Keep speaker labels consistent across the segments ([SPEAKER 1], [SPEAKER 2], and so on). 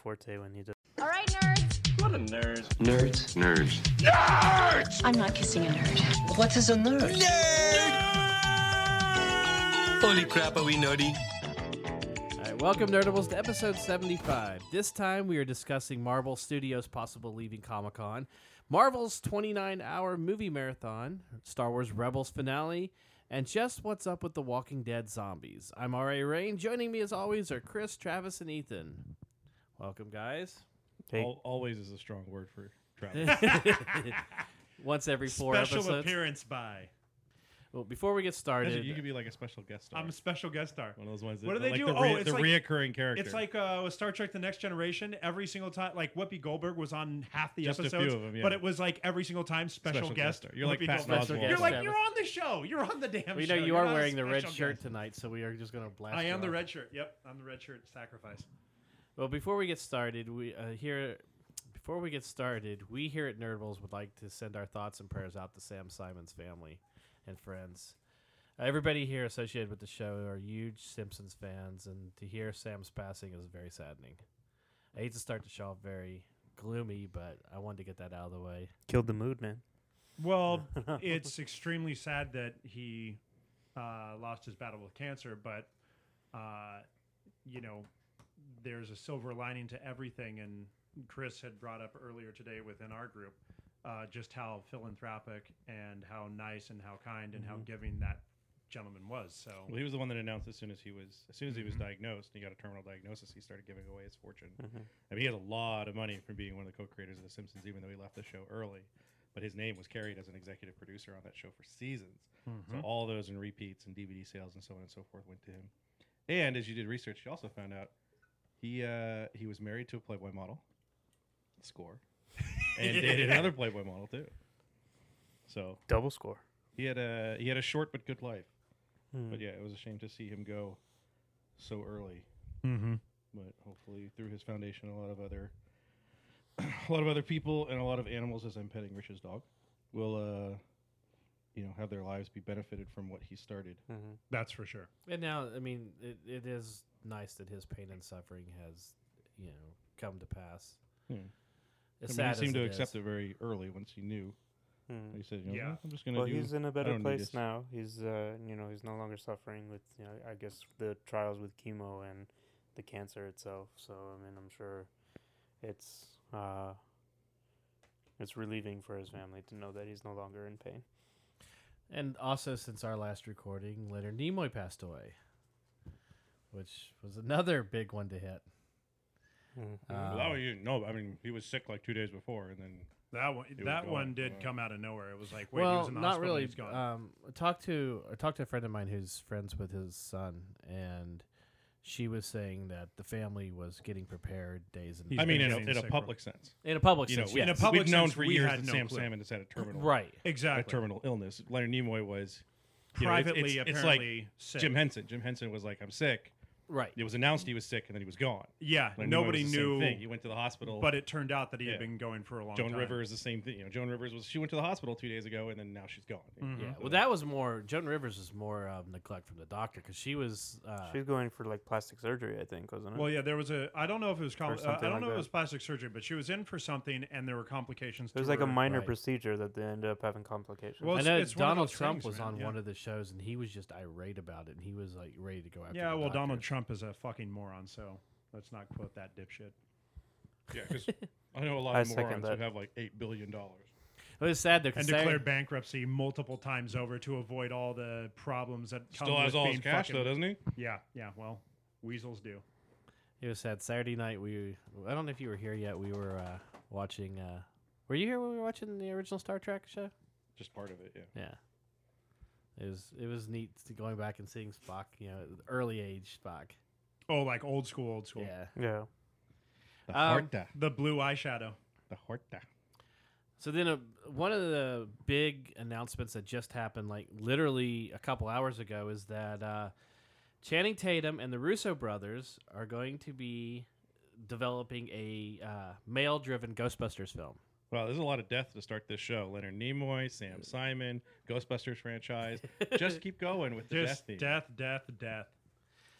[SPEAKER 1] forte when he does.
[SPEAKER 2] All right, nerds.
[SPEAKER 3] What a nerd.
[SPEAKER 4] Nerds. Nerds.
[SPEAKER 5] I'm not kissing a nerd.
[SPEAKER 4] What is a nerd? Holy crap, are we nerdy?
[SPEAKER 1] All right, welcome Nerdables to episode 75. This time we are discussing Marvel Studios' possible leaving Comic Con, Marvel's 29 hour movie marathon, Star Wars Rebels finale, and just what's up with the Walking Dead zombies. I'm R.A. Rain. Joining me as always are Chris, Travis, and Ethan. Welcome, guys.
[SPEAKER 6] Al-
[SPEAKER 1] Hey.
[SPEAKER 6] always is a strong word for Travis.
[SPEAKER 1] Once every four
[SPEAKER 7] special
[SPEAKER 1] episodes.
[SPEAKER 7] appearance by.
[SPEAKER 1] Well, before we get started,
[SPEAKER 6] Imagine you could be like a special guest star.
[SPEAKER 7] I'm a special guest star.
[SPEAKER 6] one of those ones. That,
[SPEAKER 7] What do they
[SPEAKER 6] like
[SPEAKER 7] do?
[SPEAKER 6] The,
[SPEAKER 7] Oh,
[SPEAKER 6] rea-
[SPEAKER 7] it's
[SPEAKER 6] the
[SPEAKER 7] like-
[SPEAKER 6] reoccurring character.
[SPEAKER 7] It's like uh, with Star Trek: The Next Generation. Every single time, like Whoopi Goldberg was on half the
[SPEAKER 6] Just a few
[SPEAKER 7] episodes,
[SPEAKER 6] of 'em, yeah.
[SPEAKER 7] but it was like every single time special,
[SPEAKER 6] Special
[SPEAKER 7] guest.
[SPEAKER 6] guest star. You're like
[SPEAKER 7] Whoopi
[SPEAKER 6] Patton
[SPEAKER 7] Goldberg.
[SPEAKER 1] Oswalt.
[SPEAKER 7] You're like
[SPEAKER 1] Travis.
[SPEAKER 7] you're on the show. You're on the damn.
[SPEAKER 1] we
[SPEAKER 7] show.
[SPEAKER 1] know you
[SPEAKER 7] You're
[SPEAKER 1] are
[SPEAKER 7] not a
[SPEAKER 1] wearing the red
[SPEAKER 7] special
[SPEAKER 1] shirt
[SPEAKER 7] guest.
[SPEAKER 1] tonight, so we are just going to blast.
[SPEAKER 7] I
[SPEAKER 1] you
[SPEAKER 7] am the
[SPEAKER 1] off.
[SPEAKER 7] red shirt. Yep, I'm the red shirt sacrifice.
[SPEAKER 1] Well, before we get started, we uh, here before we get started, we here at Nerdables would like to send our thoughts and prayers out to Sam Simon's family and friends. Uh, Everybody here associated with the show are huge Simpsons fans, and to hear Sam's passing is very saddening. I hate to start the show off very gloomy, but I wanted to get that out of the way.
[SPEAKER 8] killed the mood, man. Mm-hmm.
[SPEAKER 7] Well, it's extremely sad that he uh, lost his battle with cancer, but uh, you know, there's a silver lining to everything. And Chris had brought up earlier today within our group uh, just how philanthropic and how nice and how kind and
[SPEAKER 6] Mm-hmm.
[SPEAKER 7] how giving that gentleman was. So
[SPEAKER 6] well, he was the one that announced as soon as he was as soon as he was diagnosed and he got a terminal diagnosis, he started giving away his fortune. I mean, he had a lot of money from being one of the co-creators of The Simpsons, even though he left the show early. But his name was carried as an executive producer on that show for seasons. So all those in repeats and DVD sales and so on and so forth went to him. And as you did research, you also found out he uh, he was married to a Playboy model. Score. And dated another Playboy model too. So
[SPEAKER 8] Double score.
[SPEAKER 6] he had a he had a short but good life.
[SPEAKER 8] Mm-hmm.
[SPEAKER 6] But yeah, it was a shame to see him go so early. Mm-hmm. But hopefully, through his foundation, a lot of other a lot of other people and a lot of animals, as I'm petting Rich's dog, will uh, you know have their lives be benefited from what he started.
[SPEAKER 8] Mm-hmm.
[SPEAKER 7] that's for sure.
[SPEAKER 1] And now, I mean, it, it is nice that his pain and suffering has, you know, come to pass.
[SPEAKER 6] Yeah.
[SPEAKER 1] As
[SPEAKER 6] Hmm. I mean,
[SPEAKER 1] sad
[SPEAKER 6] he seemed
[SPEAKER 1] as
[SPEAKER 6] to
[SPEAKER 1] it
[SPEAKER 6] accept
[SPEAKER 1] is.
[SPEAKER 6] it very early once he knew. He said, you know,
[SPEAKER 7] Yeah.
[SPEAKER 6] "Eh, I'm just gonna
[SPEAKER 8] Mm-hmm. Well,
[SPEAKER 6] do.
[SPEAKER 8] he's in a
[SPEAKER 6] I
[SPEAKER 8] better
[SPEAKER 6] don't need
[SPEAKER 8] place
[SPEAKER 6] this."
[SPEAKER 8] now. He's, uh, you know, he's no longer suffering with, you know, I guess the trials with chemo and the cancer itself. So I mean, I'm sure it's uh, it's relieving for his family to know that he's no longer in pain.
[SPEAKER 1] And also, since our last recording, Leonard Nimoy passed away, which was another big one to hit.
[SPEAKER 7] Oh.
[SPEAKER 6] Well, that way you didn't know. I mean, he was sick like two days before, and then
[SPEAKER 7] That one,
[SPEAKER 6] was
[SPEAKER 7] that
[SPEAKER 6] gone.
[SPEAKER 7] one did
[SPEAKER 6] Yeah.
[SPEAKER 7] come out of nowhere. It was like, wait, he was
[SPEAKER 1] well,
[SPEAKER 7] in the
[SPEAKER 1] not
[SPEAKER 7] hospital and
[SPEAKER 1] really.
[SPEAKER 7] he's gone.
[SPEAKER 1] Um, I talked to I talked to a friend of mine who's friends with his son, and she was saying that the family was getting prepared days and
[SPEAKER 7] He's
[SPEAKER 6] I mean,
[SPEAKER 7] been
[SPEAKER 6] in a,
[SPEAKER 7] getting
[SPEAKER 6] in a
[SPEAKER 7] sick for-
[SPEAKER 6] public sense,
[SPEAKER 1] in a public
[SPEAKER 6] you know,
[SPEAKER 1] sense,
[SPEAKER 6] we-
[SPEAKER 7] In a
[SPEAKER 1] yes.
[SPEAKER 7] pub- public
[SPEAKER 6] we've known
[SPEAKER 7] sense,
[SPEAKER 6] for
[SPEAKER 7] we
[SPEAKER 6] years
[SPEAKER 7] had
[SPEAKER 6] that
[SPEAKER 7] no
[SPEAKER 6] Sam
[SPEAKER 7] clue.
[SPEAKER 6] Salmon has had a terminal
[SPEAKER 1] right.
[SPEAKER 6] a
[SPEAKER 7] exactly.
[SPEAKER 6] terminal illness. Leonard Nimoy was you know, it's-
[SPEAKER 7] Privately,
[SPEAKER 6] it's- it's like
[SPEAKER 7] apparently, sick.
[SPEAKER 6] Jim Henson. Jim Henson was like, "I'm sick."
[SPEAKER 1] Right.
[SPEAKER 6] It was announced he was sick, and then he was gone.
[SPEAKER 7] Yeah,
[SPEAKER 6] Leonard Nimoy
[SPEAKER 7] nobody
[SPEAKER 6] was the
[SPEAKER 7] knew.
[SPEAKER 6] same thing. He went to the hospital.
[SPEAKER 7] But it turned out that he
[SPEAKER 6] Yeah.
[SPEAKER 7] had been going for a long
[SPEAKER 6] Joan
[SPEAKER 7] time.
[SPEAKER 6] Rivers the same thing. You know, Joan Rivers was she went to the hospital two days ago, and then now she's gone.
[SPEAKER 1] Yeah. Mm-hmm.
[SPEAKER 7] Mm-hmm.
[SPEAKER 1] Well, that was more. Joan Rivers was more of neglect from the doctor because she was. Uh,
[SPEAKER 8] Mm-hmm. She's going for like plastic surgery, I think, wasn't it?
[SPEAKER 7] Well, yeah, there was a. I don't know if it was. Com- uh, I
[SPEAKER 8] something
[SPEAKER 7] don't
[SPEAKER 8] like
[SPEAKER 7] know if
[SPEAKER 8] that.
[SPEAKER 7] it was plastic surgery, but she was in for something, and there were complications.
[SPEAKER 8] it was
[SPEAKER 7] to
[SPEAKER 8] like a
[SPEAKER 7] her-
[SPEAKER 8] minor
[SPEAKER 1] Right.
[SPEAKER 8] procedure that they ended up having complications.
[SPEAKER 7] Well,
[SPEAKER 1] I
[SPEAKER 7] it's-
[SPEAKER 1] know
[SPEAKER 7] it's one of
[SPEAKER 1] Donald
[SPEAKER 7] those
[SPEAKER 1] Trump
[SPEAKER 7] things,
[SPEAKER 1] was
[SPEAKER 7] man,
[SPEAKER 1] on
[SPEAKER 7] yeah.
[SPEAKER 1] one of the shows and he was just irate about it and he was like ready to go after.
[SPEAKER 7] Yeah,
[SPEAKER 1] the
[SPEAKER 7] well,
[SPEAKER 1] doctor.
[SPEAKER 7] Donald Trump is a fucking moron, so let's not quote that dipshit.
[SPEAKER 6] yeah, because I know a lot
[SPEAKER 8] I
[SPEAKER 6] of
[SPEAKER 8] second
[SPEAKER 6] morons
[SPEAKER 8] that.
[SPEAKER 6] who have like eight billion dollars.
[SPEAKER 1] It was sad though
[SPEAKER 7] And
[SPEAKER 1] because
[SPEAKER 7] declared bankruptcy multiple times over to avoid all the problems that come
[SPEAKER 6] Still has
[SPEAKER 7] with
[SPEAKER 6] all his
[SPEAKER 7] being
[SPEAKER 6] cash
[SPEAKER 7] fucking-
[SPEAKER 6] though, doesn't he?
[SPEAKER 7] Yeah, yeah. Well, weasels do.
[SPEAKER 1] it was sad. Saturday night we I don't know if you were here yet. We were uh, watching. Uh, were you here when we were watching the original Star Trek show?
[SPEAKER 6] Just part of it. Yeah.
[SPEAKER 1] Yeah. It was it was neat to going back and seeing Spock. You know, early age Spock.
[SPEAKER 7] Oh, like old school, old school.
[SPEAKER 1] Yeah.
[SPEAKER 8] yeah.
[SPEAKER 6] The
[SPEAKER 1] Um,
[SPEAKER 6] horta.
[SPEAKER 7] The blue eyeshadow.
[SPEAKER 6] The horta.
[SPEAKER 1] So then, uh, one of the big announcements that just happened, like literally a couple hours ago, is that uh, Channing Tatum and the Russo brothers are going to be developing a uh, male-driven Ghostbusters film.
[SPEAKER 6] Wow, there's a lot of death to start this show. Leonard Nimoy, Sam Simon, Ghostbusters franchise. Just keep going with the
[SPEAKER 7] Just
[SPEAKER 6] death. theme.
[SPEAKER 7] death, death, death.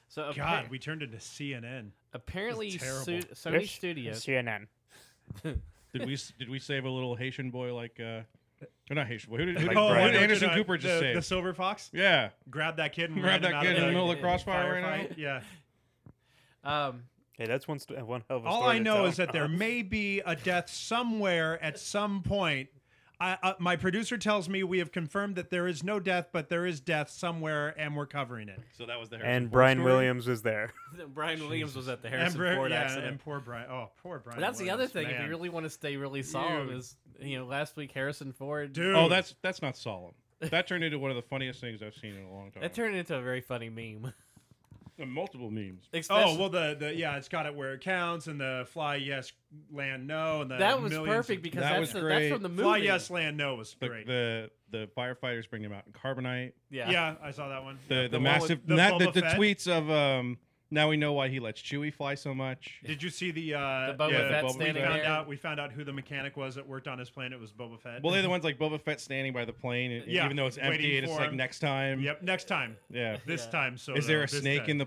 [SPEAKER 1] So appa-
[SPEAKER 7] God, we turned into CNN.
[SPEAKER 1] apparently
[SPEAKER 7] terrible.
[SPEAKER 1] Su- Sony
[SPEAKER 8] Yes,
[SPEAKER 1] Studios.
[SPEAKER 8] CNN.
[SPEAKER 6] Did we s- did we save a little Haitian boy like uh, or not Haitian boy? Who did, who did-
[SPEAKER 8] Oh,
[SPEAKER 6] who
[SPEAKER 8] Brad.
[SPEAKER 6] did
[SPEAKER 7] I know
[SPEAKER 6] Anderson
[SPEAKER 7] what you're
[SPEAKER 6] Cooper
[SPEAKER 7] talking- the,
[SPEAKER 6] just saved?
[SPEAKER 7] the silver fox.
[SPEAKER 6] yeah,
[SPEAKER 7] Grab that kid and ran
[SPEAKER 6] grab that
[SPEAKER 7] him out
[SPEAKER 6] kid in the
[SPEAKER 1] the-
[SPEAKER 6] middle of the
[SPEAKER 1] yeah, yeah,
[SPEAKER 6] crossfire right now.
[SPEAKER 7] firefight. Yeah.
[SPEAKER 1] Um,
[SPEAKER 8] Hey, that's one st- one hell of a
[SPEAKER 7] All
[SPEAKER 8] story
[SPEAKER 7] I
[SPEAKER 8] to
[SPEAKER 7] know
[SPEAKER 8] tell.
[SPEAKER 7] is that there may be a death somewhere at some point. I, uh, my producer tells me we have confirmed that there is no death, but there is death somewhere, and we're covering it.
[SPEAKER 6] So that was the Harrison
[SPEAKER 8] and
[SPEAKER 6] Ford
[SPEAKER 8] Brian
[SPEAKER 6] story?
[SPEAKER 8] Williams was there.
[SPEAKER 1] Brian Williams was at the
[SPEAKER 7] And,
[SPEAKER 1] Harrison
[SPEAKER 7] Bri-
[SPEAKER 1] Ford
[SPEAKER 7] yeah,
[SPEAKER 1] accident.
[SPEAKER 7] and poor Brian. Oh, poor Brian.
[SPEAKER 1] But that's the other
[SPEAKER 7] Williams,
[SPEAKER 1] thing. If
[SPEAKER 7] man.
[SPEAKER 1] you really want to stay really solemn,
[SPEAKER 6] Ew.
[SPEAKER 1] is you know last week Harrison Ford.
[SPEAKER 7] Dude.
[SPEAKER 6] Oh, that's that's not solemn. That turned into one of the funniest things I've seen in a long time.
[SPEAKER 1] that turned into a very funny meme.
[SPEAKER 6] Uh, multiple memes.
[SPEAKER 1] Especially-
[SPEAKER 7] Oh well, the, the yeah, it's got it where it counts, and the fly yes, land no, and the
[SPEAKER 1] that was
[SPEAKER 7] millions of-
[SPEAKER 1] perfect because
[SPEAKER 6] That
[SPEAKER 1] that's
[SPEAKER 6] was
[SPEAKER 1] the,
[SPEAKER 6] great.
[SPEAKER 1] that's from the movie.
[SPEAKER 7] fly yes, land no was
[SPEAKER 6] The,
[SPEAKER 7] great.
[SPEAKER 6] the the firefighters bring him out in carbonite.
[SPEAKER 1] yeah.
[SPEAKER 7] yeah, I saw that one.
[SPEAKER 6] The the,
[SPEAKER 1] the one
[SPEAKER 6] massive
[SPEAKER 7] with the
[SPEAKER 6] not- the,
[SPEAKER 7] Boba
[SPEAKER 6] the
[SPEAKER 7] Fett.
[SPEAKER 6] tweets of um now we know why he lets Chewie fly so much.
[SPEAKER 7] Did you see the uh,
[SPEAKER 1] The Boba
[SPEAKER 7] yeah,
[SPEAKER 1] Fett
[SPEAKER 6] Boba
[SPEAKER 7] we
[SPEAKER 1] standing
[SPEAKER 6] Fett.
[SPEAKER 7] found
[SPEAKER 1] there.
[SPEAKER 7] out we found out who the mechanic was that worked on his plane. It was Boba Fett.
[SPEAKER 6] Well, they're the ones like Boba Fett standing by the plane, and,
[SPEAKER 7] Yeah,
[SPEAKER 6] even though it's
[SPEAKER 7] waiting
[SPEAKER 6] empty, and it's
[SPEAKER 7] for
[SPEAKER 6] like
[SPEAKER 7] him.
[SPEAKER 6] next time.
[SPEAKER 7] Yep. Next time.
[SPEAKER 6] Yeah.
[SPEAKER 7] This
[SPEAKER 1] Yeah.
[SPEAKER 7] time. So
[SPEAKER 6] Is there a snake in the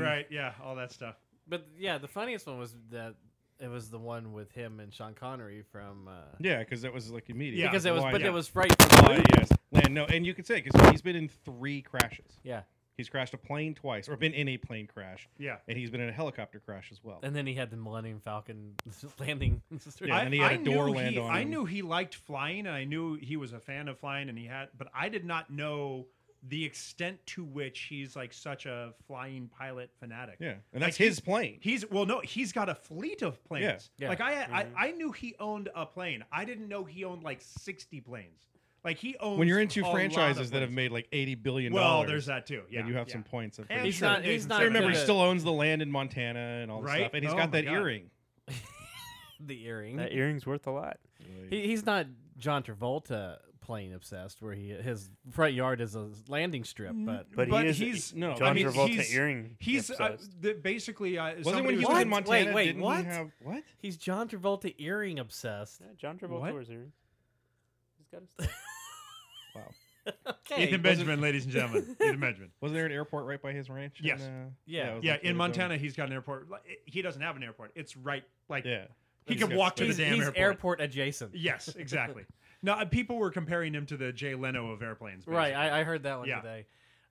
[SPEAKER 7] Right. Yeah. All that stuff.
[SPEAKER 1] But yeah, the funniest one was that it was the one with him and Sean Connery from. Uh,
[SPEAKER 6] Yeah, because that was like immediate.
[SPEAKER 7] Yeah,
[SPEAKER 1] because it was,
[SPEAKER 6] Why-
[SPEAKER 1] but
[SPEAKER 6] yeah.
[SPEAKER 1] it was right.
[SPEAKER 6] Why, yes, land. No, and you could say because he's been in three crashes.
[SPEAKER 1] Yeah,
[SPEAKER 6] He's crashed a plane twice, or been in a plane crash,
[SPEAKER 7] Yeah.
[SPEAKER 6] and he's been in a helicopter crash as well.
[SPEAKER 1] and then he had the Millennium Falcon landing.
[SPEAKER 6] Yeah, and he had a door
[SPEAKER 7] knew
[SPEAKER 6] land
[SPEAKER 7] he,
[SPEAKER 6] on
[SPEAKER 7] I
[SPEAKER 6] him.
[SPEAKER 7] knew he liked flying, and I knew he was a fan of flying, and he had, but I did not know the extent to which he's like such a flying pilot fanatic.
[SPEAKER 6] yeah, and that's
[SPEAKER 7] Like, he-
[SPEAKER 6] his plane.
[SPEAKER 7] He's well, no, he's got a fleet of planes.
[SPEAKER 1] Yeah.
[SPEAKER 7] Like I, I, I knew he owned a plane. I didn't know he owned like sixty planes. Like he owns.
[SPEAKER 6] when you're
[SPEAKER 7] a
[SPEAKER 6] into
[SPEAKER 7] lot of
[SPEAKER 6] franchises that have
[SPEAKER 7] planes.
[SPEAKER 6] made like eighty billion dollars,
[SPEAKER 7] Well, there's that too. Yeah.
[SPEAKER 6] and you have
[SPEAKER 7] yeah.
[SPEAKER 6] some points. I'm
[SPEAKER 7] And
[SPEAKER 6] pretty
[SPEAKER 1] He's
[SPEAKER 6] sure.
[SPEAKER 1] not-
[SPEAKER 7] Jason
[SPEAKER 1] he's not
[SPEAKER 7] Statham.
[SPEAKER 1] good
[SPEAKER 6] Remember, he
[SPEAKER 1] at-
[SPEAKER 6] still owns the land in Montana and all this
[SPEAKER 7] Right?
[SPEAKER 6] stuff, and he's
[SPEAKER 7] Oh
[SPEAKER 6] got
[SPEAKER 7] my
[SPEAKER 6] that
[SPEAKER 7] God.
[SPEAKER 6] earring.
[SPEAKER 1] the earring.
[SPEAKER 8] That earring's worth a lot.
[SPEAKER 1] He, he's not John Travolta plane obsessed, where he his front yard is a landing strip. But
[SPEAKER 8] But,
[SPEAKER 7] But
[SPEAKER 8] he is
[SPEAKER 7] he's-
[SPEAKER 6] no,
[SPEAKER 8] John
[SPEAKER 6] I mean,
[SPEAKER 8] Travolta
[SPEAKER 7] he's-
[SPEAKER 8] earring.
[SPEAKER 7] He's uh,
[SPEAKER 8] obsessed.
[SPEAKER 7] the, basically uh,
[SPEAKER 6] Wasn't
[SPEAKER 7] somebody
[SPEAKER 6] when he was
[SPEAKER 1] What?
[SPEAKER 6] in Montana?
[SPEAKER 1] Wait, wait,
[SPEAKER 6] didn't
[SPEAKER 1] what?
[SPEAKER 6] he have what?
[SPEAKER 1] he's John Travolta earring obsessed.
[SPEAKER 8] Yeah, John Travolta
[SPEAKER 7] What?
[SPEAKER 8] wears earrings. He's got his stuff.
[SPEAKER 6] Wow.
[SPEAKER 1] Okay,
[SPEAKER 7] Ethan Benjamin, ladies and gentlemen. Ethan Benjamin.
[SPEAKER 6] Wasn't there an airport right by his ranch?
[SPEAKER 7] Yes.
[SPEAKER 6] In, uh,
[SPEAKER 1] Yeah.
[SPEAKER 6] it was
[SPEAKER 7] Yeah,
[SPEAKER 6] like
[SPEAKER 7] in
[SPEAKER 6] the-
[SPEAKER 7] Montana, he's got an airport. Like, it- He doesn't have an airport. It's right, like
[SPEAKER 6] Yeah,
[SPEAKER 7] he
[SPEAKER 6] He's
[SPEAKER 7] can
[SPEAKER 6] got
[SPEAKER 7] walk to the
[SPEAKER 1] he's,
[SPEAKER 7] damn
[SPEAKER 1] he's
[SPEAKER 7] airport.
[SPEAKER 1] airport adjacent.
[SPEAKER 7] Yes, exactly. no, uh, people were comparing him to the Jay Leno of airplanes,
[SPEAKER 1] Right,
[SPEAKER 7] basically,
[SPEAKER 1] I, I heard that one
[SPEAKER 7] Yeah.
[SPEAKER 1] today.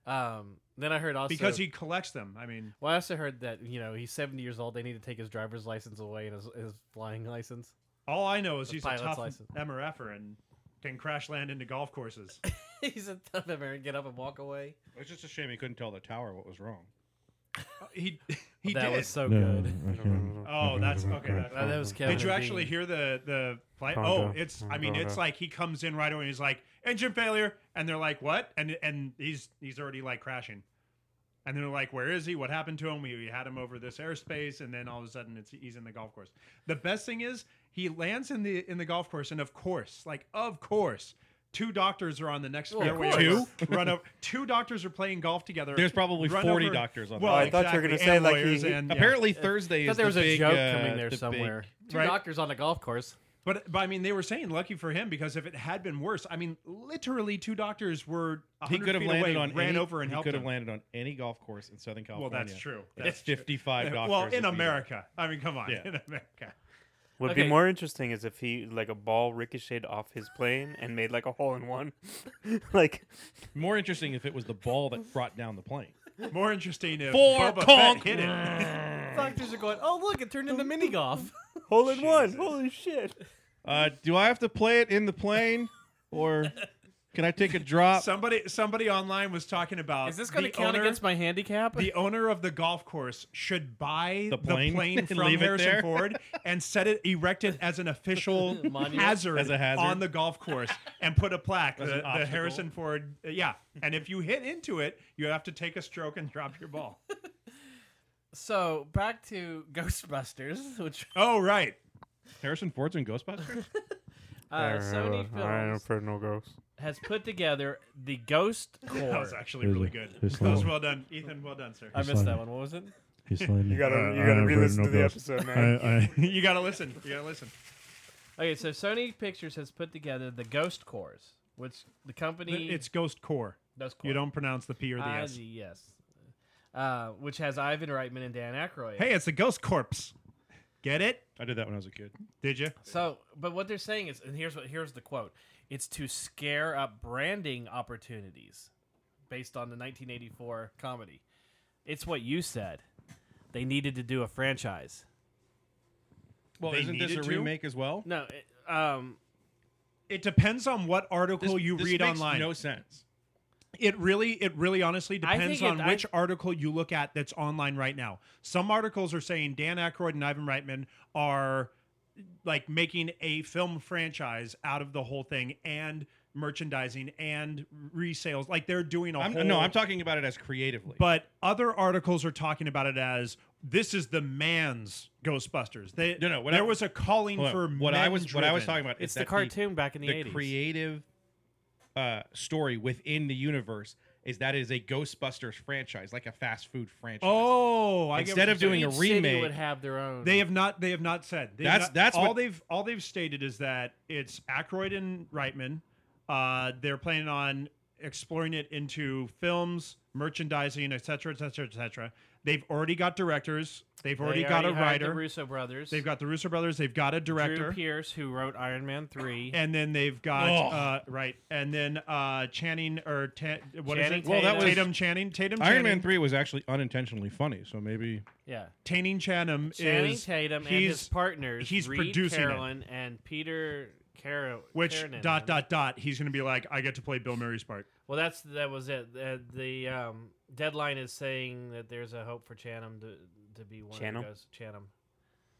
[SPEAKER 1] Um, then I heard also
[SPEAKER 7] because he collects them. I mean,
[SPEAKER 1] Well, I also heard that you know he's seventy years old. They need to take his driver's license away and his, his flying license.
[SPEAKER 7] all I know is
[SPEAKER 1] The
[SPEAKER 7] he's a
[SPEAKER 1] pilot's
[SPEAKER 7] tough
[SPEAKER 1] license.
[SPEAKER 7] MRFer and can crash land into golf courses. Uh,
[SPEAKER 1] he's a tough American. Get up and walk away.
[SPEAKER 6] it's just a shame he couldn't tell the tower what was wrong.
[SPEAKER 7] he he
[SPEAKER 1] that
[SPEAKER 7] did.
[SPEAKER 1] was so good.
[SPEAKER 7] oh, that's okay. That's,
[SPEAKER 1] Uh, that was Kevin
[SPEAKER 7] Did you actually
[SPEAKER 1] Bean.
[SPEAKER 7] hear the the flight?
[SPEAKER 8] Congo.
[SPEAKER 7] Oh, it's. I mean, it's like he comes in right away. and He's like engine failure, and they're like, "What?" And and he's he's already like crashing, and they're like, "Where is he? What happened to him? We, we had him over this airspace, and then all of a sudden, it's he's in the golf course." The best thing is he lands in the in the golf course, and of course, like of course. Two doctors are on the next
[SPEAKER 1] Well, of
[SPEAKER 7] fairway.
[SPEAKER 6] course.
[SPEAKER 7] over- Run over. Two doctors are playing golf together.
[SPEAKER 6] There's probably
[SPEAKER 7] Run
[SPEAKER 6] 40
[SPEAKER 7] over-
[SPEAKER 6] doctors on
[SPEAKER 7] Well,
[SPEAKER 8] that. I
[SPEAKER 7] exactly.
[SPEAKER 8] thought you were gonna
[SPEAKER 7] and
[SPEAKER 8] say, like,
[SPEAKER 7] lawyers
[SPEAKER 8] he-
[SPEAKER 7] and, yeah.
[SPEAKER 6] Apparently Thursday
[SPEAKER 1] I thought
[SPEAKER 6] is
[SPEAKER 1] there was
[SPEAKER 6] the
[SPEAKER 1] a
[SPEAKER 6] big,
[SPEAKER 1] joke
[SPEAKER 6] uh,
[SPEAKER 1] coming there
[SPEAKER 6] the big-
[SPEAKER 1] somewhere. Two
[SPEAKER 7] Right.
[SPEAKER 1] doctors on a golf course.
[SPEAKER 7] But, but I mean, they were saying lucky for him because if it had been worse, I mean, literally two doctors were
[SPEAKER 6] he
[SPEAKER 7] 100
[SPEAKER 6] could have
[SPEAKER 7] feet away,
[SPEAKER 6] landed on
[SPEAKER 7] ran
[SPEAKER 6] any,
[SPEAKER 7] over and
[SPEAKER 6] he
[SPEAKER 7] helped
[SPEAKER 6] could
[SPEAKER 7] him.
[SPEAKER 6] have landed on any golf course in Southern
[SPEAKER 7] well,
[SPEAKER 6] California.
[SPEAKER 7] that's true.
[SPEAKER 6] That's
[SPEAKER 7] That's
[SPEAKER 6] 55 doctors.
[SPEAKER 7] well
[SPEAKER 6] would
[SPEAKER 7] in
[SPEAKER 6] be-
[SPEAKER 7] America. I mean, come on,
[SPEAKER 6] Yeah.
[SPEAKER 7] in America.
[SPEAKER 8] Would
[SPEAKER 1] Okay.
[SPEAKER 8] be more interesting is if he like a ball ricocheted off his plane and made like a hole in one. like
[SPEAKER 6] More interesting if it was the ball that brought down the plane.
[SPEAKER 7] More interesting if
[SPEAKER 6] Four
[SPEAKER 7] Boba Fett
[SPEAKER 6] conk.
[SPEAKER 7] hit it.
[SPEAKER 1] Doctors are going. Oh look, it turned into mini golf.
[SPEAKER 8] hole in one. Holy shit.
[SPEAKER 6] Uh, do I have to play it in the plane or can I take a drop?
[SPEAKER 7] somebody somebody online was talking about
[SPEAKER 1] Is this going to
[SPEAKER 7] the
[SPEAKER 1] count
[SPEAKER 7] owner-
[SPEAKER 1] against my handicap?
[SPEAKER 7] the owner of the golf course should buy
[SPEAKER 6] The
[SPEAKER 7] the
[SPEAKER 6] plane
[SPEAKER 7] plane,
[SPEAKER 6] and
[SPEAKER 7] from
[SPEAKER 6] leave it there?
[SPEAKER 7] Harrison Ford and set it erect it as an official
[SPEAKER 1] Monument?
[SPEAKER 7] hazard,
[SPEAKER 6] As a hazard?
[SPEAKER 7] on the golf course and put a plaque uh, the,
[SPEAKER 6] an
[SPEAKER 7] the
[SPEAKER 6] obstacle?
[SPEAKER 7] Harrison Ford uh, yeah and if you hit into it you have to take a stroke and drop your ball
[SPEAKER 1] so back to Ghostbusters, which
[SPEAKER 7] oh right
[SPEAKER 6] Harrison Ford's in Ghostbusters?
[SPEAKER 1] uh, Sony
[SPEAKER 8] I
[SPEAKER 1] Films
[SPEAKER 8] for no ghosts.
[SPEAKER 1] has put together the Ghost
[SPEAKER 7] that
[SPEAKER 1] Core.
[SPEAKER 7] was actually really good that was well done Ethan well done sir
[SPEAKER 1] I missed that one. What was it?
[SPEAKER 8] You gotta you gotta re-listen to the episode, man.
[SPEAKER 7] you gotta listen you gotta listen
[SPEAKER 1] Okay, so Sony Pictures has put together the Ghost Cores, which the company
[SPEAKER 7] it's Ghost Core
[SPEAKER 1] does.
[SPEAKER 7] you don't pronounce the P or the
[SPEAKER 1] Ah,
[SPEAKER 7] S
[SPEAKER 1] the yes. uh, which has Ivan Reitman and Dan Aykroyd.
[SPEAKER 7] Hey, it's a ghost corpse. Get it?
[SPEAKER 6] I did that when I was a kid.
[SPEAKER 7] Did you?
[SPEAKER 1] So, but what they're saying is, and here's what here's the quote: "It's to scare up branding opportunities, based on the 1984 comedy." It's what you said. They needed to do a franchise.
[SPEAKER 6] Well,
[SPEAKER 7] They
[SPEAKER 6] isn't this a
[SPEAKER 7] needed to?
[SPEAKER 6] remake as well?
[SPEAKER 1] No, it, um,
[SPEAKER 7] It depends on what article
[SPEAKER 6] This-
[SPEAKER 7] you
[SPEAKER 6] this
[SPEAKER 7] read
[SPEAKER 6] makes
[SPEAKER 7] online.
[SPEAKER 6] No sense.
[SPEAKER 7] It really, it really, honestly
[SPEAKER 1] I
[SPEAKER 7] depends
[SPEAKER 1] think
[SPEAKER 7] on
[SPEAKER 1] it- I-
[SPEAKER 7] which article you look at that's online right now. Some articles are saying Dan Aykroyd and Ivan Reitman are like making a film franchise out of the whole thing and merchandising and resales. Like they're doing a
[SPEAKER 6] I'm,
[SPEAKER 7] whole.
[SPEAKER 6] no, I'm talking about it as creatively.
[SPEAKER 7] But other articles are talking about it as this is the man's Ghostbusters. They,
[SPEAKER 6] No, no, what
[SPEAKER 7] there
[SPEAKER 6] I-
[SPEAKER 7] was a calling
[SPEAKER 6] Hold on.
[SPEAKER 7] for
[SPEAKER 6] what I was what I was
[SPEAKER 7] men-driven.
[SPEAKER 6] talking about. is
[SPEAKER 1] it's the
[SPEAKER 6] that
[SPEAKER 1] cartoon back in the,
[SPEAKER 6] the
[SPEAKER 1] 80s.
[SPEAKER 6] creative uh, story within the universe is that it is a Ghostbusters franchise, like a fast food franchise.
[SPEAKER 7] Oh, I get what
[SPEAKER 6] Instead of
[SPEAKER 7] you're
[SPEAKER 6] doing
[SPEAKER 1] Each
[SPEAKER 6] a
[SPEAKER 1] city
[SPEAKER 6] remake-
[SPEAKER 1] would have their own.
[SPEAKER 7] They have not. They have not said. They've
[SPEAKER 6] That's-
[SPEAKER 7] not-
[SPEAKER 6] that's
[SPEAKER 7] all
[SPEAKER 6] what-
[SPEAKER 7] they've all they've stated is that it's Aykroyd and Reitman. Uh, they're planning on exploring it into films, merchandising, et cetera, et cetera, et cetera. They've already got directors. They've
[SPEAKER 1] They
[SPEAKER 7] already got a
[SPEAKER 1] hired The
[SPEAKER 7] writer.
[SPEAKER 1] Russo brothers.
[SPEAKER 7] they've got the Russo brothers. They've got a
[SPEAKER 1] Drew
[SPEAKER 7] director.
[SPEAKER 1] Pierce, who wrote Iron Man three.
[SPEAKER 7] And then they've got
[SPEAKER 6] Ugh.
[SPEAKER 7] uh, right. And then uh, Channing or ta- what is
[SPEAKER 1] Channing
[SPEAKER 7] it?
[SPEAKER 1] Well, that Tatum. was-
[SPEAKER 7] Tatum Channing. Tatum
[SPEAKER 6] Iron
[SPEAKER 7] Channing.
[SPEAKER 6] Man three was actually unintentionally funny, so maybe
[SPEAKER 1] yeah,
[SPEAKER 7] Channing Channing
[SPEAKER 1] Channing
[SPEAKER 7] is
[SPEAKER 1] Tatum and
[SPEAKER 7] he's-
[SPEAKER 1] his partners.
[SPEAKER 7] he's
[SPEAKER 1] Reed
[SPEAKER 7] producing it.
[SPEAKER 1] Carolyn and Peter Caro.
[SPEAKER 7] which
[SPEAKER 1] Kiernan.
[SPEAKER 7] dot dot dot. He's going to be like, I get to play Bill Murray's part.
[SPEAKER 1] Well, that's that was it. The, the um, deadline is saying that there's a hope for Chanham to to be one
[SPEAKER 8] Chanham?
[SPEAKER 1] of those. Chanham.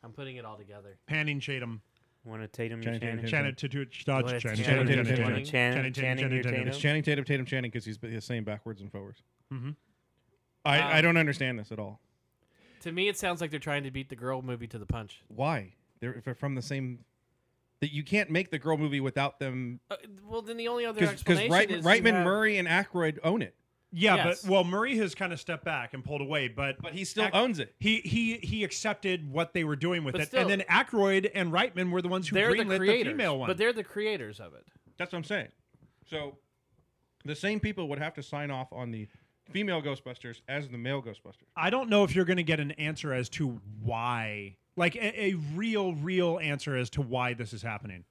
[SPEAKER 1] I'm putting it all together.
[SPEAKER 7] Panning Chatham.
[SPEAKER 8] Want to Tatum and
[SPEAKER 6] Channing Tatum,
[SPEAKER 8] Channing?
[SPEAKER 6] Tatum.
[SPEAKER 7] Channing Tatum. Channing
[SPEAKER 1] Channing
[SPEAKER 7] Channing
[SPEAKER 6] Tatum,
[SPEAKER 8] Channing,
[SPEAKER 7] Channing Channing.
[SPEAKER 6] Channing
[SPEAKER 8] Channing,
[SPEAKER 7] Channing, Channing,
[SPEAKER 8] your
[SPEAKER 7] Channing.
[SPEAKER 8] Tatum.
[SPEAKER 6] it's Channing Tatum, Tatum, Channing because he's the same backwards and forwards.
[SPEAKER 7] Mhm.
[SPEAKER 6] I,
[SPEAKER 1] Mm-hmm. Um,
[SPEAKER 6] I don't understand this at all.
[SPEAKER 1] To me, it sounds like they're trying to beat the girl movie to the punch.
[SPEAKER 6] Why they're, if they're from the same? That you can't make the girl movie without them
[SPEAKER 1] Uh, well, then the only other
[SPEAKER 6] because
[SPEAKER 1] explanation
[SPEAKER 6] Reitman,
[SPEAKER 1] is you
[SPEAKER 6] Reitman
[SPEAKER 1] have-
[SPEAKER 6] Murray, and Aykroyd own it,
[SPEAKER 7] Yeah,
[SPEAKER 1] Yes.
[SPEAKER 7] but well, Murray has kind of stepped back and pulled away, but
[SPEAKER 6] but he still
[SPEAKER 7] Ack-
[SPEAKER 6] owns it.
[SPEAKER 7] he he he accepted what they were doing with
[SPEAKER 1] But
[SPEAKER 7] it,
[SPEAKER 1] still-
[SPEAKER 7] and then Aykroyd and Reitman were the ones who
[SPEAKER 1] They're the
[SPEAKER 7] greenlit the,
[SPEAKER 1] creators,
[SPEAKER 7] female one.
[SPEAKER 1] but they're the creators of it.
[SPEAKER 6] That's what I'm saying. So the same people would have to sign off on the female Ghostbusters as the male Ghostbusters.
[SPEAKER 7] I don't know if you're going to get an answer as to why, like a, a real, real answer as to why this is happening.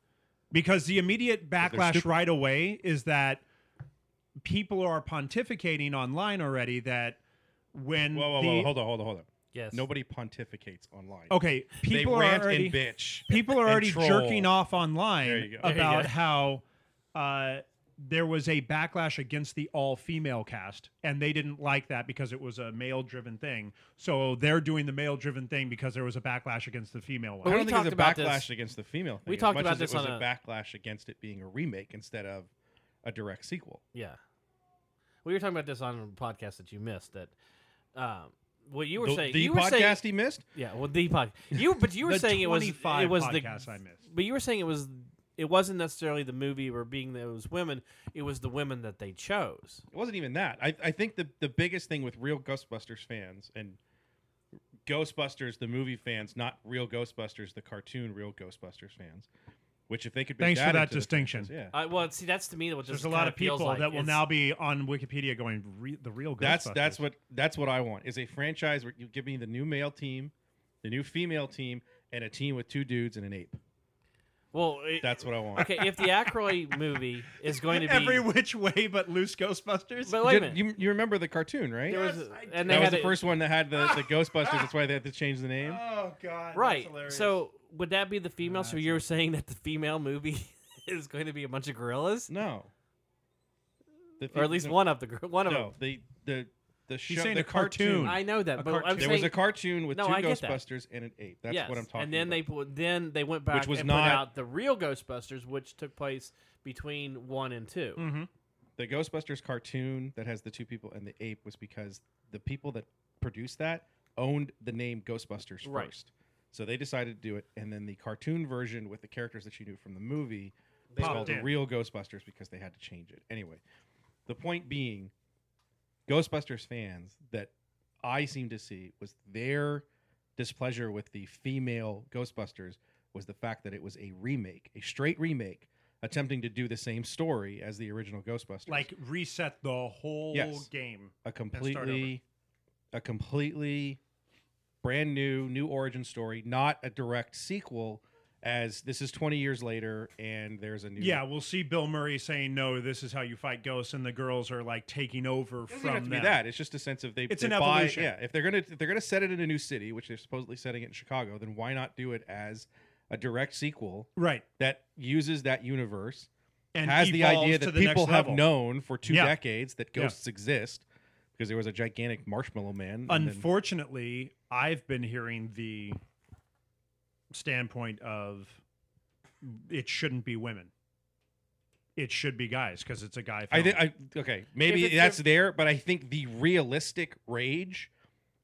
[SPEAKER 7] Because the immediate backlash
[SPEAKER 6] stupid.
[SPEAKER 7] right away is that people are pontificating online already that when
[SPEAKER 6] Whoa, whoa,
[SPEAKER 7] the,
[SPEAKER 6] whoa! Hold on, hold on, hold on.
[SPEAKER 1] Yes.
[SPEAKER 6] Nobody pontificates online.
[SPEAKER 7] okay, people
[SPEAKER 6] they
[SPEAKER 7] are
[SPEAKER 6] rant
[SPEAKER 7] already
[SPEAKER 6] and bitch.
[SPEAKER 7] people are
[SPEAKER 6] and
[SPEAKER 7] already
[SPEAKER 6] troll.
[SPEAKER 7] jerking off
[SPEAKER 6] There you
[SPEAKER 7] online
[SPEAKER 6] go. There you
[SPEAKER 7] about
[SPEAKER 1] go.
[SPEAKER 7] how uh, there was a backlash against the all female cast, and they didn't like that because it was a male driven thing. So they're doing the male driven thing because there was a backlash against the female
[SPEAKER 6] I
[SPEAKER 1] But
[SPEAKER 7] one.
[SPEAKER 1] we
[SPEAKER 6] don't think it's
[SPEAKER 1] talked
[SPEAKER 6] a
[SPEAKER 1] about this.
[SPEAKER 6] backlash against the female. Thing,
[SPEAKER 1] We
[SPEAKER 6] as
[SPEAKER 1] talked
[SPEAKER 6] much
[SPEAKER 1] about
[SPEAKER 6] as
[SPEAKER 1] this
[SPEAKER 6] it was
[SPEAKER 1] on
[SPEAKER 6] a
[SPEAKER 1] a-
[SPEAKER 6] backlash against it being a remake instead of a direct sequel.
[SPEAKER 1] Yeah. We were talking about this on a podcast that you missed. That um, what you were
[SPEAKER 6] The,
[SPEAKER 1] saying.
[SPEAKER 6] the
[SPEAKER 1] you were
[SPEAKER 6] podcast
[SPEAKER 1] saying,
[SPEAKER 6] he missed.
[SPEAKER 1] Yeah, well, the podcast. You, but you were
[SPEAKER 7] The
[SPEAKER 1] saying it was
[SPEAKER 7] 25
[SPEAKER 1] it was
[SPEAKER 7] podcasts
[SPEAKER 1] the
[SPEAKER 7] I missed.
[SPEAKER 1] But you were saying it was it wasn't necessarily the movie or being those women. It was the women that they chose.
[SPEAKER 6] It wasn't even that. I, I think the the biggest thing with real Ghostbusters fans and Ghostbusters the movie fans, not real Ghostbusters the cartoon, real Ghostbusters fans. Which if they could, bring
[SPEAKER 7] Thanks for that
[SPEAKER 6] into the
[SPEAKER 7] distinction.
[SPEAKER 6] franchise, yeah,
[SPEAKER 1] I, well, see, that's to me what
[SPEAKER 7] There's
[SPEAKER 1] this
[SPEAKER 7] a lot
[SPEAKER 1] kinda
[SPEAKER 7] of people
[SPEAKER 1] feels like.
[SPEAKER 7] that will
[SPEAKER 1] It's-
[SPEAKER 7] now be on Wikipedia going re- the real.
[SPEAKER 6] that's
[SPEAKER 7] Ghostbusters."
[SPEAKER 6] that's what that's what I want is a franchise where you give me the new male team, the new female team, and a team with two dudes and an ape.
[SPEAKER 1] Well, it-
[SPEAKER 6] That's what I want.
[SPEAKER 1] okay. If the Aykroyd movie is going to be,
[SPEAKER 7] every which way but loose Ghostbusters.
[SPEAKER 1] but wait a
[SPEAKER 6] Did-
[SPEAKER 1] minute,
[SPEAKER 6] you, you remember the cartoon, right?
[SPEAKER 1] there was, and they
[SPEAKER 6] that was
[SPEAKER 1] had
[SPEAKER 6] the
[SPEAKER 1] a- Uh,
[SPEAKER 6] first one that had the, the Ghostbusters. That's why they had to change the name.
[SPEAKER 7] oh God,
[SPEAKER 1] right. So would that be the female? so you're saying that the female movie is going to be a bunch of gorillas,
[SPEAKER 6] No. The
[SPEAKER 1] or at least
[SPEAKER 6] no,
[SPEAKER 1] one of the gor- one of
[SPEAKER 6] No, the the the show.
[SPEAKER 7] saying
[SPEAKER 6] the
[SPEAKER 7] a cartoon.
[SPEAKER 1] them. I know that,
[SPEAKER 7] A
[SPEAKER 1] but
[SPEAKER 7] cartoon.
[SPEAKER 1] I'm
[SPEAKER 6] There
[SPEAKER 1] saying
[SPEAKER 6] was a cartoon with
[SPEAKER 1] No,
[SPEAKER 6] two
[SPEAKER 1] I get that.
[SPEAKER 6] Ghostbusters and an ape. That's
[SPEAKER 1] yes.
[SPEAKER 6] what I'm talking.
[SPEAKER 1] And then they
[SPEAKER 6] about.
[SPEAKER 1] put, then they went back
[SPEAKER 6] was
[SPEAKER 1] and
[SPEAKER 6] not-
[SPEAKER 1] put out the real Ghostbusters, which took place between one and 2
[SPEAKER 7] Mm-hmm.
[SPEAKER 6] the Ghostbusters cartoon that has the two people and the ape was because the people that produced that owned the name Ghostbusters
[SPEAKER 1] Right.
[SPEAKER 6] first. So they decided to do it, and then the cartoon version with the characters that you knew from the movie was
[SPEAKER 7] Popped
[SPEAKER 6] called the
[SPEAKER 7] in.
[SPEAKER 6] real Ghostbusters because they had to change it. Anyway, the point being, Ghostbusters fans that I seem to see was their displeasure with the female Ghostbusters was the fact that it was a remake, a straight remake, attempting to do the same story as the original Ghostbusters
[SPEAKER 7] like reset the whole
[SPEAKER 6] Yes.
[SPEAKER 7] game.
[SPEAKER 6] a completely a completely brand new, new origin story, not a direct sequel. As this is 20 years later, and there's a new
[SPEAKER 7] Yeah, we'll see Bill Murray saying, "No, this is how you fight ghosts," and the girls are like taking over
[SPEAKER 6] It
[SPEAKER 7] from
[SPEAKER 6] doesn't even have to
[SPEAKER 7] them.
[SPEAKER 6] be that. It's just a sense of they.
[SPEAKER 7] It's
[SPEAKER 6] they
[SPEAKER 7] an
[SPEAKER 6] buy-
[SPEAKER 7] evolution.
[SPEAKER 6] Yeah, if they're gonna if they're gonna set it in a new city, which they're supposedly setting it in Chicago, then why not do it as a direct sequel
[SPEAKER 7] Right,
[SPEAKER 6] that uses that universe,
[SPEAKER 7] and
[SPEAKER 6] has the
[SPEAKER 7] evolves
[SPEAKER 6] idea
[SPEAKER 7] to
[SPEAKER 6] that
[SPEAKER 7] the
[SPEAKER 6] people
[SPEAKER 7] next
[SPEAKER 6] have
[SPEAKER 7] level.
[SPEAKER 6] known for two
[SPEAKER 7] Yeah.
[SPEAKER 6] decades that
[SPEAKER 7] Yeah.
[SPEAKER 6] ghosts exist because there was a gigantic marshmallow man. and then-
[SPEAKER 7] Unfortunately, I've been hearing the standpoint of it shouldn't be women. It should be guys because it's a guy.
[SPEAKER 6] I
[SPEAKER 7] Film.
[SPEAKER 6] think I okay, maybe
[SPEAKER 1] it's
[SPEAKER 6] that's
[SPEAKER 1] a-
[SPEAKER 6] there, but I think the realistic rage,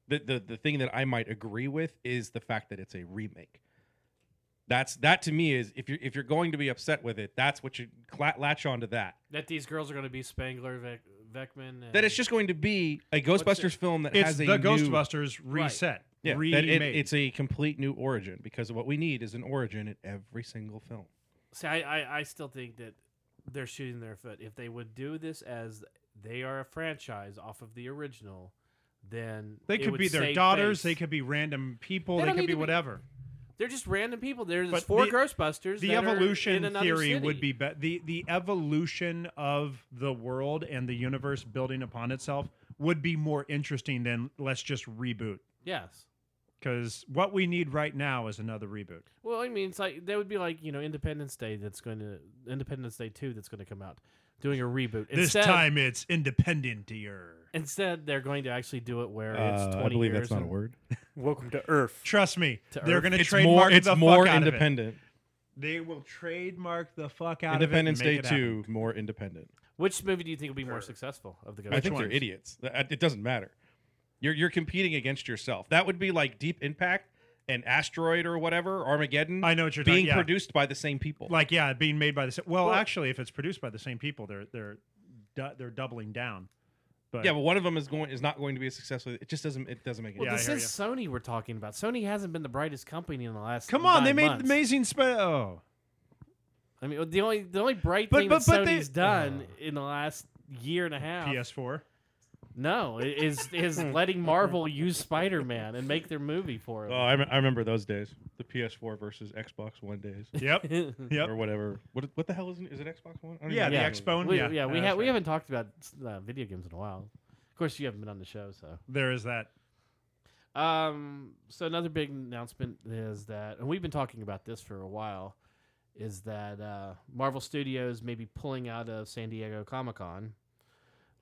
[SPEAKER 6] the, the the thing that I might agree with is the fact that it's a remake. That's that to me is if you're if you're going to be upset with it, that's what you cla latch onto that.
[SPEAKER 1] That these girls are going to be Spangler, Vec- Vecman. And
[SPEAKER 6] That it's just going to be a Ghostbusters film that
[SPEAKER 7] it's
[SPEAKER 6] has a
[SPEAKER 7] the
[SPEAKER 6] new,
[SPEAKER 7] Ghostbusters reset,
[SPEAKER 6] yeah, that
[SPEAKER 7] remade.
[SPEAKER 6] it, it's a complete new origin because what we need is an origin in every single film.
[SPEAKER 1] See, I, I, I still think that they're shooting their foot. If they would do this as they are a franchise off of the original, then
[SPEAKER 7] they
[SPEAKER 1] it
[SPEAKER 7] could
[SPEAKER 1] would
[SPEAKER 7] be their
[SPEAKER 1] save
[SPEAKER 7] daughters.
[SPEAKER 1] face.
[SPEAKER 7] They could be random people.
[SPEAKER 1] They
[SPEAKER 7] They,
[SPEAKER 1] don't
[SPEAKER 7] could
[SPEAKER 1] need
[SPEAKER 7] be
[SPEAKER 1] to be-
[SPEAKER 7] whatever.
[SPEAKER 1] They're just random people. There's
[SPEAKER 7] But
[SPEAKER 1] four
[SPEAKER 7] the-
[SPEAKER 1] Ghostbusters.
[SPEAKER 7] the
[SPEAKER 1] that are in
[SPEAKER 7] evolution
[SPEAKER 1] another
[SPEAKER 7] theory would be,
[SPEAKER 1] city.
[SPEAKER 7] be the the evolution of the world and the universe building upon itself would be more interesting than let's just reboot
[SPEAKER 1] yes.
[SPEAKER 7] because what we need right now is another reboot.
[SPEAKER 1] Well, I mean, it's like that would be like you know Independence Day that's going to Independence Day two that's going to come out, doing a reboot.
[SPEAKER 7] This
[SPEAKER 1] Instead-
[SPEAKER 7] time it's independentier.
[SPEAKER 1] instead they're going to actually do it where
[SPEAKER 6] Uh,
[SPEAKER 1] it's twenty
[SPEAKER 6] I believe
[SPEAKER 1] years.
[SPEAKER 6] that's not a
[SPEAKER 1] and-
[SPEAKER 6] word.
[SPEAKER 8] Welcome to Earth.
[SPEAKER 7] Trust me,
[SPEAKER 1] To
[SPEAKER 7] they're
[SPEAKER 1] Earth.
[SPEAKER 7] going to
[SPEAKER 6] It's more.
[SPEAKER 7] trademark
[SPEAKER 6] It's
[SPEAKER 7] the
[SPEAKER 6] more
[SPEAKER 7] fuck out of it.
[SPEAKER 6] independent.
[SPEAKER 7] They will trademark the fuck out
[SPEAKER 6] Independence
[SPEAKER 7] of it.
[SPEAKER 6] Day
[SPEAKER 7] and make it happen.
[SPEAKER 6] two, more independent.
[SPEAKER 1] Which movie do you think will be more successful of the Ghostbusters?
[SPEAKER 6] I think they're idiots. Th- uh, It doesn't matter. You're you're competing against yourself. That would be like Deep Impact and Asteroid or whatever Armageddon.
[SPEAKER 7] I know what you're talking-
[SPEAKER 6] being
[SPEAKER 7] yeah.
[SPEAKER 6] produced by the same people.
[SPEAKER 7] Like yeah, being made by the same. Well,
[SPEAKER 1] Well-
[SPEAKER 7] actually, if it's produced by the same people, they're they're du- they're doubling down. But
[SPEAKER 6] yeah, but one of them is going is not going to be a successful. It just doesn't. It doesn't make any
[SPEAKER 1] Well,
[SPEAKER 7] Yeah, I
[SPEAKER 1] this
[SPEAKER 7] hear
[SPEAKER 1] is Sony we're talking about. Sony hasn't been the brightest company in the last.
[SPEAKER 7] come on, they
[SPEAKER 1] nine
[SPEAKER 7] made
[SPEAKER 1] months.
[SPEAKER 7] amazing. Sp- oh.
[SPEAKER 1] I mean, the only the only bright
[SPEAKER 7] But-
[SPEAKER 1] thing
[SPEAKER 7] but-
[SPEAKER 1] that
[SPEAKER 7] but they-
[SPEAKER 1] Sony's done
[SPEAKER 7] Oh.
[SPEAKER 1] in the last year and a half.
[SPEAKER 7] PS4.
[SPEAKER 1] No, i- is is letting Marvel use Spider Man and make their movie for
[SPEAKER 6] Oh,
[SPEAKER 7] Uh,
[SPEAKER 1] him.
[SPEAKER 6] I, rem- I remember those days. The PS4 versus Xbox One days,
[SPEAKER 7] Yep. Yep.
[SPEAKER 6] or whatever. What what the hell is it? Is it Xbox One? I don't
[SPEAKER 7] Yeah,
[SPEAKER 6] even know.
[SPEAKER 7] the
[SPEAKER 1] Yeah.
[SPEAKER 7] Xbone.
[SPEAKER 1] we,
[SPEAKER 7] yeah, Oh,
[SPEAKER 1] yeah, we
[SPEAKER 7] that's
[SPEAKER 1] ha- we
[SPEAKER 7] right.
[SPEAKER 1] haven't talked about uh, video games in a while. Of course, you haven't been on the show, so.
[SPEAKER 7] There is that.
[SPEAKER 1] Um, so another big announcement is that, and we've been talking about this for a while, is that uh, Marvel Studios may be pulling out of San Diego Comic Con.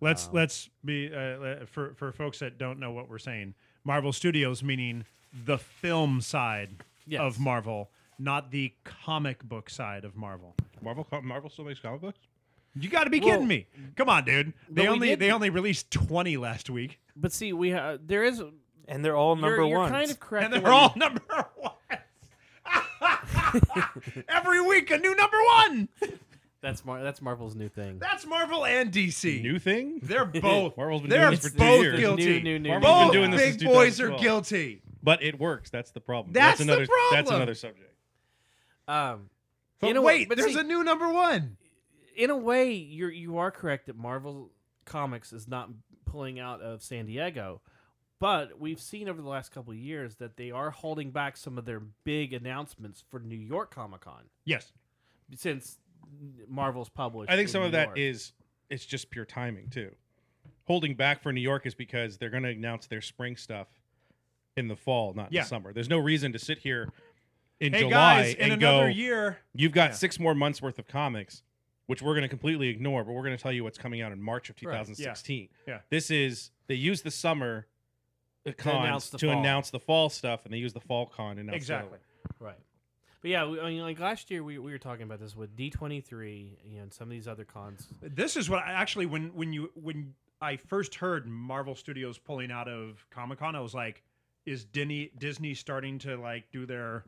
[SPEAKER 7] Let's
[SPEAKER 1] Um,
[SPEAKER 7] let's be uh, le- for for folks that don't know what we're saying. Marvel Studios meaning the film side
[SPEAKER 1] Yes.
[SPEAKER 7] of Marvel, not the comic book side of Marvel.
[SPEAKER 6] Marvel co- Marvel still makes comic books.
[SPEAKER 7] You got to be
[SPEAKER 1] Well-
[SPEAKER 7] kidding me! Come on, dude. They
[SPEAKER 1] we
[SPEAKER 7] only
[SPEAKER 1] did-
[SPEAKER 7] they only released twenty last week,
[SPEAKER 1] But see, we ha- there is
[SPEAKER 8] And they're all number
[SPEAKER 1] you're, you're
[SPEAKER 8] ones.
[SPEAKER 1] kind of correct.
[SPEAKER 7] and
[SPEAKER 1] in
[SPEAKER 7] they're
[SPEAKER 1] what
[SPEAKER 7] all number one. Every week, a new number one.
[SPEAKER 1] you- that's Mar- that's Marvel's new thing.
[SPEAKER 7] That's Marvel and DC.
[SPEAKER 6] New thing.
[SPEAKER 7] They're both.
[SPEAKER 6] Marvel's been
[SPEAKER 7] they're
[SPEAKER 6] doing this for two
[SPEAKER 7] both
[SPEAKER 6] years.
[SPEAKER 7] guilty.
[SPEAKER 1] New, new, new.
[SPEAKER 6] Marvel's
[SPEAKER 7] Both
[SPEAKER 6] been doing this since
[SPEAKER 7] big boys are
[SPEAKER 6] 2012.
[SPEAKER 7] guilty.
[SPEAKER 6] But it works. That's the problem.
[SPEAKER 7] That's the
[SPEAKER 6] another. That's
[SPEAKER 7] problem.
[SPEAKER 6] another subject.
[SPEAKER 1] Um,
[SPEAKER 7] But
[SPEAKER 1] in a
[SPEAKER 7] wait,
[SPEAKER 1] way, but
[SPEAKER 7] there's
[SPEAKER 1] see,
[SPEAKER 7] a new number one.
[SPEAKER 1] in a way you're you are correct that Marvel Comics is not pulling out of San Diego. But we've seen over the last couple of years that they are holding back some of their big announcements for New York Comic Con.
[SPEAKER 7] Yes.
[SPEAKER 1] since Marvel's published.
[SPEAKER 6] I think
[SPEAKER 1] in
[SPEAKER 6] some
[SPEAKER 1] New
[SPEAKER 6] of that
[SPEAKER 1] York.
[SPEAKER 6] is it's just pure timing too. Holding back for New York is because they're going to announce their spring stuff in the fall, not
[SPEAKER 7] Yeah.
[SPEAKER 6] in the summer. There's no reason to sit here in
[SPEAKER 7] Hey
[SPEAKER 6] July
[SPEAKER 7] guys, in
[SPEAKER 6] and
[SPEAKER 7] another
[SPEAKER 6] go,
[SPEAKER 7] year,
[SPEAKER 6] "You've got
[SPEAKER 7] Yeah.
[SPEAKER 6] six more months worth of comics." Which we're going to completely ignore, but we're going to tell you what's coming out in March of
[SPEAKER 1] Right, yeah.
[SPEAKER 6] 2016.
[SPEAKER 7] Yeah.
[SPEAKER 6] This is they use the summer
[SPEAKER 1] To
[SPEAKER 6] cons
[SPEAKER 1] announce the
[SPEAKER 6] to
[SPEAKER 1] fall.
[SPEAKER 6] announce the fall stuff, and they use the fall con to announce the
[SPEAKER 7] Exactly.
[SPEAKER 1] right. But yeah, we, I mean, like last year, we, we were talking about this with D twenty three, you know, and some of these other cons.
[SPEAKER 7] this is what I actually when when you when I first heard Marvel Studios pulling out of Comic Con, I was like, is Disney Disney starting to like do their?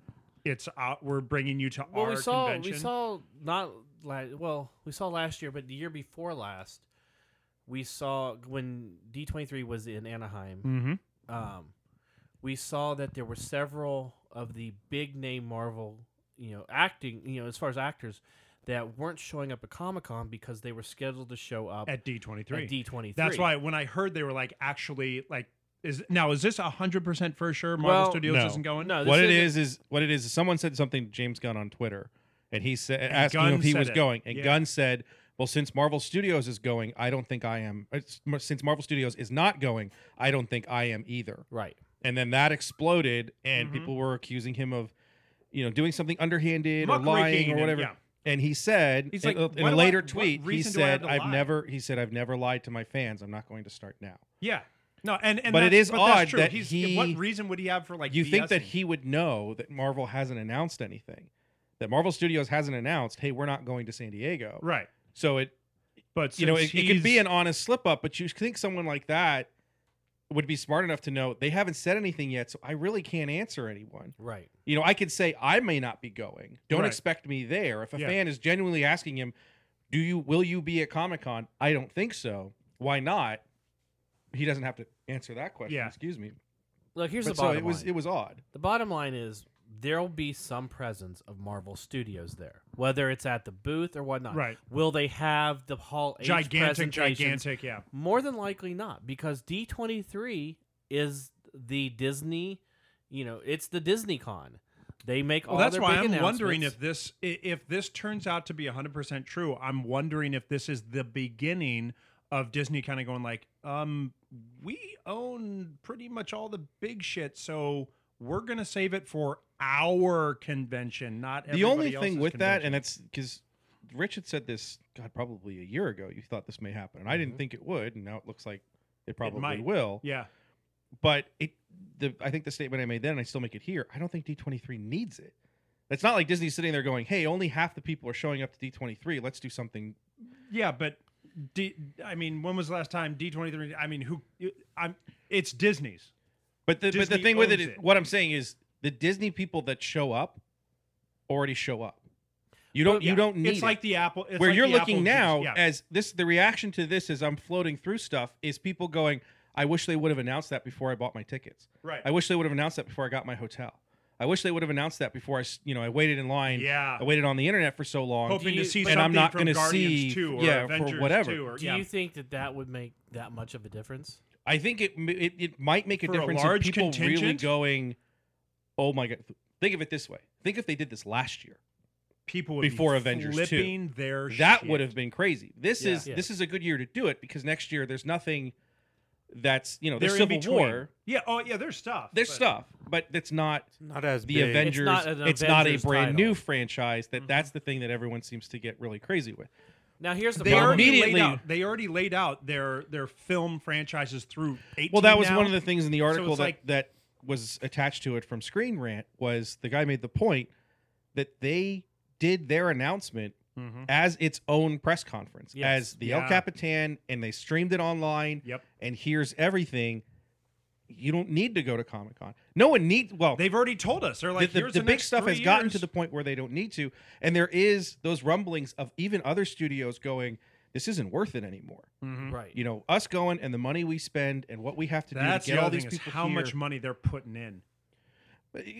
[SPEAKER 7] It's out. We're bringing you to
[SPEAKER 1] Well,
[SPEAKER 7] our
[SPEAKER 1] we saw
[SPEAKER 7] convention.
[SPEAKER 1] we saw not la- well, we saw last year, but the year before last, we saw when D twenty three was in Anaheim.
[SPEAKER 7] mm-hmm.
[SPEAKER 1] um, we saw that there were several of the big name Marvel, you know, acting, you know, as far as actors that weren't showing up at Comic Con because they were scheduled to show up
[SPEAKER 7] Oh. at D twenty three.
[SPEAKER 1] D twenty three.
[SPEAKER 7] That's why when I heard they were like actually like Is now is this hundred percent for sure? Marvel
[SPEAKER 1] Well,
[SPEAKER 7] Studios
[SPEAKER 6] no.
[SPEAKER 7] isn't going.
[SPEAKER 1] No,
[SPEAKER 6] what
[SPEAKER 1] this
[SPEAKER 6] it
[SPEAKER 1] isn't-
[SPEAKER 6] is is what it is. is Someone said something to James Gunn on Twitter, and he said asking
[SPEAKER 7] Gunn
[SPEAKER 6] him if he
[SPEAKER 7] said
[SPEAKER 6] was
[SPEAKER 7] it.
[SPEAKER 6] going, and
[SPEAKER 7] Yeah.
[SPEAKER 6] Gunn said, "Well, since Marvel Studios is going, I don't think I am. uh, s- Since Marvel Studios is not going, I don't think I am either."
[SPEAKER 1] right.
[SPEAKER 6] And then that exploded, and
[SPEAKER 7] Mm-hmm.
[SPEAKER 6] people were accusing him of, you know, doing something underhanded or lying
[SPEAKER 7] Muckraking
[SPEAKER 6] or
[SPEAKER 7] and-
[SPEAKER 6] whatever.
[SPEAKER 7] yeah.
[SPEAKER 6] And he said,
[SPEAKER 7] He's
[SPEAKER 6] in,
[SPEAKER 7] like,
[SPEAKER 6] a, in
[SPEAKER 7] "Why
[SPEAKER 6] a
[SPEAKER 7] do I-
[SPEAKER 6] later
[SPEAKER 7] what
[SPEAKER 6] tweet, he
[SPEAKER 7] reason do I have
[SPEAKER 6] said,
[SPEAKER 7] to
[SPEAKER 6] "I've
[SPEAKER 7] lie?"
[SPEAKER 6] never," he said, "I've never lied to my fans. I'm not going to start now."
[SPEAKER 7] Yeah. No, and, and
[SPEAKER 6] But it
[SPEAKER 7] that's,
[SPEAKER 6] is
[SPEAKER 7] but that's
[SPEAKER 6] odd
[SPEAKER 7] true.
[SPEAKER 6] that
[SPEAKER 7] He's,
[SPEAKER 6] he-
[SPEAKER 7] what reason would he have for like
[SPEAKER 6] you think that
[SPEAKER 7] BSing?
[SPEAKER 6] he would know that Marvel hasn't announced anything, that Marvel Studios hasn't announced, hey, we're not going to San Diego.
[SPEAKER 7] right?
[SPEAKER 6] So it,
[SPEAKER 7] But
[SPEAKER 6] you know,
[SPEAKER 7] since
[SPEAKER 6] it, it could be
[SPEAKER 7] he's-
[SPEAKER 6] an honest slip up, but you think someone like that would be smart enough to know they haven't said anything yet, so I really can't answer anyone.
[SPEAKER 1] Right.
[SPEAKER 6] You know, I could say I may not be going. Don't
[SPEAKER 7] Right.
[SPEAKER 6] expect me there. If a
[SPEAKER 7] Yeah.
[SPEAKER 6] fan is genuinely asking him, "Do you will you be at Comic Con?" I don't think so. Why not? He doesn't have to answer that question.
[SPEAKER 7] Yeah.
[SPEAKER 6] Excuse me.
[SPEAKER 1] Look, here's
[SPEAKER 6] But
[SPEAKER 1] the
[SPEAKER 6] so
[SPEAKER 1] bottom
[SPEAKER 6] it was
[SPEAKER 1] line.
[SPEAKER 6] it was odd.
[SPEAKER 1] The bottom line is there'll be some presence of Marvel Studios there, whether it's at the booth or whatnot.
[SPEAKER 7] Right.
[SPEAKER 1] Will they have the Hall H
[SPEAKER 7] gigantic,
[SPEAKER 1] presentations?
[SPEAKER 7] gigantic. Yeah,
[SPEAKER 1] More than likely not, because D23 is the Disney, you know, it's the Disney Con. They make
[SPEAKER 7] Well,
[SPEAKER 1] all
[SPEAKER 7] that's
[SPEAKER 1] their
[SPEAKER 7] why
[SPEAKER 1] big
[SPEAKER 7] I'm wondering
[SPEAKER 1] announcements.
[SPEAKER 7] if this i- if this turns out to be 100% true. I'm wondering if this is the beginning of Disney kind of going like, um, we own pretty much all the big shit, so we're gonna save it for our convention, not
[SPEAKER 6] the only
[SPEAKER 7] everybody
[SPEAKER 6] thing
[SPEAKER 7] else's
[SPEAKER 6] with that,
[SPEAKER 7] convention."
[SPEAKER 6] and that's because Rich had said this, God, probably a year ago. You thought this may happen, and I didn't think it would, and now it looks like it probably
[SPEAKER 7] Mm-hmm. might.
[SPEAKER 6] will.
[SPEAKER 7] yeah,
[SPEAKER 6] But it, the I think the statement I made then, and I still make it here. I don't think D twenty three needs it. It's not like Disney's sitting there going, "Hey, only half the people are showing up to D twenty three. Let's do something."
[SPEAKER 7] yeah, but. D, I mean, when was the last time D23? I mean, who? I'm. It's Disney's.
[SPEAKER 6] But the, but the
[SPEAKER 7] Disney
[SPEAKER 6] thing with it,
[SPEAKER 7] owns
[SPEAKER 6] is-
[SPEAKER 7] it.
[SPEAKER 6] what I'm saying is, the Disney people that show up already show up. You don't you
[SPEAKER 7] Yeah.
[SPEAKER 6] don't need
[SPEAKER 7] It's
[SPEAKER 6] it.
[SPEAKER 7] like the Apple. it's
[SPEAKER 6] where
[SPEAKER 7] like
[SPEAKER 6] you're
[SPEAKER 7] the
[SPEAKER 6] looking
[SPEAKER 7] Apple juice. Yeah.
[SPEAKER 6] now as this the reaction to this as i'm floating through stuff is people going i wish they would have announced that before i bought my tickets
[SPEAKER 7] right.
[SPEAKER 6] i wish they would have announced that before i got my hotel i wish they would have announced that before i s- you know i waited in line
[SPEAKER 7] Yeah.
[SPEAKER 6] i waited on the internet for so long
[SPEAKER 7] hoping
[SPEAKER 1] you-
[SPEAKER 7] to see
[SPEAKER 6] and
[SPEAKER 7] something
[SPEAKER 6] I'm not
[SPEAKER 7] from
[SPEAKER 6] gonna
[SPEAKER 7] Guardians
[SPEAKER 6] see-
[SPEAKER 7] 2 or
[SPEAKER 6] yeah, for
[SPEAKER 7] Avengers
[SPEAKER 6] whatever.
[SPEAKER 7] 2 or,
[SPEAKER 1] Do
[SPEAKER 7] yeah.
[SPEAKER 1] you think that that would make that much of a difference?
[SPEAKER 6] i think it m- it, it might make a
[SPEAKER 7] For a
[SPEAKER 6] difference
[SPEAKER 7] large
[SPEAKER 6] if people really
[SPEAKER 7] contingent?
[SPEAKER 6] going oh my god think of it this way think if they did this last year
[SPEAKER 7] people would
[SPEAKER 6] before
[SPEAKER 7] be
[SPEAKER 6] Avengers 2.
[SPEAKER 7] flipping their
[SPEAKER 6] that
[SPEAKER 7] shit.
[SPEAKER 6] would have been crazy. This
[SPEAKER 1] Yeah.
[SPEAKER 6] is
[SPEAKER 1] Yeah.
[SPEAKER 6] this is a good year to do it because next year there's nothing that's you know there's
[SPEAKER 7] They're
[SPEAKER 6] Civil
[SPEAKER 7] in between.
[SPEAKER 6] War,
[SPEAKER 7] Yeah. Oh yeah. There's stuff.
[SPEAKER 6] there's
[SPEAKER 7] but-
[SPEAKER 6] stuff, but it's not
[SPEAKER 8] Not as
[SPEAKER 6] the
[SPEAKER 8] big.
[SPEAKER 6] Avengers.
[SPEAKER 1] not an
[SPEAKER 6] a
[SPEAKER 1] Avengers
[SPEAKER 6] brand
[SPEAKER 1] title.
[SPEAKER 6] new franchise. That that's the thing that everyone seems to get really crazy with.
[SPEAKER 1] Now here's the
[SPEAKER 7] They
[SPEAKER 1] problem.
[SPEAKER 7] already
[SPEAKER 6] Immediately-
[SPEAKER 7] laid out. They already laid out their their film franchises through. 18
[SPEAKER 6] Well, that was
[SPEAKER 7] now.
[SPEAKER 6] one of the things in the article
[SPEAKER 7] it's
[SPEAKER 6] that
[SPEAKER 7] like-
[SPEAKER 6] that was attached to it from Screen Rant was the guy made the point that they did their announcement
[SPEAKER 7] Mhm.
[SPEAKER 6] as its own press conference
[SPEAKER 1] Yes.
[SPEAKER 6] as the El
[SPEAKER 7] Yeah.
[SPEAKER 6] Capitan, and they streamed it online.
[SPEAKER 7] Yep.
[SPEAKER 6] and here's everything. You don't need to go to Comic Con. No one needs. Well,
[SPEAKER 7] They've already told us. They're like,
[SPEAKER 6] the, the-
[SPEAKER 7] here's
[SPEAKER 6] the
[SPEAKER 7] the
[SPEAKER 6] big
[SPEAKER 7] next
[SPEAKER 6] stuff
[SPEAKER 7] three
[SPEAKER 6] has gotten to
[SPEAKER 7] years.
[SPEAKER 6] the point where they don't need to, and there is those rumblings of even other studios going, "This isn't worth it anymore."
[SPEAKER 7] Mm-hmm.
[SPEAKER 1] right.
[SPEAKER 6] You know, us going and the money we spend and what we have to
[SPEAKER 7] That's
[SPEAKER 6] do
[SPEAKER 7] the
[SPEAKER 6] to get all
[SPEAKER 7] other
[SPEAKER 6] these
[SPEAKER 7] thing is
[SPEAKER 6] people
[SPEAKER 7] how
[SPEAKER 6] here.
[SPEAKER 7] much money they're putting in.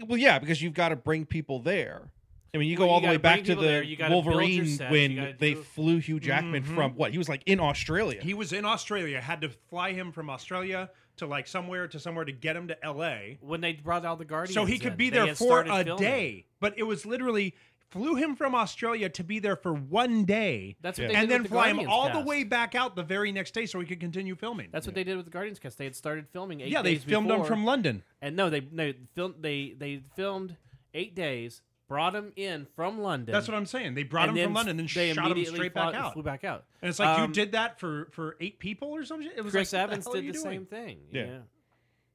[SPEAKER 6] Well, yeah, because you've got to bring people there. I mean, you go
[SPEAKER 1] Well, you
[SPEAKER 6] all the way
[SPEAKER 1] gotta
[SPEAKER 6] back
[SPEAKER 1] bring
[SPEAKER 6] to
[SPEAKER 1] people there, you
[SPEAKER 6] the
[SPEAKER 1] gotta build your
[SPEAKER 6] Wolverine
[SPEAKER 1] sets, you gotta
[SPEAKER 6] when they
[SPEAKER 1] do- Mm-hmm.
[SPEAKER 6] flew Hugh Jackman from what? He was like in Australia.
[SPEAKER 7] He was in Australia. Had to fly him from Australia to like somewhere to somewhere to get him to L.A.
[SPEAKER 1] When they brought out the Guardians,
[SPEAKER 7] so he
[SPEAKER 1] in,
[SPEAKER 7] could be
[SPEAKER 1] they
[SPEAKER 7] there
[SPEAKER 1] had
[SPEAKER 7] for
[SPEAKER 1] started
[SPEAKER 7] a
[SPEAKER 1] filming.
[SPEAKER 7] day. But it was literally flew him from Australia to be there for one day.
[SPEAKER 1] That's what
[SPEAKER 6] Yeah.
[SPEAKER 1] they
[SPEAKER 7] and
[SPEAKER 1] did
[SPEAKER 7] then
[SPEAKER 1] with the
[SPEAKER 7] fly him
[SPEAKER 1] Guardians
[SPEAKER 7] all the
[SPEAKER 1] cast.
[SPEAKER 7] way back out the very next day so he could continue filming.
[SPEAKER 1] That's what they did with the Guardians cast. They had started filming eight
[SPEAKER 7] yeah, they
[SPEAKER 1] days
[SPEAKER 7] filmed
[SPEAKER 1] before,
[SPEAKER 7] him from London.
[SPEAKER 1] And no, they no filmed they they filmed eight days, brought him in from London.
[SPEAKER 7] That's what I'm saying. They brought him
[SPEAKER 1] then
[SPEAKER 7] from London and
[SPEAKER 1] they
[SPEAKER 7] then shot him
[SPEAKER 1] immediately
[SPEAKER 7] straight
[SPEAKER 1] fought-
[SPEAKER 7] back out.
[SPEAKER 1] Flew back out.
[SPEAKER 7] And it's like
[SPEAKER 1] Um,
[SPEAKER 7] you did that for for eight people or something. It was
[SPEAKER 1] Chris
[SPEAKER 7] like, what
[SPEAKER 1] Evans
[SPEAKER 7] the hell are
[SPEAKER 1] did
[SPEAKER 7] you
[SPEAKER 1] the
[SPEAKER 7] doing?
[SPEAKER 1] same thing.
[SPEAKER 6] Yeah.
[SPEAKER 1] Yeah.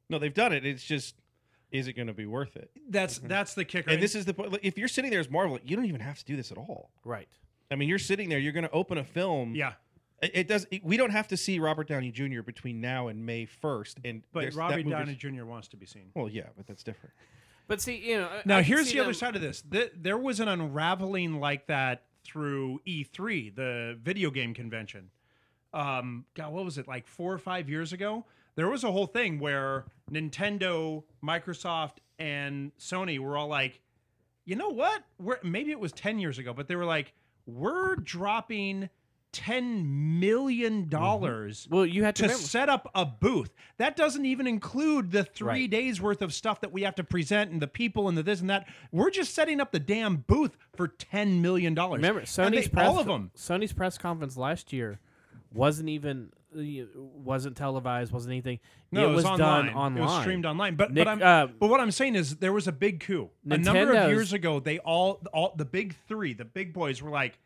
[SPEAKER 6] no, they've done it. It's just, is it going to be worth it?
[SPEAKER 7] That's
[SPEAKER 1] Mhm.
[SPEAKER 7] that's the kicker.
[SPEAKER 6] And this is the point. like, If you're sitting there as Marvel, you don't even have to do this at all.
[SPEAKER 1] Right.
[SPEAKER 6] I mean, you're sitting there. You're going to open a film.
[SPEAKER 7] yeah.
[SPEAKER 6] It, it does. It, we don't have to see Robert Downey Jr. between now and May first. And
[SPEAKER 7] But
[SPEAKER 6] there's- that
[SPEAKER 7] Robbie
[SPEAKER 6] movie's-
[SPEAKER 7] Downey Jr. wants to be seen.
[SPEAKER 6] Well, yeah, but that's different.
[SPEAKER 1] But see, you know. I- I
[SPEAKER 7] Now
[SPEAKER 1] can
[SPEAKER 7] here's
[SPEAKER 1] see
[SPEAKER 7] the other
[SPEAKER 1] them-
[SPEAKER 7] side of this. Th- there was an unraveling like that through E3, the video game convention. Um, God, what was it like four or five years ago? There was a whole thing where Nintendo, Microsoft, and Sony were all like, you know what? We're maybe it was ten years ago, but they were like, we're dropping ten million dollars
[SPEAKER 1] Well, you had to
[SPEAKER 7] to
[SPEAKER 1] remember,
[SPEAKER 7] set up a booth. That doesn't even include the three
[SPEAKER 1] Right.
[SPEAKER 7] days worth of stuff that we have to present and the people and the this and that. We're just setting up the damn booth for ten million dollars.
[SPEAKER 1] remember
[SPEAKER 7] And
[SPEAKER 1] Sony's
[SPEAKER 7] they-
[SPEAKER 1] press,
[SPEAKER 7] all of them.
[SPEAKER 1] Sony's press conference last year wasn't even uh, wasn't televised, wasn't anything.
[SPEAKER 7] No,
[SPEAKER 1] it was,
[SPEAKER 7] online.
[SPEAKER 1] done online.
[SPEAKER 7] It was streamed online. But
[SPEAKER 1] Nick,
[SPEAKER 7] but I'm
[SPEAKER 1] uh,
[SPEAKER 7] but what I'm saying is there was a big coup. A number of
[SPEAKER 1] Nintendo's-
[SPEAKER 7] years ago, they all all the big three, the big boys were like,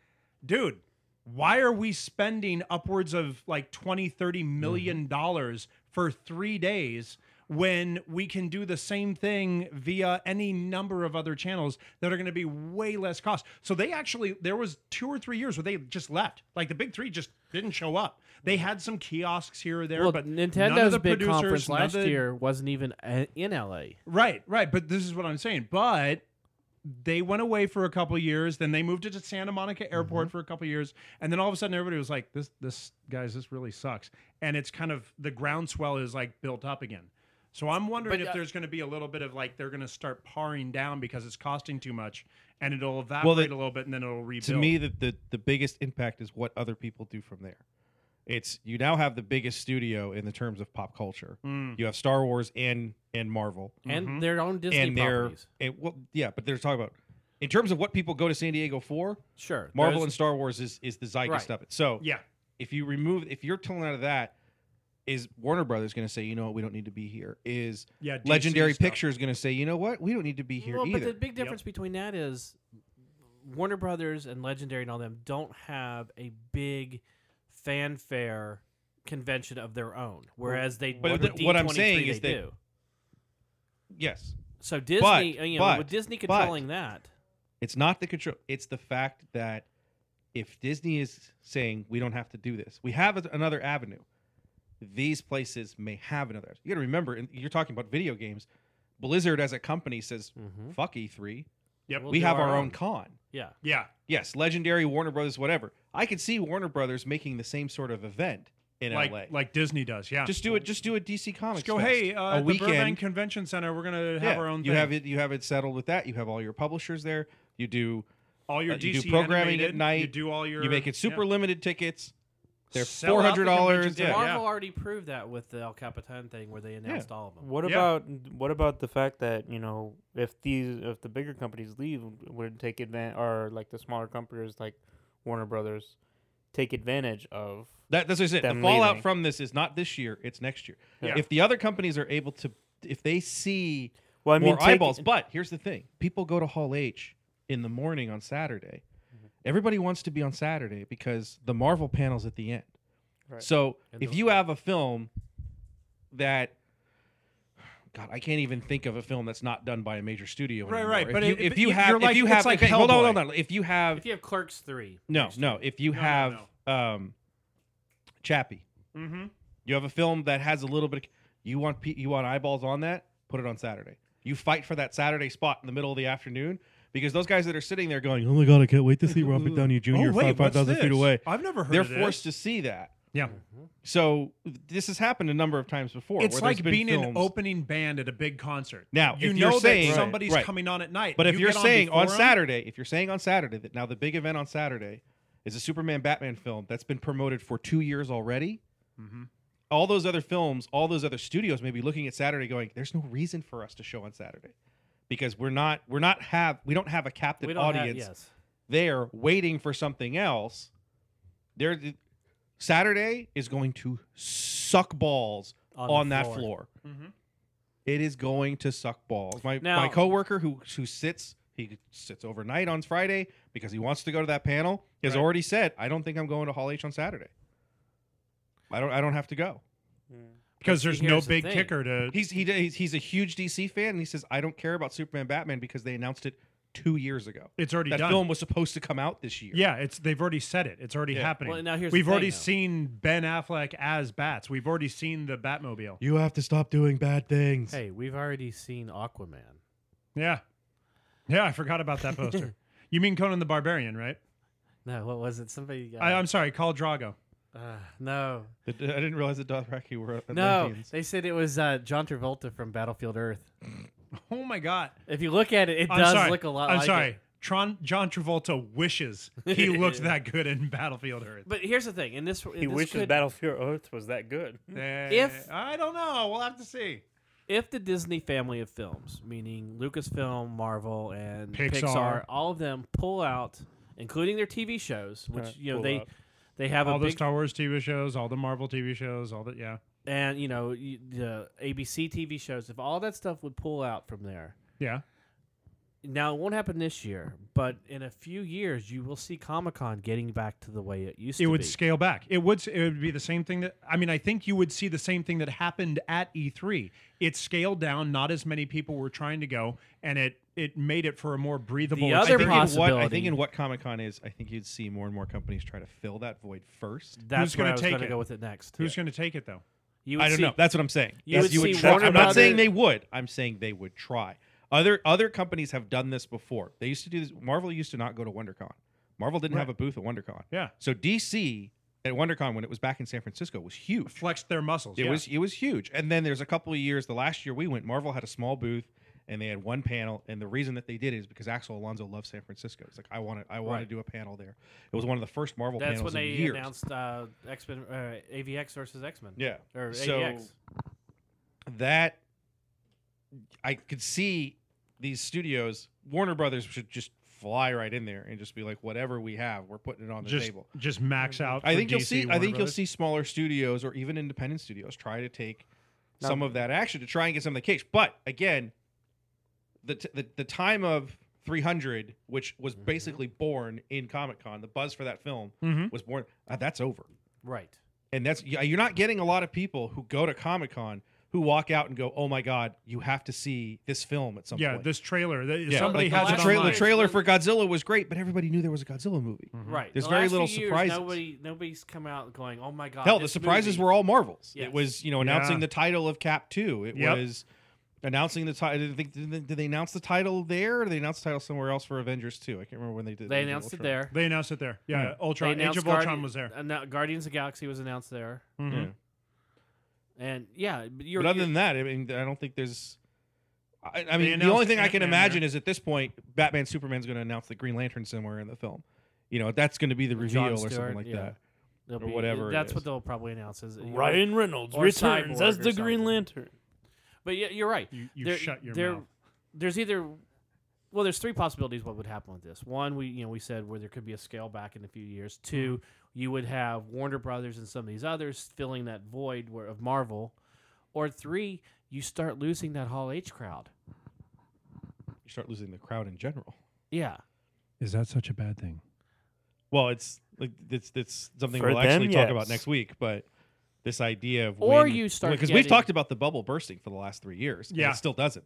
[SPEAKER 7] dude, why are we spending upwards of like 20, 30
[SPEAKER 1] Mm-hmm.
[SPEAKER 7] million dollars for three days? When we can do the same thing via any number of other channels that are going to be way less cost, so they actually there was two or three years where they just left, like the big three just didn't show up. They had some kiosks here or there,
[SPEAKER 1] Well,
[SPEAKER 7] but none of
[SPEAKER 1] Nintendo's
[SPEAKER 7] the
[SPEAKER 1] big
[SPEAKER 7] producers,
[SPEAKER 1] conference
[SPEAKER 7] none of
[SPEAKER 1] last
[SPEAKER 7] the-
[SPEAKER 1] year wasn't even uh, in LA.
[SPEAKER 7] Right, right. But this is what I'm saying. But they went away for a couple years, then they moved it to Santa Monica Airport for
[SPEAKER 6] Mm-hmm.
[SPEAKER 7] a couple years, and then all of a sudden everybody was like, "This, this guys, this really sucks." And it's kind of the groundswell is like built up again. So I'm wondering
[SPEAKER 1] But,
[SPEAKER 7] if
[SPEAKER 1] uh,
[SPEAKER 7] there's going to be a little bit of like they're going to start paring down because it's costing too much, and it'll evaporate a little bit, and then it'll rebuild.
[SPEAKER 6] to me the, the the biggest impact is what other people do from there it's you now have the biggest studio in the terms of pop culture
[SPEAKER 7] Mm. mm-hmm.
[SPEAKER 6] you have star wars and and marvel
[SPEAKER 1] And their own Disney
[SPEAKER 6] Mm-hmm. and their
[SPEAKER 1] properties.
[SPEAKER 6] and, well, yeah but they're talking about in terms of what people go to san diego for
[SPEAKER 1] Sure.
[SPEAKER 6] marvel and
[SPEAKER 1] there's-
[SPEAKER 6] star wars is is the zeitgeist
[SPEAKER 1] Right.
[SPEAKER 6] of it so
[SPEAKER 7] yeah,
[SPEAKER 6] if you remove if you're pulling out of that is warner brothers going to say you know what we don't need to be here is
[SPEAKER 7] yeah. DC
[SPEAKER 6] legendary
[SPEAKER 7] stuff.
[SPEAKER 6] pictures going to say you know what we don't need to be here
[SPEAKER 1] well,
[SPEAKER 6] either
[SPEAKER 1] but the big difference between that is Warner Brothers and Legendary and all them don't have a big fanfare convention of their own, whereas they.
[SPEAKER 6] But
[SPEAKER 1] with
[SPEAKER 6] the-
[SPEAKER 1] D23
[SPEAKER 6] what I'm saying
[SPEAKER 1] they
[SPEAKER 6] is that-
[SPEAKER 1] do.
[SPEAKER 6] yes
[SPEAKER 1] so Disney,
[SPEAKER 6] but-
[SPEAKER 1] you know,
[SPEAKER 6] but-
[SPEAKER 1] with Disney
[SPEAKER 6] but-
[SPEAKER 1] controlling that,
[SPEAKER 6] It's not the control. It's the fact that if Disney is saying we don't have to do this, we have a- another avenue. These places may have another. You got to remember, and you're talking about video games. Blizzard as a company says,
[SPEAKER 7] Mm-hmm.
[SPEAKER 1] Mhm.
[SPEAKER 6] "Fuck E3.
[SPEAKER 7] Yep.
[SPEAKER 1] We'll
[SPEAKER 6] we
[SPEAKER 1] do
[SPEAKER 6] have
[SPEAKER 1] our
[SPEAKER 6] our, own.
[SPEAKER 1] own."
[SPEAKER 6] con."
[SPEAKER 1] yeah,
[SPEAKER 7] yeah,
[SPEAKER 6] Yes, Legendary, Warner Brothers, whatever. I could see Warner Brothers making the same sort of event in
[SPEAKER 7] like
[SPEAKER 6] LA.
[SPEAKER 7] like Disney does. Yeah,
[SPEAKER 6] just do it. Just do a DC Comics.
[SPEAKER 7] Just go.
[SPEAKER 6] Fest.
[SPEAKER 7] Hey, uh,
[SPEAKER 6] a
[SPEAKER 7] at the Burbank
[SPEAKER 6] weekend.
[SPEAKER 7] Convention Center, we're gonna have
[SPEAKER 6] Yeah,
[SPEAKER 7] our own.
[SPEAKER 6] You
[SPEAKER 7] thing.
[SPEAKER 6] have it. You have it settled with that. You have all your publishers there. You do
[SPEAKER 7] all your
[SPEAKER 6] Uh,
[SPEAKER 7] DC
[SPEAKER 6] you do programming
[SPEAKER 7] animated,
[SPEAKER 6] at night,
[SPEAKER 7] You do all your.
[SPEAKER 6] you make it super
[SPEAKER 7] yeah.
[SPEAKER 6] limited tickets. They're
[SPEAKER 7] Sell
[SPEAKER 6] four
[SPEAKER 7] out the
[SPEAKER 6] hundred dollars.
[SPEAKER 7] convention
[SPEAKER 6] Yeah.
[SPEAKER 7] center.
[SPEAKER 1] Marvel already proved that with the El Capitan thing where they announced all of them.
[SPEAKER 8] What
[SPEAKER 7] Yeah.
[SPEAKER 8] about what about the fact that you know if these if the bigger companies leave, would take advantage or like the smaller companies like Warner Brothers take advantage of?
[SPEAKER 6] That, that's what I said. The
[SPEAKER 8] Them
[SPEAKER 6] fallout
[SPEAKER 8] leaving.
[SPEAKER 6] from this is not this year; it's next year.
[SPEAKER 7] Yeah.
[SPEAKER 6] If the other companies are able to, if they see
[SPEAKER 8] Well, I mean,
[SPEAKER 6] more
[SPEAKER 8] take-
[SPEAKER 6] eyeballs. But here's the thing: people go to Hall H in the morning on Saturday.
[SPEAKER 7] Mm-hmm.
[SPEAKER 6] Everybody wants to be on Saturday because the Marvel panels at the end.
[SPEAKER 8] Right.
[SPEAKER 6] So
[SPEAKER 1] And
[SPEAKER 6] if
[SPEAKER 1] the-
[SPEAKER 6] you have a film that God, I can't even think of a film that's not done by a major studio.
[SPEAKER 7] Right,
[SPEAKER 6] anymore.
[SPEAKER 7] right,
[SPEAKER 6] If
[SPEAKER 7] but
[SPEAKER 6] you,
[SPEAKER 7] it-
[SPEAKER 6] if
[SPEAKER 7] but
[SPEAKER 6] you
[SPEAKER 7] you're
[SPEAKER 6] have,
[SPEAKER 7] like-
[SPEAKER 6] if you
[SPEAKER 7] it's
[SPEAKER 6] have,
[SPEAKER 7] like
[SPEAKER 6] okay, hold on,
[SPEAKER 7] Hellboy.
[SPEAKER 6] hold on, hold on. If you have,
[SPEAKER 1] If you have Clerks three,
[SPEAKER 6] no, no. If you
[SPEAKER 7] No, no,
[SPEAKER 6] have um Chappie,
[SPEAKER 7] Mhm.
[SPEAKER 6] you have a film that has a little bit. Of, you want pe- you want eyeballs on that. Put it on Saturday. You fight for that Saturday spot in the middle of the afternoon because those guys that are sitting there going, "Oh my god, I can't wait to see Robert Downey Jr.
[SPEAKER 7] Oh,
[SPEAKER 6] five
[SPEAKER 7] wait,
[SPEAKER 6] five thousand feet away,"
[SPEAKER 7] I've never heard
[SPEAKER 6] they're
[SPEAKER 7] of this.
[SPEAKER 6] forced to see that.
[SPEAKER 7] Yeah,
[SPEAKER 6] So this has happened a number of times before.
[SPEAKER 7] it's
[SPEAKER 6] where there's
[SPEAKER 7] like
[SPEAKER 6] been
[SPEAKER 7] being an
[SPEAKER 6] films-
[SPEAKER 7] opening band at a big concert.
[SPEAKER 6] Now,
[SPEAKER 7] you
[SPEAKER 6] if
[SPEAKER 7] know
[SPEAKER 6] you're
[SPEAKER 7] that
[SPEAKER 6] saying-
[SPEAKER 7] somebody's
[SPEAKER 6] Right.
[SPEAKER 7] coming on at night,
[SPEAKER 6] But if
[SPEAKER 7] you
[SPEAKER 6] you are
[SPEAKER 7] get on
[SPEAKER 6] saying on
[SPEAKER 7] before 'em,
[SPEAKER 6] Saturday, if you're saying on Saturday that now the big event on Saturday is a Superman Batman film that's been promoted for two years already,
[SPEAKER 7] Mm-hmm.
[SPEAKER 6] all those other films, all those other studios may be looking at Saturday going, "There's no reason for us to show on Saturday because we're not we're not have we don't have a captive
[SPEAKER 1] we don't
[SPEAKER 6] audience
[SPEAKER 1] Have, yes,
[SPEAKER 6] there waiting for something else." There, Saturday is going to suck balls
[SPEAKER 1] On
[SPEAKER 6] on,
[SPEAKER 1] the
[SPEAKER 6] that
[SPEAKER 1] floor.
[SPEAKER 6] floor. It is going to suck balls. My
[SPEAKER 1] Now-
[SPEAKER 6] my coworker who who sits he sits overnight on Friday because he wants to go to that panel has
[SPEAKER 7] Right.
[SPEAKER 6] already said, "I don't think I'm going to Hall H on Saturday. I don't I don't have to go."
[SPEAKER 7] because there's no
[SPEAKER 1] Here's the
[SPEAKER 7] big
[SPEAKER 1] thing.
[SPEAKER 7] kicker to.
[SPEAKER 6] He's he he's, he's a huge DC fan and he says, "I don't care about Superman Batman because they announced it 2 years ago.
[SPEAKER 7] It's already
[SPEAKER 6] that
[SPEAKER 7] done.
[SPEAKER 6] film was supposed to come out this year."
[SPEAKER 7] Yeah, it's they've already said it. It's already
[SPEAKER 6] Yeah.
[SPEAKER 7] happening.
[SPEAKER 1] Well, now here's the
[SPEAKER 7] We've
[SPEAKER 1] thing,
[SPEAKER 7] already
[SPEAKER 1] though.
[SPEAKER 7] seen Ben Affleck as Bats. We've already seen the Batmobile.
[SPEAKER 6] You have to stop doing bad things.
[SPEAKER 1] hey, we've already seen Aquaman.
[SPEAKER 7] Yeah, yeah, I forgot about that poster. you mean Conan the Barbarian, right?
[SPEAKER 1] No, what was it? Somebody. Uh,
[SPEAKER 7] I, I'm sorry, call Drago.
[SPEAKER 1] uh, no,
[SPEAKER 6] I didn't realize the Dothraki were uh,
[SPEAKER 1] no.
[SPEAKER 6] Atlanteans.
[SPEAKER 1] They said it was uh, John Travolta from Battlefield Earth.
[SPEAKER 7] Oh my God.
[SPEAKER 1] If you look at it, it
[SPEAKER 7] I'm
[SPEAKER 1] does
[SPEAKER 7] sorry.
[SPEAKER 1] look a lot.
[SPEAKER 7] I'm
[SPEAKER 1] like
[SPEAKER 7] sorry.
[SPEAKER 1] It.
[SPEAKER 7] Tron, John Travolta wishes he looked that good in Battlefield Earth.
[SPEAKER 1] But here's the thing, and this
[SPEAKER 8] He
[SPEAKER 1] this
[SPEAKER 8] wishes
[SPEAKER 1] could-
[SPEAKER 8] Battlefield Earth was that good.
[SPEAKER 7] if Eh, I don't know, we'll have to see.
[SPEAKER 1] if the Disney family of films, meaning Lucasfilm, Marvel, and
[SPEAKER 7] Pixar.
[SPEAKER 1] Pixar, all of them pull out, including their TV shows, which
[SPEAKER 8] Right,
[SPEAKER 1] you know
[SPEAKER 8] pull
[SPEAKER 1] they
[SPEAKER 8] out.
[SPEAKER 1] they have
[SPEAKER 7] All
[SPEAKER 1] a
[SPEAKER 7] the
[SPEAKER 1] big
[SPEAKER 7] Star Wars TV shows, all the Marvel TV shows, all the yeah.
[SPEAKER 1] and you know y- the ABC TV shows. If all that stuff would pull out from there,
[SPEAKER 7] Yeah.
[SPEAKER 1] now it won't happen this year, but in a few years you will see Comic Con getting back to the way it used
[SPEAKER 7] it
[SPEAKER 1] to
[SPEAKER 7] would
[SPEAKER 1] be.
[SPEAKER 7] scale back. It would it would be the same thing that I mean, I think you would see the same thing that happened at E3. It scaled down, not as many people were trying to go, and it it made it for a more breathable
[SPEAKER 1] The other
[SPEAKER 6] I think,
[SPEAKER 7] experience.
[SPEAKER 6] in what, I
[SPEAKER 1] possibility-
[SPEAKER 6] think in what Comic Con is, I think you'd see more and more companies try to fill that void first.
[SPEAKER 1] That's
[SPEAKER 7] who's
[SPEAKER 1] where
[SPEAKER 7] gonna
[SPEAKER 1] I was
[SPEAKER 7] take
[SPEAKER 1] going to
[SPEAKER 7] it?
[SPEAKER 1] go with it next.
[SPEAKER 7] Who's going to take it though?
[SPEAKER 1] you would
[SPEAKER 6] I don't
[SPEAKER 1] see-
[SPEAKER 6] know. That's what I'm saying.
[SPEAKER 1] you
[SPEAKER 6] That's-
[SPEAKER 1] would see
[SPEAKER 6] try-
[SPEAKER 1] Warner
[SPEAKER 6] I'm not saying
[SPEAKER 1] Brothers-
[SPEAKER 6] they would. I'm saying they would try. Other other companies have done this before. They used to do this. Marvel used to not go to WonderCon. Marvel didn't have a booth at WonderCon.
[SPEAKER 7] Yeah.
[SPEAKER 6] So DC at WonderCon when it was back in San Francisco was huge.
[SPEAKER 7] Flexed their muscles.
[SPEAKER 6] It
[SPEAKER 7] yeah.
[SPEAKER 6] was it was huge. And then there's a couple of years. The last year we went, Marvel had a small booth and they had one panel. And the reason that they did it is because Axel Alonso loves San Francisco. It's like I want to I want to
[SPEAKER 1] Right.
[SPEAKER 6] do a panel there. It was one of the first Marvel
[SPEAKER 1] That's
[SPEAKER 6] panels
[SPEAKER 1] when they
[SPEAKER 6] in years.
[SPEAKER 1] announced uh, X Men, uh, AVX versus X Men.
[SPEAKER 6] yeah.
[SPEAKER 1] or
[SPEAKER 6] So-
[SPEAKER 1] AVX.
[SPEAKER 6] that I could see these studios, Warner Brothers should just fly right in there and just be like, whatever we have, we're putting it on the
[SPEAKER 7] just
[SPEAKER 6] table.
[SPEAKER 7] just max out.
[SPEAKER 6] I
[SPEAKER 7] for
[SPEAKER 6] think you'll
[SPEAKER 7] DC,
[SPEAKER 6] see. I
[SPEAKER 7] Warner
[SPEAKER 6] think you'll
[SPEAKER 7] Brothers.
[SPEAKER 6] see smaller studios or even independent studios try to take
[SPEAKER 8] Now-
[SPEAKER 6] some of that action to try and get some of the case. But again, the t- the, the time of 300, which was
[SPEAKER 7] Mm-hmm.
[SPEAKER 6] basically born in Comic Con, the buzz for that film
[SPEAKER 7] Mhm.
[SPEAKER 6] was born. uh, that's over
[SPEAKER 1] Right.
[SPEAKER 6] and that's yeah, you're not getting a lot of people who go to Comic Con who walk out and go, "Oh my God, you have to see this film at some
[SPEAKER 7] Yeah,
[SPEAKER 6] point."
[SPEAKER 7] this trailer. that- Somebody
[SPEAKER 6] like,
[SPEAKER 1] the
[SPEAKER 7] has
[SPEAKER 6] the,
[SPEAKER 7] it
[SPEAKER 1] last
[SPEAKER 6] tra- the
[SPEAKER 7] online.
[SPEAKER 1] trailer-
[SPEAKER 6] trailer for Godzilla was great, but everybody knew there was a Godzilla movie.
[SPEAKER 1] Right. Uh,
[SPEAKER 6] There's
[SPEAKER 1] The
[SPEAKER 6] very
[SPEAKER 1] last
[SPEAKER 6] little
[SPEAKER 1] few years,
[SPEAKER 6] surprises.
[SPEAKER 1] Nobody, nobody's come out going, "Oh my god!"
[SPEAKER 6] Hell, the
[SPEAKER 1] this
[SPEAKER 6] surprises
[SPEAKER 1] movie."
[SPEAKER 6] were all Marvels.
[SPEAKER 1] Yes.
[SPEAKER 6] It was you know announcing
[SPEAKER 7] Yeah.
[SPEAKER 6] the title of Cap Two. It
[SPEAKER 7] Yep.
[SPEAKER 6] was announcing the title. Did, they- did they- did they announce the title there? Or did they announce the title somewhere else for Avengers Two? I can't remember when they did.
[SPEAKER 1] They
[SPEAKER 6] did
[SPEAKER 1] announced it
[SPEAKER 6] Ultron.
[SPEAKER 1] there.
[SPEAKER 7] They announced it there. Yeah,
[SPEAKER 1] They
[SPEAKER 7] Ultron. Age
[SPEAKER 1] announced
[SPEAKER 7] of Ultron
[SPEAKER 1] Guardi-
[SPEAKER 7] was there.
[SPEAKER 1] annou- Guardians of the Galaxy was announced there,
[SPEAKER 7] Mhm.
[SPEAKER 6] Yeah.
[SPEAKER 1] and yeah, but you're.
[SPEAKER 6] But other
[SPEAKER 1] you're-
[SPEAKER 6] than that, I mean, I don't think there's. I, I
[SPEAKER 7] They
[SPEAKER 6] mean, the
[SPEAKER 7] announced
[SPEAKER 6] only thing I can
[SPEAKER 7] Ant-Man there.
[SPEAKER 6] imagine is at this point, Batman Superman's going to announce the Green Lantern somewhere in the film. You know, that's going to be the reveal
[SPEAKER 1] Jon
[SPEAKER 6] or
[SPEAKER 1] Stewart,
[SPEAKER 6] something like
[SPEAKER 1] yeah.
[SPEAKER 6] that.
[SPEAKER 1] there'll
[SPEAKER 6] or whatever it
[SPEAKER 1] That's
[SPEAKER 6] is.
[SPEAKER 1] what they'll probably announce. Is you know,
[SPEAKER 8] Ryan Reynolds
[SPEAKER 1] Or
[SPEAKER 8] returns
[SPEAKER 1] Cyborg
[SPEAKER 8] as
[SPEAKER 1] or
[SPEAKER 8] the Green
[SPEAKER 1] something.
[SPEAKER 8] Lantern.
[SPEAKER 1] But yeah, you're right.
[SPEAKER 7] You, you
[SPEAKER 1] There-
[SPEAKER 7] shut your
[SPEAKER 1] there-
[SPEAKER 7] mouth.
[SPEAKER 1] There's either. Well, there's three possibilities. What would happen with this? One, we you know we said where there could be a scale back in a few years. Two,
[SPEAKER 6] Mm-hmm.
[SPEAKER 1] you would have Warner Brothers and some of these others filling that void where, of Marvel, or three, you start losing that Hall H crowd.
[SPEAKER 6] You start losing the crowd in general.
[SPEAKER 1] Yeah,
[SPEAKER 7] Is that such a bad thing?
[SPEAKER 6] Well, it's like it's it's something
[SPEAKER 8] For
[SPEAKER 6] we'll actually
[SPEAKER 8] them,
[SPEAKER 6] talk about
[SPEAKER 8] yes.
[SPEAKER 6] next week, but. This idea of
[SPEAKER 1] Or
[SPEAKER 6] when-
[SPEAKER 1] you start
[SPEAKER 6] because we've
[SPEAKER 1] getting-
[SPEAKER 6] talked about the bubble bursting for the last three years. and
[SPEAKER 7] Yeah.
[SPEAKER 6] it still doesn't.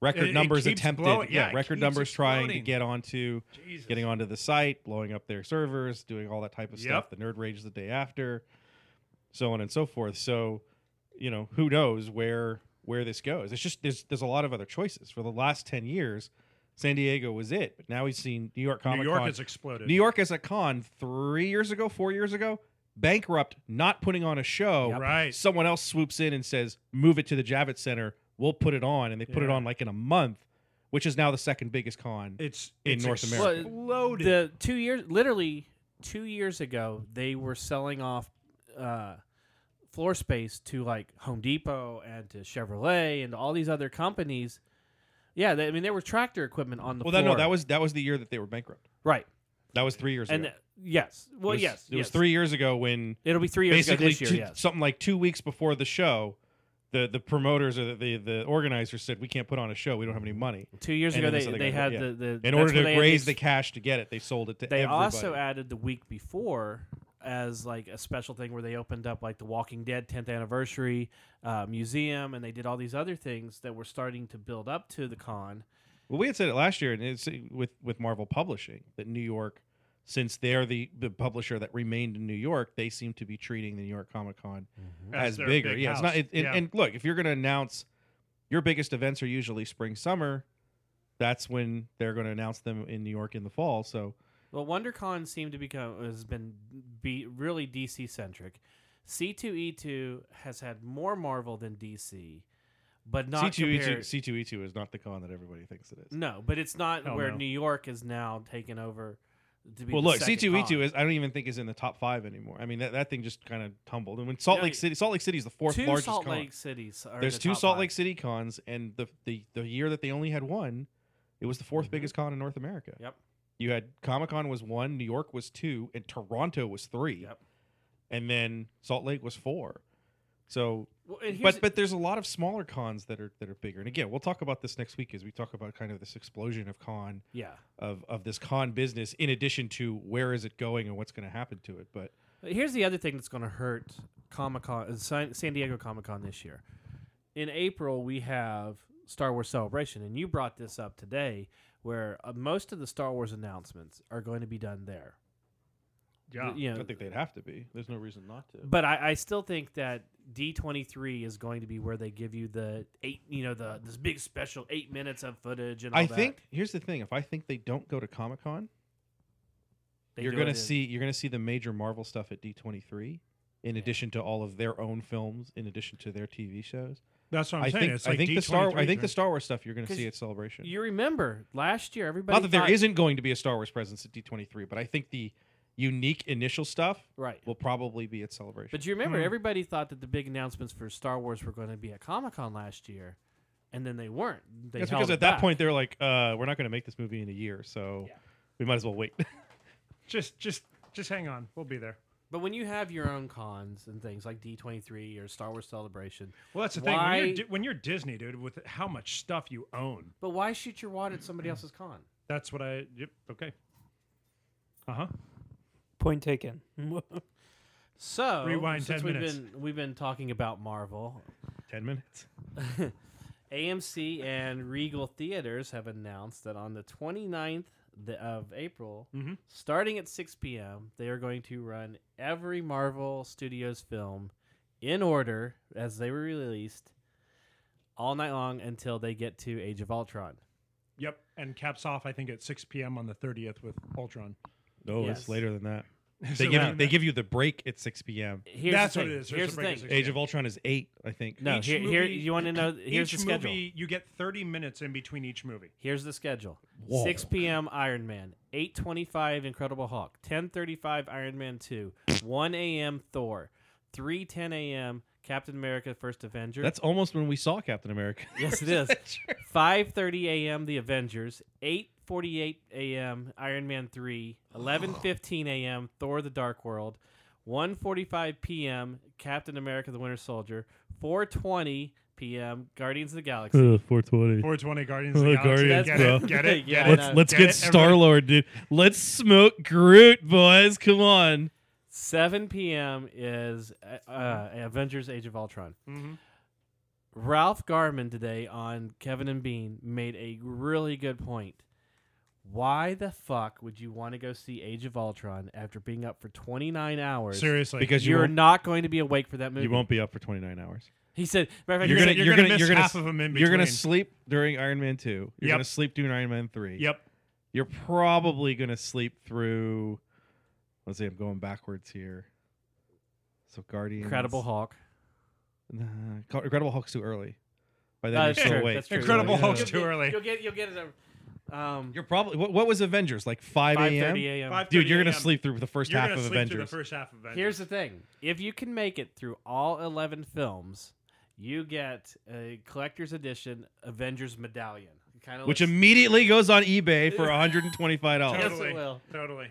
[SPEAKER 6] Record
[SPEAKER 7] It- it
[SPEAKER 6] numbers
[SPEAKER 7] keeps
[SPEAKER 6] attempted,
[SPEAKER 7] blowing- yeah,
[SPEAKER 6] yeah,
[SPEAKER 7] it
[SPEAKER 6] record
[SPEAKER 7] keeps
[SPEAKER 6] numbers trying to
[SPEAKER 7] exploding.
[SPEAKER 6] get onto
[SPEAKER 7] Jesus.
[SPEAKER 6] getting onto the site, blowing up their servers, doing all that type of stuff.
[SPEAKER 7] Yep.
[SPEAKER 6] The nerd rage the day after, so on and so forth. So, you know, who knows where where this goes? It's just there's there's a lot of other choices. For the last ten years, San Diego was it, but now we've seen New York
[SPEAKER 7] New
[SPEAKER 6] Comic
[SPEAKER 7] York
[SPEAKER 6] Con.
[SPEAKER 7] has exploded.
[SPEAKER 6] New York as a con three years ago, four years ago, bankrupt, not putting on a show.
[SPEAKER 1] Yep.
[SPEAKER 7] Right.
[SPEAKER 6] Someone else swoops in and says, "Move it to the Javits Center. We'll put it on," and they put it
[SPEAKER 7] Yeah.
[SPEAKER 6] on like in a month, which is now the second biggest con.
[SPEAKER 7] It's
[SPEAKER 6] In
[SPEAKER 7] it's
[SPEAKER 6] North America.
[SPEAKER 1] Well,
[SPEAKER 7] Exploded.
[SPEAKER 1] the two years literally two years ago they were selling off uh, floor space to like home depot and to chevrolet and all these other companies yeah they, i mean there were tractor equipment on the
[SPEAKER 6] well,
[SPEAKER 1] floor
[SPEAKER 6] that, no, that was that was the year that they were bankrupt.
[SPEAKER 1] right
[SPEAKER 6] That was three years
[SPEAKER 1] and
[SPEAKER 6] ago.
[SPEAKER 1] uh, yes well
[SPEAKER 6] it was,
[SPEAKER 1] yes
[SPEAKER 6] it was
[SPEAKER 1] yes.
[SPEAKER 6] three years ago when
[SPEAKER 1] it'll be three years ago
[SPEAKER 6] basically
[SPEAKER 1] this year
[SPEAKER 6] two-
[SPEAKER 1] yes
[SPEAKER 6] something like two weeks before the show, the the promoters or the, the the organizers said we can't put on a show, we don't have any money.
[SPEAKER 1] two years
[SPEAKER 6] and
[SPEAKER 1] ago
[SPEAKER 6] then this
[SPEAKER 1] they,
[SPEAKER 6] other
[SPEAKER 1] they
[SPEAKER 6] guy-
[SPEAKER 1] had
[SPEAKER 6] yeah.
[SPEAKER 1] the, the
[SPEAKER 6] In
[SPEAKER 1] that's where
[SPEAKER 6] order
[SPEAKER 1] they
[SPEAKER 6] to
[SPEAKER 1] had
[SPEAKER 6] raise
[SPEAKER 1] these-
[SPEAKER 6] the cash to get it, they sold it to
[SPEAKER 1] they
[SPEAKER 6] everybody.
[SPEAKER 1] also added the week before as like a special thing where they opened up like the Walking Dead 10th anniversary uh, museum, and they did all these other things that were starting to build up to the con.
[SPEAKER 6] Well, we had said it last year, and it's uh, with with Marvel Publishing that New York, since they're the the publisher that remained in New York, they seem to be treating the New York Comic Con as,
[SPEAKER 7] their
[SPEAKER 6] bigger.
[SPEAKER 7] big
[SPEAKER 6] yeah, it's not.
[SPEAKER 7] house.
[SPEAKER 6] It, and-
[SPEAKER 7] Yeah.
[SPEAKER 6] And look, if you're going to announce your biggest events are usually spring summer, that's when they're going to announce them in New York in the fall. So
[SPEAKER 1] Well, WonderCon seemed to become has been be really E DC centric. C2E2 has had more Marvel than DC, but not
[SPEAKER 6] C2E2
[SPEAKER 1] compared-
[SPEAKER 6] C2E2 E is not the con that everybody thinks it is.
[SPEAKER 1] No, but it's not
[SPEAKER 4] Hell
[SPEAKER 1] where
[SPEAKER 4] no.
[SPEAKER 1] New York is now taken over. To be
[SPEAKER 6] Well,
[SPEAKER 1] the
[SPEAKER 6] look,
[SPEAKER 1] second
[SPEAKER 6] C2E2
[SPEAKER 1] con.
[SPEAKER 6] is I don't even think is in the top five anymore. I mean, that, that thing just kind of tumbled. And when Salt
[SPEAKER 1] Yeah,
[SPEAKER 6] Lake
[SPEAKER 1] yeah.
[SPEAKER 6] City, Salt Lake City is the fourth
[SPEAKER 1] two
[SPEAKER 6] largest
[SPEAKER 1] Salt
[SPEAKER 6] con.
[SPEAKER 1] Lake cities. Are in
[SPEAKER 6] There's
[SPEAKER 1] the
[SPEAKER 6] two
[SPEAKER 1] top
[SPEAKER 6] Salt
[SPEAKER 1] five.
[SPEAKER 6] Lake City cons, and the the the year that they only had one, it was the 4th biggest con in North America.
[SPEAKER 1] Mm-hmm. Yep.
[SPEAKER 6] You had Comic Con was one, New York was two, and Toronto was three.
[SPEAKER 1] Yep.
[SPEAKER 6] And then Salt Lake was four. So,
[SPEAKER 1] Well, and here's
[SPEAKER 6] but but there's a lot of smaller cons that are that are bigger. And again, we'll talk about this next week as we talk about kind of this explosion of con
[SPEAKER 1] yeah.
[SPEAKER 6] of of this con business. In addition to where is it going and what's going to happen to it, but
[SPEAKER 1] But Here's the other thing that's going to hurt Comic Con, San San Diego Comic Con this year. In April, we have Star Wars Celebration, and you brought this up today, where uh, most of the Star Wars announcements are going to be done there.
[SPEAKER 4] Yeah.
[SPEAKER 1] You know,
[SPEAKER 6] I think they'd have to be. There's no reason not to.
[SPEAKER 1] but I, I still think that D23 is going to be where they give you the eight, you know, the this big special eight minutes of footage and all
[SPEAKER 6] I
[SPEAKER 1] that.
[SPEAKER 6] think here's the thing: if I think they don't go to Comic Con,
[SPEAKER 1] They
[SPEAKER 6] you're
[SPEAKER 1] do
[SPEAKER 6] gonna
[SPEAKER 1] it in-
[SPEAKER 6] see you're gonna see the major Marvel stuff at D23, in addition to all of their own films, in addition to their TV shows.
[SPEAKER 4] That's what I'm
[SPEAKER 6] I
[SPEAKER 4] saying.
[SPEAKER 6] think
[SPEAKER 4] it's
[SPEAKER 6] I
[SPEAKER 4] like
[SPEAKER 6] think the
[SPEAKER 4] D23
[SPEAKER 6] Star I think the
[SPEAKER 4] thing.
[SPEAKER 6] Star Wars stuff you're gonna
[SPEAKER 1] 'Cause
[SPEAKER 6] see at Celebration.
[SPEAKER 1] You remember last year, everybody.
[SPEAKER 6] Not that there
[SPEAKER 1] thought-
[SPEAKER 6] isn't going to be a Star Wars presence at D23, but I think the unique initial stuff
[SPEAKER 1] right.
[SPEAKER 6] will probably be at Celebration.
[SPEAKER 1] But you remember,
[SPEAKER 4] Hmm.
[SPEAKER 1] everybody thought that the big announcements for Star Wars were going to be at Comic Con last year, and then they weren't. They
[SPEAKER 6] That's
[SPEAKER 1] held
[SPEAKER 6] because
[SPEAKER 1] it
[SPEAKER 6] at that
[SPEAKER 1] back.
[SPEAKER 6] point they're like, uh, we're not gonna make this movie in a year, so we might as well wait.
[SPEAKER 4] Just, just, just hang on. We'll be there.
[SPEAKER 1] But when you have your own cons and things like D23 or Star Wars Celebration,
[SPEAKER 4] Well, that's the thing. When
[SPEAKER 1] Why-
[SPEAKER 4] you're, Di- when you're Disney, dude, with how much stuff you own,
[SPEAKER 1] but why shoot your wad at somebody else's con?
[SPEAKER 4] that's what I. Yep. Okay. Uh
[SPEAKER 7] Uh-huh.
[SPEAKER 4] huh.
[SPEAKER 8] Point taken.
[SPEAKER 1] So
[SPEAKER 4] Rewind
[SPEAKER 1] since
[SPEAKER 4] 10
[SPEAKER 1] we've
[SPEAKER 4] minutes.
[SPEAKER 1] been we've been talking about Marvel,
[SPEAKER 6] Ten minutes.
[SPEAKER 1] AMC and Regal Theaters have announced that on the 29th th- of April,
[SPEAKER 4] Mhm.
[SPEAKER 1] starting at 6 p.m., they are going to run every Marvel Studios film in order as they were released all night long until they get to Age of Ultron.
[SPEAKER 4] Yep. And caps off, I think, at 6 p.m. on the 30th with Ultron.
[SPEAKER 6] No,
[SPEAKER 1] Yes.
[SPEAKER 6] it's later than that.
[SPEAKER 4] Is
[SPEAKER 6] They
[SPEAKER 4] it later
[SPEAKER 6] give you,
[SPEAKER 4] than
[SPEAKER 6] they
[SPEAKER 4] that?
[SPEAKER 6] give you the break at six p.m.
[SPEAKER 1] Here's
[SPEAKER 4] That's
[SPEAKER 1] the
[SPEAKER 4] what
[SPEAKER 1] thing.
[SPEAKER 4] it is. There's
[SPEAKER 1] Here's
[SPEAKER 4] a
[SPEAKER 1] the
[SPEAKER 4] break at
[SPEAKER 1] thing.
[SPEAKER 4] 6
[SPEAKER 6] Age of Ultron is eight, I think.
[SPEAKER 1] No,
[SPEAKER 4] Each
[SPEAKER 1] here, here
[SPEAKER 4] movie-
[SPEAKER 1] you want to know. Here's
[SPEAKER 4] each
[SPEAKER 1] the schedule.
[SPEAKER 4] movie, you get 30 minutes in between each movie.
[SPEAKER 1] Here's the schedule:
[SPEAKER 6] Whoa.
[SPEAKER 1] 6 p.m. Iron Man, 8:25 Incredible Hulk, 10:35 Iron Man 2, 1 a.m. Thor, 3:10 a.m. Captain America: First Avenger.
[SPEAKER 6] That's almost when we saw Captain America.
[SPEAKER 1] yes, it is. 5:30 a.m. The Avengers, 8:48 a.m. Iron Man 3, 11:15 a.m. Thor: The Dark World, 1:45 p.m. Captain America: The Winter Soldier, 4:20 p.m. Guardians of the Galaxy.
[SPEAKER 6] 420.
[SPEAKER 4] 420 Guardians of the
[SPEAKER 6] Oh,
[SPEAKER 4] Galaxy.
[SPEAKER 1] Guardians,
[SPEAKER 4] get
[SPEAKER 1] bro.
[SPEAKER 4] it? Get it?
[SPEAKER 1] Yeah,
[SPEAKER 4] Get
[SPEAKER 1] I
[SPEAKER 4] it?
[SPEAKER 1] know.
[SPEAKER 6] Let's
[SPEAKER 4] Get
[SPEAKER 6] get
[SPEAKER 4] it,
[SPEAKER 6] Star Lord, dude. Let's smoke Groot, boys. Come on.
[SPEAKER 1] 7 p.m. is uh, uh, Avengers Age of Ultron.
[SPEAKER 4] Mhm.
[SPEAKER 1] Ralph Garman today on Kevin and Bean made a really good point. Why the fuck would you want to go see Age of Ultron after being up for 29 hours?
[SPEAKER 4] Seriously.
[SPEAKER 6] Because you
[SPEAKER 1] You're
[SPEAKER 6] won't,
[SPEAKER 1] not going to be awake for that movie.
[SPEAKER 6] you won't be up for 29 hours.
[SPEAKER 1] He said, matter of fact,
[SPEAKER 4] You're
[SPEAKER 1] he
[SPEAKER 4] gonna-
[SPEAKER 1] said-
[SPEAKER 4] you're gonna miss half of 'em in
[SPEAKER 6] You're gonna
[SPEAKER 4] between.
[SPEAKER 6] sleep during Iron Man 2. You're
[SPEAKER 4] Yep.
[SPEAKER 6] gonna sleep during Iron Man 3.
[SPEAKER 4] Yep.
[SPEAKER 6] You're probably gonna sleep through. Let's see. I'm going backwards here. So Guardians.
[SPEAKER 1] Incredible Hulk.
[SPEAKER 6] Nah, Car- Incredible Hulk's too early. By then
[SPEAKER 1] Uh,
[SPEAKER 6] you're still
[SPEAKER 1] sure,
[SPEAKER 6] awake.
[SPEAKER 1] that's true.
[SPEAKER 4] Incredible
[SPEAKER 1] Yeah.
[SPEAKER 4] Hulk's
[SPEAKER 1] You'll
[SPEAKER 4] too
[SPEAKER 1] get-
[SPEAKER 4] early.
[SPEAKER 1] You'll get, you'll get it. Um,
[SPEAKER 6] You're probably what, what was Avengers like 5
[SPEAKER 1] 5:30
[SPEAKER 6] a.m.
[SPEAKER 1] a.m.
[SPEAKER 6] Dude, you're gonna
[SPEAKER 4] 5:30
[SPEAKER 6] sleep through the 1st
[SPEAKER 4] You're
[SPEAKER 6] half
[SPEAKER 4] gonna
[SPEAKER 6] of
[SPEAKER 4] sleep
[SPEAKER 6] Avengers.
[SPEAKER 4] through the first half of Avengers.
[SPEAKER 1] Here's the thing: if you can make it through all eleven films, you get a collector's edition Avengers medallion. Kind of
[SPEAKER 6] which immediately goes on eBay for $125.
[SPEAKER 1] Yes, it
[SPEAKER 4] Totally.
[SPEAKER 1] will.
[SPEAKER 4] Totally.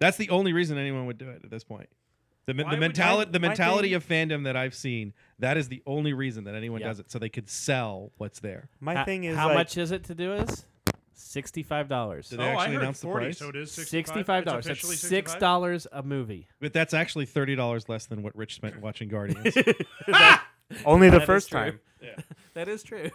[SPEAKER 6] That's the only reason anyone would do it at this point. The, men-
[SPEAKER 4] Why
[SPEAKER 6] the
[SPEAKER 4] would-
[SPEAKER 6] mentality,
[SPEAKER 4] why-
[SPEAKER 6] the
[SPEAKER 4] why
[SPEAKER 6] mentality
[SPEAKER 4] they-
[SPEAKER 6] of fandom that I've seen, that is the only reason that anyone
[SPEAKER 1] Yeah.
[SPEAKER 6] does it, so they could sell what's there.
[SPEAKER 8] My
[SPEAKER 1] Ho-
[SPEAKER 8] thing is
[SPEAKER 1] how
[SPEAKER 8] like,
[SPEAKER 1] much is it to do? Is sixty-five dollars.
[SPEAKER 6] Did they
[SPEAKER 4] oh, I
[SPEAKER 6] actually
[SPEAKER 4] heard
[SPEAKER 6] announce
[SPEAKER 4] 40,
[SPEAKER 6] the price?
[SPEAKER 4] so it is 65.
[SPEAKER 1] Sixty-five dollars.
[SPEAKER 4] It's
[SPEAKER 1] That's
[SPEAKER 4] officially
[SPEAKER 1] six
[SPEAKER 4] 65?
[SPEAKER 1] dollars a movie.
[SPEAKER 6] but that's actually thirty dollars less than what Rich spent watching Guardians.
[SPEAKER 8] only the
[SPEAKER 1] That is
[SPEAKER 8] first
[SPEAKER 1] true.
[SPEAKER 8] time.
[SPEAKER 1] That is true.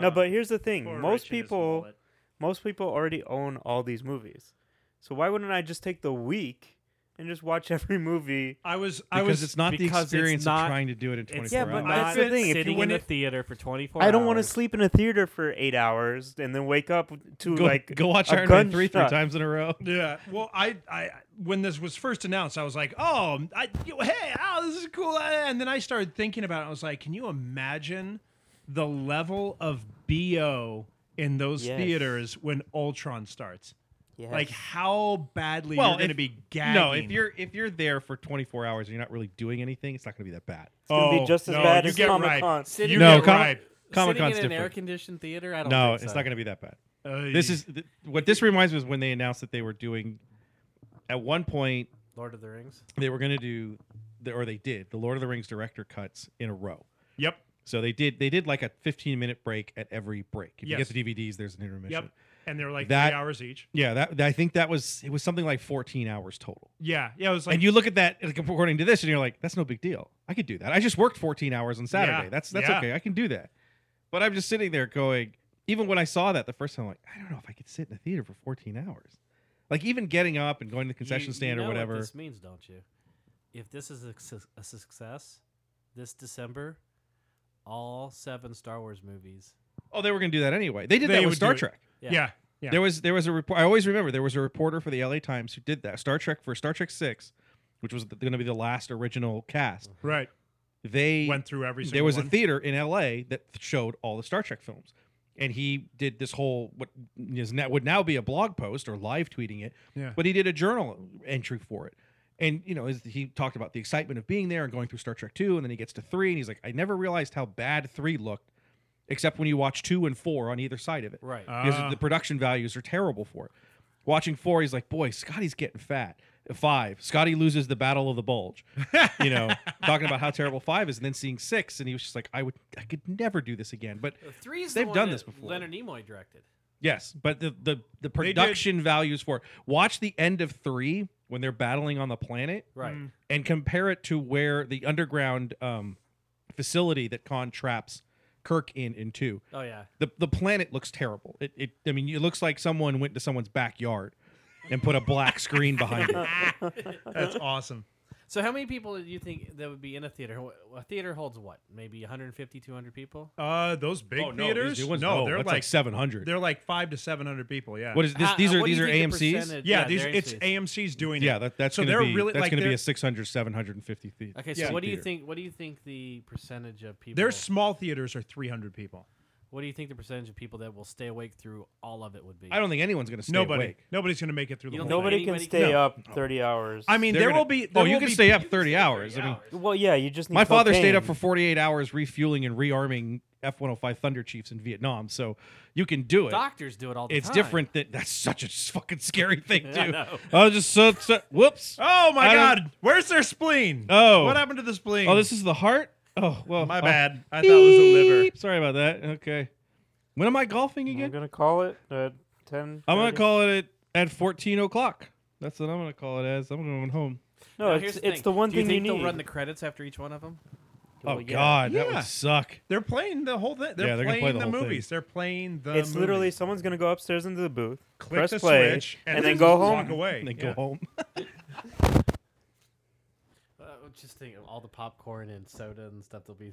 [SPEAKER 8] no, but here's the thing.
[SPEAKER 4] Poor
[SPEAKER 8] Most
[SPEAKER 4] Richie is
[SPEAKER 8] people
[SPEAKER 4] wallet.
[SPEAKER 8] most people already own all these movies. So why wouldn't I just take the week and just watch every movie?
[SPEAKER 4] I was. I
[SPEAKER 6] because
[SPEAKER 4] was.
[SPEAKER 6] it's not the
[SPEAKER 1] because it's
[SPEAKER 6] experience
[SPEAKER 1] not-
[SPEAKER 6] of trying to do it in twenty four
[SPEAKER 8] yeah,
[SPEAKER 6] hours.
[SPEAKER 8] but that's the
[SPEAKER 1] Not
[SPEAKER 8] thing. If you
[SPEAKER 1] Sitting in
[SPEAKER 8] win
[SPEAKER 1] the
[SPEAKER 8] it-
[SPEAKER 1] theater for twenty-four.
[SPEAKER 8] I don't
[SPEAKER 1] want to
[SPEAKER 8] sleep in a theater for eight hours and then wake up to
[SPEAKER 6] go,
[SPEAKER 8] like
[SPEAKER 6] go watch
[SPEAKER 8] a
[SPEAKER 6] Iron Man
[SPEAKER 8] gunshot.
[SPEAKER 6] three three times in a row.
[SPEAKER 4] Yeah. Well, I, I when this was first announced, I was like, oh, I, yo, hey, oh, this is cool. And then I started thinking about it. I was like, can you imagine
[SPEAKER 7] the level of bo in those
[SPEAKER 8] Yes.
[SPEAKER 7] theaters when Ultron starts.
[SPEAKER 8] Yes.
[SPEAKER 7] Like how badly
[SPEAKER 6] Well,
[SPEAKER 7] you're going to
[SPEAKER 6] if-
[SPEAKER 7] be gagging.
[SPEAKER 6] No, if you're if you're there for 24 hours and you're not really doing anything, it's not going to be that bad.
[SPEAKER 7] oh,
[SPEAKER 8] gonna be just as
[SPEAKER 7] no,
[SPEAKER 8] bad
[SPEAKER 7] you
[SPEAKER 8] as
[SPEAKER 7] get
[SPEAKER 8] Comic
[SPEAKER 7] right.
[SPEAKER 8] Con.
[SPEAKER 1] Sitting
[SPEAKER 7] You
[SPEAKER 1] in
[SPEAKER 6] No,
[SPEAKER 1] a-
[SPEAKER 7] get
[SPEAKER 6] Comic-
[SPEAKER 7] right.
[SPEAKER 6] Comic
[SPEAKER 1] sitting
[SPEAKER 6] Con's
[SPEAKER 1] in an air
[SPEAKER 6] different.
[SPEAKER 1] conditioned theater. I don't.
[SPEAKER 6] No,
[SPEAKER 1] think
[SPEAKER 6] it's
[SPEAKER 1] so.
[SPEAKER 6] not going to be that bad.
[SPEAKER 7] Uh,
[SPEAKER 6] This is th- what this reminds me is when they announced that they were doing. At one point,
[SPEAKER 1] Lord of the Rings.
[SPEAKER 6] they were going to do, the, or they did the Lord of the Rings director cuts in a row.
[SPEAKER 7] Yep.
[SPEAKER 6] So they did they did like a 15 minute break at every break. If
[SPEAKER 7] Yes.
[SPEAKER 6] you get the DVDs, there's an intermission.
[SPEAKER 7] Yep. And they're like
[SPEAKER 6] That-
[SPEAKER 7] three hours each.
[SPEAKER 6] Yeah, that I think that was it was something like 14 hours total.
[SPEAKER 7] Yeah. Yeah. It was like
[SPEAKER 6] and you look at that like, according to this, and you're like, "That's no big deal. I could do that. I just worked 14 hours on Saturday.
[SPEAKER 7] Yeah,
[SPEAKER 6] That's that's
[SPEAKER 7] yeah.
[SPEAKER 6] okay. I can do that." But I'm just sitting there going, even when I saw that the first time, I'm like, I don't know if I could sit in a theater for 14 hours. Like even getting up and going to the concession
[SPEAKER 1] You-
[SPEAKER 6] stand
[SPEAKER 1] you know
[SPEAKER 6] or whatever.
[SPEAKER 1] What this means, don't you? If this is a, su- a success, this December, all seven Star Wars movies.
[SPEAKER 6] oh, they were going to do that anyway. They did
[SPEAKER 7] They
[SPEAKER 6] that
[SPEAKER 7] would
[SPEAKER 6] with Star
[SPEAKER 7] do it.
[SPEAKER 6] Trek.
[SPEAKER 7] yeah.
[SPEAKER 1] Yeah.
[SPEAKER 7] Yeah.
[SPEAKER 6] There was there was a report. I always remember there was a reporter for the LA Times who did that Star Trek for Star Trek Six, which was going to be the last original cast.
[SPEAKER 7] right.
[SPEAKER 6] They
[SPEAKER 7] Went through every single
[SPEAKER 6] there was
[SPEAKER 7] one.
[SPEAKER 6] a theater in LA that showed all the Star Trek films, and he did this whole what is now would now be a blog post or live tweeting it.
[SPEAKER 7] Yeah.
[SPEAKER 6] But he did a journal entry for it, and you know as he talked about the excitement of being there and going through Star Trek two, and then he gets to three, and he's like, I never realized how bad three looked, except when you watch two and four on either side of it
[SPEAKER 1] Right.
[SPEAKER 6] because
[SPEAKER 7] Ah.
[SPEAKER 6] the production values are terrible for it. Watching four, he's like, boy, Scotty's getting fat. Five, Scotty loses the battle of the bulge. You know, talking about how terrible five is, and then seeing six, and he was just like, I would, I could never do this again. But
[SPEAKER 1] Uh, Three is the
[SPEAKER 6] They've
[SPEAKER 1] one
[SPEAKER 6] done
[SPEAKER 1] that
[SPEAKER 6] this before.
[SPEAKER 1] Leonard Nimoy directed.
[SPEAKER 6] yes, but the the the
[SPEAKER 7] did-
[SPEAKER 6] production values for it. Watch the end of three when they're battling on the planet,
[SPEAKER 1] Right.
[SPEAKER 6] and compare it to where the underground um, facility that Khan traps Kirk in in two.
[SPEAKER 1] Oh yeah.
[SPEAKER 6] the the planet looks terrible. It, it I mean, it looks like someone went to someone's backyard and put a black screen behind it.
[SPEAKER 7] Uh, That's awesome.
[SPEAKER 1] So how many people do you think that would be in a theater? Wh- A theater holds what? Maybe 150, 200 people.
[SPEAKER 7] Uh, those big
[SPEAKER 6] Oh,
[SPEAKER 7] theaters. no, they're
[SPEAKER 6] that's
[SPEAKER 7] like,
[SPEAKER 6] like seven hundred.
[SPEAKER 7] they're like five to seven hundred people. Yeah.
[SPEAKER 6] What is this?
[SPEAKER 1] How- uh,
[SPEAKER 6] these are
[SPEAKER 1] what do
[SPEAKER 6] these
[SPEAKER 1] you
[SPEAKER 6] are
[SPEAKER 1] think the
[SPEAKER 6] AMC's.
[SPEAKER 1] percentage-
[SPEAKER 7] yeah,
[SPEAKER 1] they're
[SPEAKER 7] these, it's
[SPEAKER 1] AMCs.
[SPEAKER 7] AMC's doing
[SPEAKER 6] Yeah,
[SPEAKER 7] it.
[SPEAKER 6] that, that's
[SPEAKER 7] so
[SPEAKER 6] gonna
[SPEAKER 7] they're
[SPEAKER 6] be
[SPEAKER 7] really
[SPEAKER 6] that's
[SPEAKER 7] like
[SPEAKER 6] gonna be
[SPEAKER 7] they're-
[SPEAKER 6] a 600, 750 feet.
[SPEAKER 1] Okay, so
[SPEAKER 7] Yeah.
[SPEAKER 1] what do you
[SPEAKER 6] Theater.
[SPEAKER 1] think? What do you think the percentage of people?
[SPEAKER 7] Their small theaters are three hundred people.
[SPEAKER 1] What do you think the percentage of people that will stay awake through all of it would be?
[SPEAKER 6] I don't think anyone's gonna stay
[SPEAKER 7] Nobody,
[SPEAKER 6] awake.
[SPEAKER 7] nobody's gonna make it through the
[SPEAKER 1] You
[SPEAKER 7] whole
[SPEAKER 1] don't
[SPEAKER 7] thing.
[SPEAKER 1] think
[SPEAKER 8] Nobody can
[SPEAKER 1] anybody
[SPEAKER 8] stay
[SPEAKER 1] can-
[SPEAKER 8] up thirty hours.
[SPEAKER 7] I mean,
[SPEAKER 6] They're
[SPEAKER 7] there
[SPEAKER 6] gonna-
[SPEAKER 7] will be.
[SPEAKER 6] Oh,
[SPEAKER 7] there
[SPEAKER 6] you
[SPEAKER 7] will
[SPEAKER 6] can
[SPEAKER 7] be-
[SPEAKER 6] stay up thirty hours. I mean,
[SPEAKER 8] well, yeah, you just need
[SPEAKER 6] my father stayed up for
[SPEAKER 8] cocaine.
[SPEAKER 6] forty eight hours refueling and rearming F one hundred five Thunder Chiefs in Vietnam. So you can do it.
[SPEAKER 1] Doctors do it all the
[SPEAKER 6] It's
[SPEAKER 1] time.
[SPEAKER 6] different that that's such a fucking scary thing
[SPEAKER 1] I
[SPEAKER 6] too.
[SPEAKER 1] know.
[SPEAKER 6] I was just so, so whoops.
[SPEAKER 7] Oh my
[SPEAKER 6] I don't-
[SPEAKER 7] God! Where's their spleen?
[SPEAKER 6] Oh.
[SPEAKER 7] what happened to the spleen?
[SPEAKER 6] Oh, this is the heart. Oh well,
[SPEAKER 7] my
[SPEAKER 6] oh,
[SPEAKER 7] bad. I thought it was the liver.
[SPEAKER 6] beep. Sorry about that. Okay. When am I golfing again?
[SPEAKER 8] I'm gonna call it at ten.
[SPEAKER 6] I'm gonna
[SPEAKER 8] 30.
[SPEAKER 6] call it at, at 14 o'clock. That's what I'm gonna call it as. I'm going home.
[SPEAKER 8] No,
[SPEAKER 1] Now,
[SPEAKER 8] it's
[SPEAKER 1] here's
[SPEAKER 8] it's
[SPEAKER 1] the thing.
[SPEAKER 8] the one
[SPEAKER 1] do you
[SPEAKER 8] thing
[SPEAKER 1] think
[SPEAKER 8] need.
[SPEAKER 1] they'll run the credits after each one of them?
[SPEAKER 6] Oh
[SPEAKER 8] Well, yeah.
[SPEAKER 6] God, that
[SPEAKER 7] Yeah.
[SPEAKER 6] would suck.
[SPEAKER 7] They're playing the whole thing. They're,
[SPEAKER 6] Yeah, they're gonna
[SPEAKER 7] playing
[SPEAKER 6] play the
[SPEAKER 7] the,
[SPEAKER 6] whole thing.
[SPEAKER 7] movies. They're playing the.
[SPEAKER 8] It's literally
[SPEAKER 7] movies.
[SPEAKER 8] someone's gonna go upstairs into the booth,
[SPEAKER 7] click
[SPEAKER 8] press
[SPEAKER 7] the
[SPEAKER 8] play,
[SPEAKER 7] switch
[SPEAKER 8] and, then go
[SPEAKER 7] walk
[SPEAKER 8] home.
[SPEAKER 7] away.
[SPEAKER 6] And then
[SPEAKER 7] Yeah.
[SPEAKER 6] go home.
[SPEAKER 1] Uh, just think of all the popcorn and soda and stuff. They'll be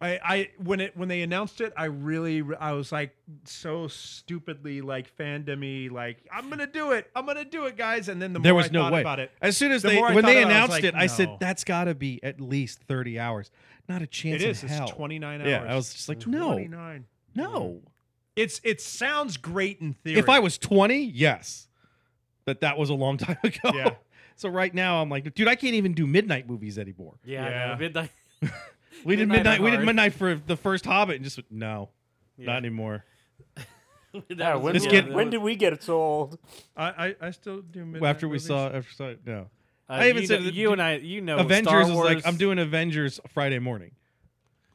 [SPEAKER 7] I, I when it when they announced it, I really I was like so stupidly like fandomy like I'm gonna do it, I'm gonna do it, guys. And then the
[SPEAKER 6] There
[SPEAKER 7] more
[SPEAKER 6] was
[SPEAKER 7] I
[SPEAKER 6] no
[SPEAKER 7] thought
[SPEAKER 6] way.
[SPEAKER 7] about it,
[SPEAKER 6] As soon as
[SPEAKER 7] The
[SPEAKER 6] they
[SPEAKER 7] more I
[SPEAKER 6] when
[SPEAKER 7] thought
[SPEAKER 6] they
[SPEAKER 7] about it, I was
[SPEAKER 6] announced
[SPEAKER 7] like,
[SPEAKER 6] it, I said
[SPEAKER 7] no.
[SPEAKER 6] that's gotta be at least 30 hours. Not a chance.
[SPEAKER 7] it is
[SPEAKER 6] In
[SPEAKER 7] it's
[SPEAKER 6] hell.
[SPEAKER 7] 29 hours.
[SPEAKER 6] Yeah, I was just like, no,
[SPEAKER 7] 29.
[SPEAKER 6] no.
[SPEAKER 7] It's it sounds great in theory.
[SPEAKER 6] If I was 20, yes, but that was a long time ago.
[SPEAKER 7] Yeah.
[SPEAKER 6] So right now I'm like, dude, I can't even do midnight movies anymore.
[SPEAKER 1] yeah, I know,
[SPEAKER 7] Yeah.
[SPEAKER 1] midnight.
[SPEAKER 6] We did
[SPEAKER 1] Midnight
[SPEAKER 6] midnight.
[SPEAKER 1] are
[SPEAKER 6] We did
[SPEAKER 1] hard.
[SPEAKER 6] midnight for the first Hobbit, and just went, no, not anymore.
[SPEAKER 1] That
[SPEAKER 8] Yeah,
[SPEAKER 1] was-
[SPEAKER 8] when,
[SPEAKER 6] Let's
[SPEAKER 8] did-
[SPEAKER 6] get-
[SPEAKER 1] that
[SPEAKER 8] when
[SPEAKER 1] was-
[SPEAKER 8] did we get so old?
[SPEAKER 7] I, I I still do midnight
[SPEAKER 6] Well, after we
[SPEAKER 7] movies.
[SPEAKER 6] saw, after saw, no,
[SPEAKER 1] uh,
[SPEAKER 6] I even
[SPEAKER 1] you
[SPEAKER 6] said
[SPEAKER 1] know,
[SPEAKER 6] that-
[SPEAKER 1] you and I, you know, Oh, Star
[SPEAKER 6] Avengers is
[SPEAKER 1] Wars,
[SPEAKER 6] like I'm doing Avengers Friday morning.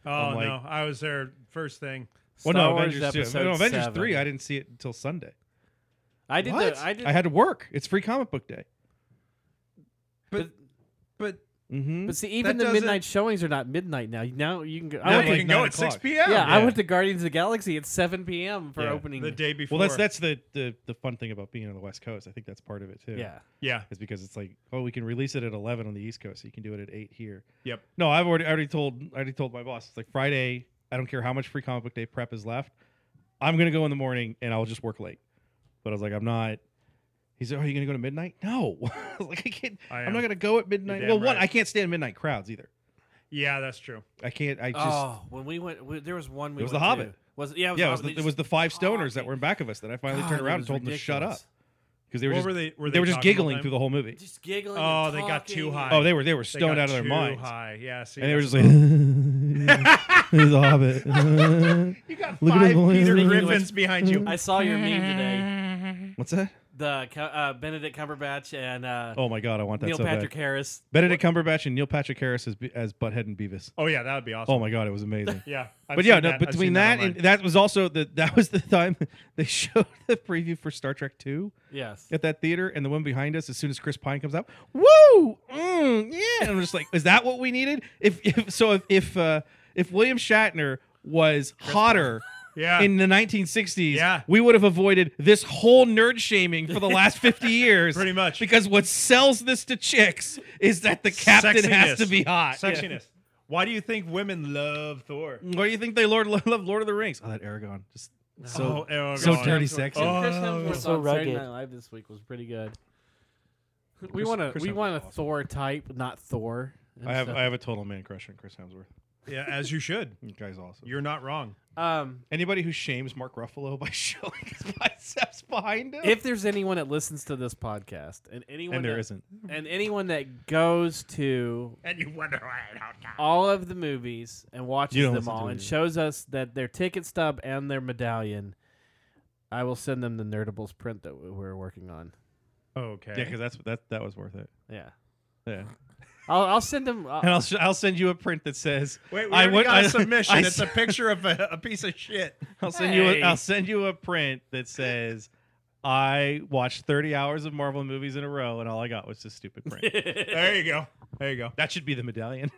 [SPEAKER 7] Oh
[SPEAKER 6] I'm like-
[SPEAKER 7] no, I was there first thing.
[SPEAKER 6] Well,
[SPEAKER 1] Star
[SPEAKER 6] no,
[SPEAKER 1] Wars
[SPEAKER 6] Avengers two.
[SPEAKER 1] episode
[SPEAKER 6] No, Avengers
[SPEAKER 1] seven.
[SPEAKER 6] three. I didn't see it until Sunday.
[SPEAKER 1] I did.
[SPEAKER 7] What?
[SPEAKER 1] The, I did.
[SPEAKER 6] I had to work. It's free comic book day.
[SPEAKER 1] but,
[SPEAKER 7] But
[SPEAKER 6] Mm-hmm.
[SPEAKER 1] but see,
[SPEAKER 7] that
[SPEAKER 1] even the
[SPEAKER 7] doesn't-
[SPEAKER 1] midnight showings are not midnight now. Now you can go. I
[SPEAKER 7] now
[SPEAKER 1] went
[SPEAKER 7] you
[SPEAKER 1] to-
[SPEAKER 7] can
[SPEAKER 6] nine
[SPEAKER 7] go at six
[SPEAKER 6] o'clock.
[SPEAKER 7] p.m.
[SPEAKER 1] yeah, I
[SPEAKER 6] yeah.
[SPEAKER 1] went to Guardians of the Galaxy at 7 p.m. for
[SPEAKER 6] Yeah,
[SPEAKER 1] opening.
[SPEAKER 7] the day before.
[SPEAKER 6] Well, that's that's the, the the fun thing about being on the West Coast. I think that's part of it too.
[SPEAKER 1] Yeah.
[SPEAKER 7] yeah.
[SPEAKER 6] is because it's like, oh, we can release it at eleven on the East Coast, so you can do it at eight here.
[SPEAKER 7] Yep.
[SPEAKER 6] No, I've already I already told I already told my boss. It's like Friday. I don't care how much free comic book day prep is left. I'm gonna go in the morning and I'll just work late. But I was like, I'm not. He's like, oh, are you gonna go to midnight? No, I was like I can't.
[SPEAKER 7] I
[SPEAKER 6] I'm not
[SPEAKER 7] am.
[SPEAKER 6] gonna go at midnight.
[SPEAKER 7] damn
[SPEAKER 6] Well, one,
[SPEAKER 7] right.
[SPEAKER 6] I can't stand midnight crowds either.
[SPEAKER 7] Yeah, that's true.
[SPEAKER 6] I can't. I just.
[SPEAKER 1] oh, when we went, we, there was one. We
[SPEAKER 6] It was
[SPEAKER 1] went to.
[SPEAKER 6] The Hobbit.
[SPEAKER 1] Was it- yeah, it was
[SPEAKER 6] yeah,
[SPEAKER 1] The
[SPEAKER 6] it was,
[SPEAKER 1] Hobbit.
[SPEAKER 6] the,
[SPEAKER 1] They
[SPEAKER 6] it was the five stoners that
[SPEAKER 1] me.
[SPEAKER 6] were in back of us that I finally
[SPEAKER 1] God,
[SPEAKER 6] turned
[SPEAKER 1] it
[SPEAKER 6] around and
[SPEAKER 1] was
[SPEAKER 6] told them to shut up
[SPEAKER 1] ridiculous.
[SPEAKER 6] because they were
[SPEAKER 7] What
[SPEAKER 6] just
[SPEAKER 7] were they- were
[SPEAKER 6] they
[SPEAKER 7] they
[SPEAKER 6] were just
[SPEAKER 7] talking the whole
[SPEAKER 6] giggling
[SPEAKER 7] time?
[SPEAKER 6] through the whole movie.
[SPEAKER 1] just giggling.
[SPEAKER 7] Oh,
[SPEAKER 1] and
[SPEAKER 7] they got too
[SPEAKER 1] talking.
[SPEAKER 7] high.
[SPEAKER 6] Oh, they were they were
[SPEAKER 7] They
[SPEAKER 6] stoned
[SPEAKER 7] got
[SPEAKER 6] out of their
[SPEAKER 7] too
[SPEAKER 6] minds,
[SPEAKER 7] High. Yeah, see,
[SPEAKER 6] and they were
[SPEAKER 7] that's
[SPEAKER 6] just like, "There's a hobbit."
[SPEAKER 7] You got
[SPEAKER 6] Look at
[SPEAKER 7] five
[SPEAKER 6] his volume.
[SPEAKER 7] Peter
[SPEAKER 1] Speaking of
[SPEAKER 7] Griffins
[SPEAKER 1] which-
[SPEAKER 7] behind you.
[SPEAKER 1] I saw your meme today.
[SPEAKER 6] What's that?
[SPEAKER 1] The Cu- uh, Benedict Cumberbatch and uh,
[SPEAKER 6] Oh my god, I want that
[SPEAKER 1] Neil
[SPEAKER 6] so
[SPEAKER 1] Patrick
[SPEAKER 6] bad.
[SPEAKER 1] Harris.
[SPEAKER 6] Benedict Cumberbatch and Neil Patrick Harris as, as Butthead and Beavis.
[SPEAKER 7] Oh yeah, that would be awesome.
[SPEAKER 6] Oh my god, it was amazing.
[SPEAKER 7] Yeah, I've
[SPEAKER 6] but yeah,
[SPEAKER 7] seen
[SPEAKER 6] no,
[SPEAKER 7] that. I've
[SPEAKER 6] between
[SPEAKER 7] seen
[SPEAKER 6] that, and
[SPEAKER 7] online.
[SPEAKER 6] that was also the that was the time they showed the preview for Star Trek Two
[SPEAKER 1] Yes.
[SPEAKER 6] at that theater, and the one behind us. As soon as Chris Pine comes out, woo, mm, yeah, and I'm just like, is that what we needed? If, if so, if if uh, if William Shatner was hotter.
[SPEAKER 7] yeah,
[SPEAKER 6] In the 1960s,
[SPEAKER 7] Yeah.
[SPEAKER 6] we would have avoided this whole nerd shaming for the last 50 years.
[SPEAKER 7] Pretty much.
[SPEAKER 6] Because what sells this to chicks is that the captain
[SPEAKER 7] Sexiness.
[SPEAKER 6] has to be hot. Yeah.
[SPEAKER 7] sexiness. Why do you think women love Thor?
[SPEAKER 6] Why do you think they Lord love Lord of the Rings? Oh, that Aragon, just so
[SPEAKER 7] oh, oh,
[SPEAKER 6] so
[SPEAKER 7] God.
[SPEAKER 6] dirty, sexy.
[SPEAKER 7] Oh.
[SPEAKER 1] Chris Hemsworth
[SPEAKER 8] So
[SPEAKER 1] on Saturday
[SPEAKER 8] rugged.
[SPEAKER 1] Night Live this week was pretty good. We
[SPEAKER 6] Chris-
[SPEAKER 1] want a
[SPEAKER 6] Chris
[SPEAKER 1] we
[SPEAKER 6] Hemsworth's
[SPEAKER 1] want a
[SPEAKER 6] awesome.
[SPEAKER 1] Thor type, not Thor.
[SPEAKER 6] I have
[SPEAKER 1] himself.
[SPEAKER 6] I have a total man crush on Chris Hemsworth.
[SPEAKER 7] Yeah, as you should.
[SPEAKER 6] That guy's awesome.
[SPEAKER 7] You're not wrong.
[SPEAKER 1] um,
[SPEAKER 6] Anybody who shames Mark Ruffalo by showing his biceps behind him,
[SPEAKER 1] if there's anyone that listens to this podcast, and anyone
[SPEAKER 6] and there
[SPEAKER 1] that-
[SPEAKER 6] isn't,
[SPEAKER 1] and anyone that goes to
[SPEAKER 7] And you wonder why I don't know.
[SPEAKER 1] all of the movies and watches
[SPEAKER 6] You don't
[SPEAKER 1] them
[SPEAKER 6] listen
[SPEAKER 1] all
[SPEAKER 6] to
[SPEAKER 1] and
[SPEAKER 6] it.
[SPEAKER 1] shows us that their ticket stub and their medallion, I will send them the Nerdables print that we- we're working on.
[SPEAKER 7] Okay.
[SPEAKER 6] yeah, because that's that that was worth it.
[SPEAKER 1] Yeah,
[SPEAKER 6] Yeah,
[SPEAKER 1] I'll, I'll send them. uh, I'll,
[SPEAKER 6] and I'll sh- I'll send you a print that says
[SPEAKER 7] Wait, we
[SPEAKER 6] I
[SPEAKER 7] I
[SPEAKER 6] would-
[SPEAKER 7] got
[SPEAKER 6] I-
[SPEAKER 7] a submission.
[SPEAKER 6] I
[SPEAKER 7] it's a
[SPEAKER 6] s-
[SPEAKER 7] picture of a, a piece of shit.
[SPEAKER 6] I'll send you a,
[SPEAKER 1] Hey.
[SPEAKER 6] I'll send you a print that says I watched 30 hours of Marvel movies in a row, and all I got was this stupid print.
[SPEAKER 7] There you go. There you go.
[SPEAKER 6] that should be the medallion.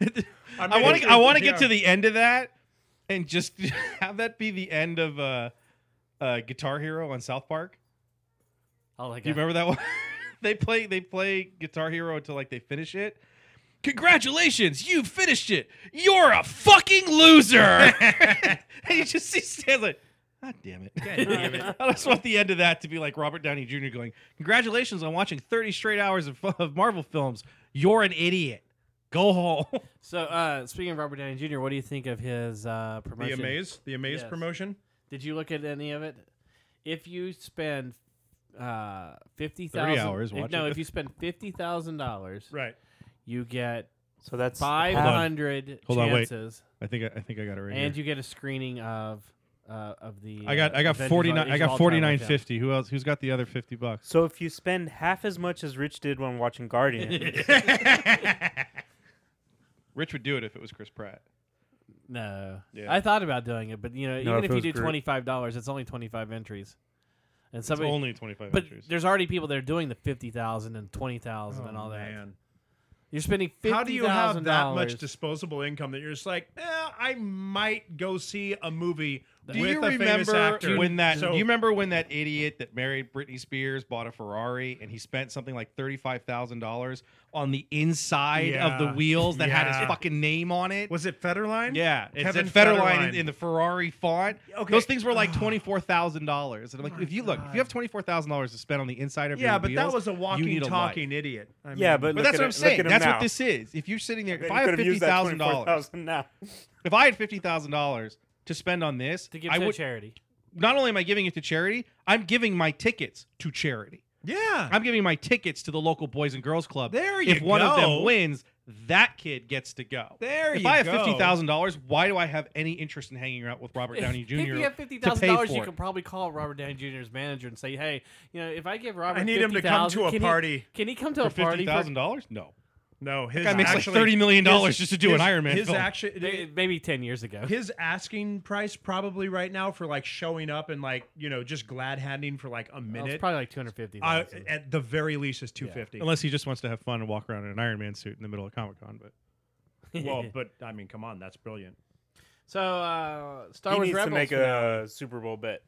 [SPEAKER 7] mean,
[SPEAKER 6] I want
[SPEAKER 7] it's-
[SPEAKER 6] to. I want to
[SPEAKER 7] yeah.
[SPEAKER 6] get to the end of that, and just have that be the end of uh, uh, Guitar Hero on South Park.
[SPEAKER 1] I'll like
[SPEAKER 6] Do you remember that one? they play. They play Guitar Hero until like they finish it. Congratulations, you finished it. You're a fucking loser. and you just see Stan like, God damn it.
[SPEAKER 7] damn it.
[SPEAKER 6] I just want the end of that to be like Robert Downey Jr. going, Congratulations on watching 30 straight hours of, of Marvel films. You're an idiot. Go home.
[SPEAKER 1] So, uh, speaking of Robert Downey Jr., what do you think of his uh,
[SPEAKER 7] The
[SPEAKER 1] promotion?
[SPEAKER 7] amaze, the amaze
[SPEAKER 1] Yes.
[SPEAKER 7] promotion.
[SPEAKER 1] Did you look at any of it? If you spend uh, fifty thousand
[SPEAKER 6] hours
[SPEAKER 1] if,
[SPEAKER 6] watching
[SPEAKER 1] no,
[SPEAKER 6] it.
[SPEAKER 1] if you spend fifty thousand dollars,
[SPEAKER 7] Right.
[SPEAKER 1] you get
[SPEAKER 8] So that's
[SPEAKER 1] five
[SPEAKER 8] half-
[SPEAKER 1] hundred
[SPEAKER 6] Hold on, wait.
[SPEAKER 1] chances,
[SPEAKER 6] I think I, I think I got it right.
[SPEAKER 1] and you get a screening of uh, of the.
[SPEAKER 6] I got I got forty nine I got forty nine fifty. Who else who's got the other fifty bucks?
[SPEAKER 8] So if you spend half as much as Rich did when watching Guardian,
[SPEAKER 6] Rich would do it if it was Chris Pratt.
[SPEAKER 1] No,
[SPEAKER 6] Yeah.
[SPEAKER 1] I thought about doing it, but you know,
[SPEAKER 8] No, if
[SPEAKER 1] even if,
[SPEAKER 8] it
[SPEAKER 1] you
[SPEAKER 8] was
[SPEAKER 1] do
[SPEAKER 8] great.
[SPEAKER 1] twenty five dollars, it's only twenty five entries, and somebody.
[SPEAKER 6] only twenty five
[SPEAKER 1] but there's already people that are doing the fifty thousand and twenty thousand
[SPEAKER 6] Oh,
[SPEAKER 1] and all that. You're spending fifty.
[SPEAKER 7] How do you have that much disposable income that you're just like, eh, I might go see a movie
[SPEAKER 6] Do
[SPEAKER 7] with
[SPEAKER 6] you
[SPEAKER 7] a famous
[SPEAKER 6] remember
[SPEAKER 7] actor?
[SPEAKER 6] when that?
[SPEAKER 7] So-
[SPEAKER 6] do you remember when that idiot that married Britney Spears bought a Ferrari and he spent something like thirty-five thousand dollars on the inside of the
[SPEAKER 7] Yeah.
[SPEAKER 6] wheels that had
[SPEAKER 7] Yeah.
[SPEAKER 6] his fucking name on it?
[SPEAKER 7] was it Federline?
[SPEAKER 6] yeah, it
[SPEAKER 7] Kevin
[SPEAKER 6] said Federline in,
[SPEAKER 7] Federline.
[SPEAKER 6] in the Ferrari font.
[SPEAKER 7] Okay. Oh.
[SPEAKER 6] Those things were like twenty-four thousand dollars. And I'm like, if you look, if you have twenty-four thousand dollars to spend on the inside of
[SPEAKER 7] Yeah,
[SPEAKER 6] your
[SPEAKER 7] but
[SPEAKER 6] wheels,
[SPEAKER 7] that was a
[SPEAKER 6] you
[SPEAKER 7] walking,
[SPEAKER 6] need a life.
[SPEAKER 7] talking idiot. I
[SPEAKER 8] yeah, but,
[SPEAKER 7] mean-
[SPEAKER 6] But
[SPEAKER 8] look
[SPEAKER 6] that's
[SPEAKER 8] at
[SPEAKER 6] what
[SPEAKER 8] it-
[SPEAKER 6] I'm saying.
[SPEAKER 8] Look at him
[SPEAKER 6] That's
[SPEAKER 8] now.
[SPEAKER 6] what this is. If you're sitting there,
[SPEAKER 8] Man,
[SPEAKER 6] if
[SPEAKER 8] you
[SPEAKER 6] I have
[SPEAKER 8] could've
[SPEAKER 6] fifty
[SPEAKER 8] used that
[SPEAKER 6] thousand dollars,
[SPEAKER 8] $24,000 now.
[SPEAKER 6] if I had fifty thousand dollars to spend on this,
[SPEAKER 1] to give
[SPEAKER 6] I
[SPEAKER 1] to
[SPEAKER 6] would
[SPEAKER 1] charity.
[SPEAKER 6] not only am I giving it to charity, I'm giving my tickets to charity.
[SPEAKER 7] yeah.
[SPEAKER 6] I'm giving my tickets to the local Boys and Girls Club.
[SPEAKER 7] There
[SPEAKER 6] if
[SPEAKER 7] you
[SPEAKER 6] one of them
[SPEAKER 7] go.
[SPEAKER 6] wins, that kid gets to go.
[SPEAKER 7] There
[SPEAKER 6] if
[SPEAKER 7] you
[SPEAKER 6] I have
[SPEAKER 7] go.
[SPEAKER 6] fifty thousand dollars, why do I have any interest in hanging out with Robert Downey Jr.?
[SPEAKER 1] If you have fifty
[SPEAKER 6] to
[SPEAKER 1] thousand
[SPEAKER 6] pay
[SPEAKER 1] dollars,
[SPEAKER 6] for
[SPEAKER 1] you
[SPEAKER 6] it?
[SPEAKER 1] can probably call Robert Downey Jr.'s manager and say, "Hey, you know, if I give Robert,
[SPEAKER 7] I need him to come to a
[SPEAKER 1] 50,000, can he-
[SPEAKER 7] party."
[SPEAKER 1] can he come to
[SPEAKER 6] for
[SPEAKER 1] a party
[SPEAKER 6] fifty
[SPEAKER 1] for-
[SPEAKER 6] thousand dollars? No,
[SPEAKER 7] no, his
[SPEAKER 6] guy makes like
[SPEAKER 7] actually-
[SPEAKER 6] $30 million
[SPEAKER 7] his-
[SPEAKER 6] just to do an
[SPEAKER 7] his-
[SPEAKER 6] Iron Man
[SPEAKER 7] His
[SPEAKER 6] film.
[SPEAKER 7] action,
[SPEAKER 1] They- Maybe ten years ago.
[SPEAKER 7] his asking price probably right now for like showing up and like you know just glad handing for like a
[SPEAKER 1] Well, it's
[SPEAKER 7] minute
[SPEAKER 1] probably like two hundred fifty.
[SPEAKER 7] uh, at the very least is 250
[SPEAKER 6] unless he just wants to have fun and walk around in an Iron Man suit in the middle of Comic Con. But
[SPEAKER 7] well but i mean come on that's brilliant
[SPEAKER 1] so uh, Star
[SPEAKER 8] He
[SPEAKER 1] Wars
[SPEAKER 8] needs
[SPEAKER 1] Rebels.
[SPEAKER 8] to make a Super Bowl bet.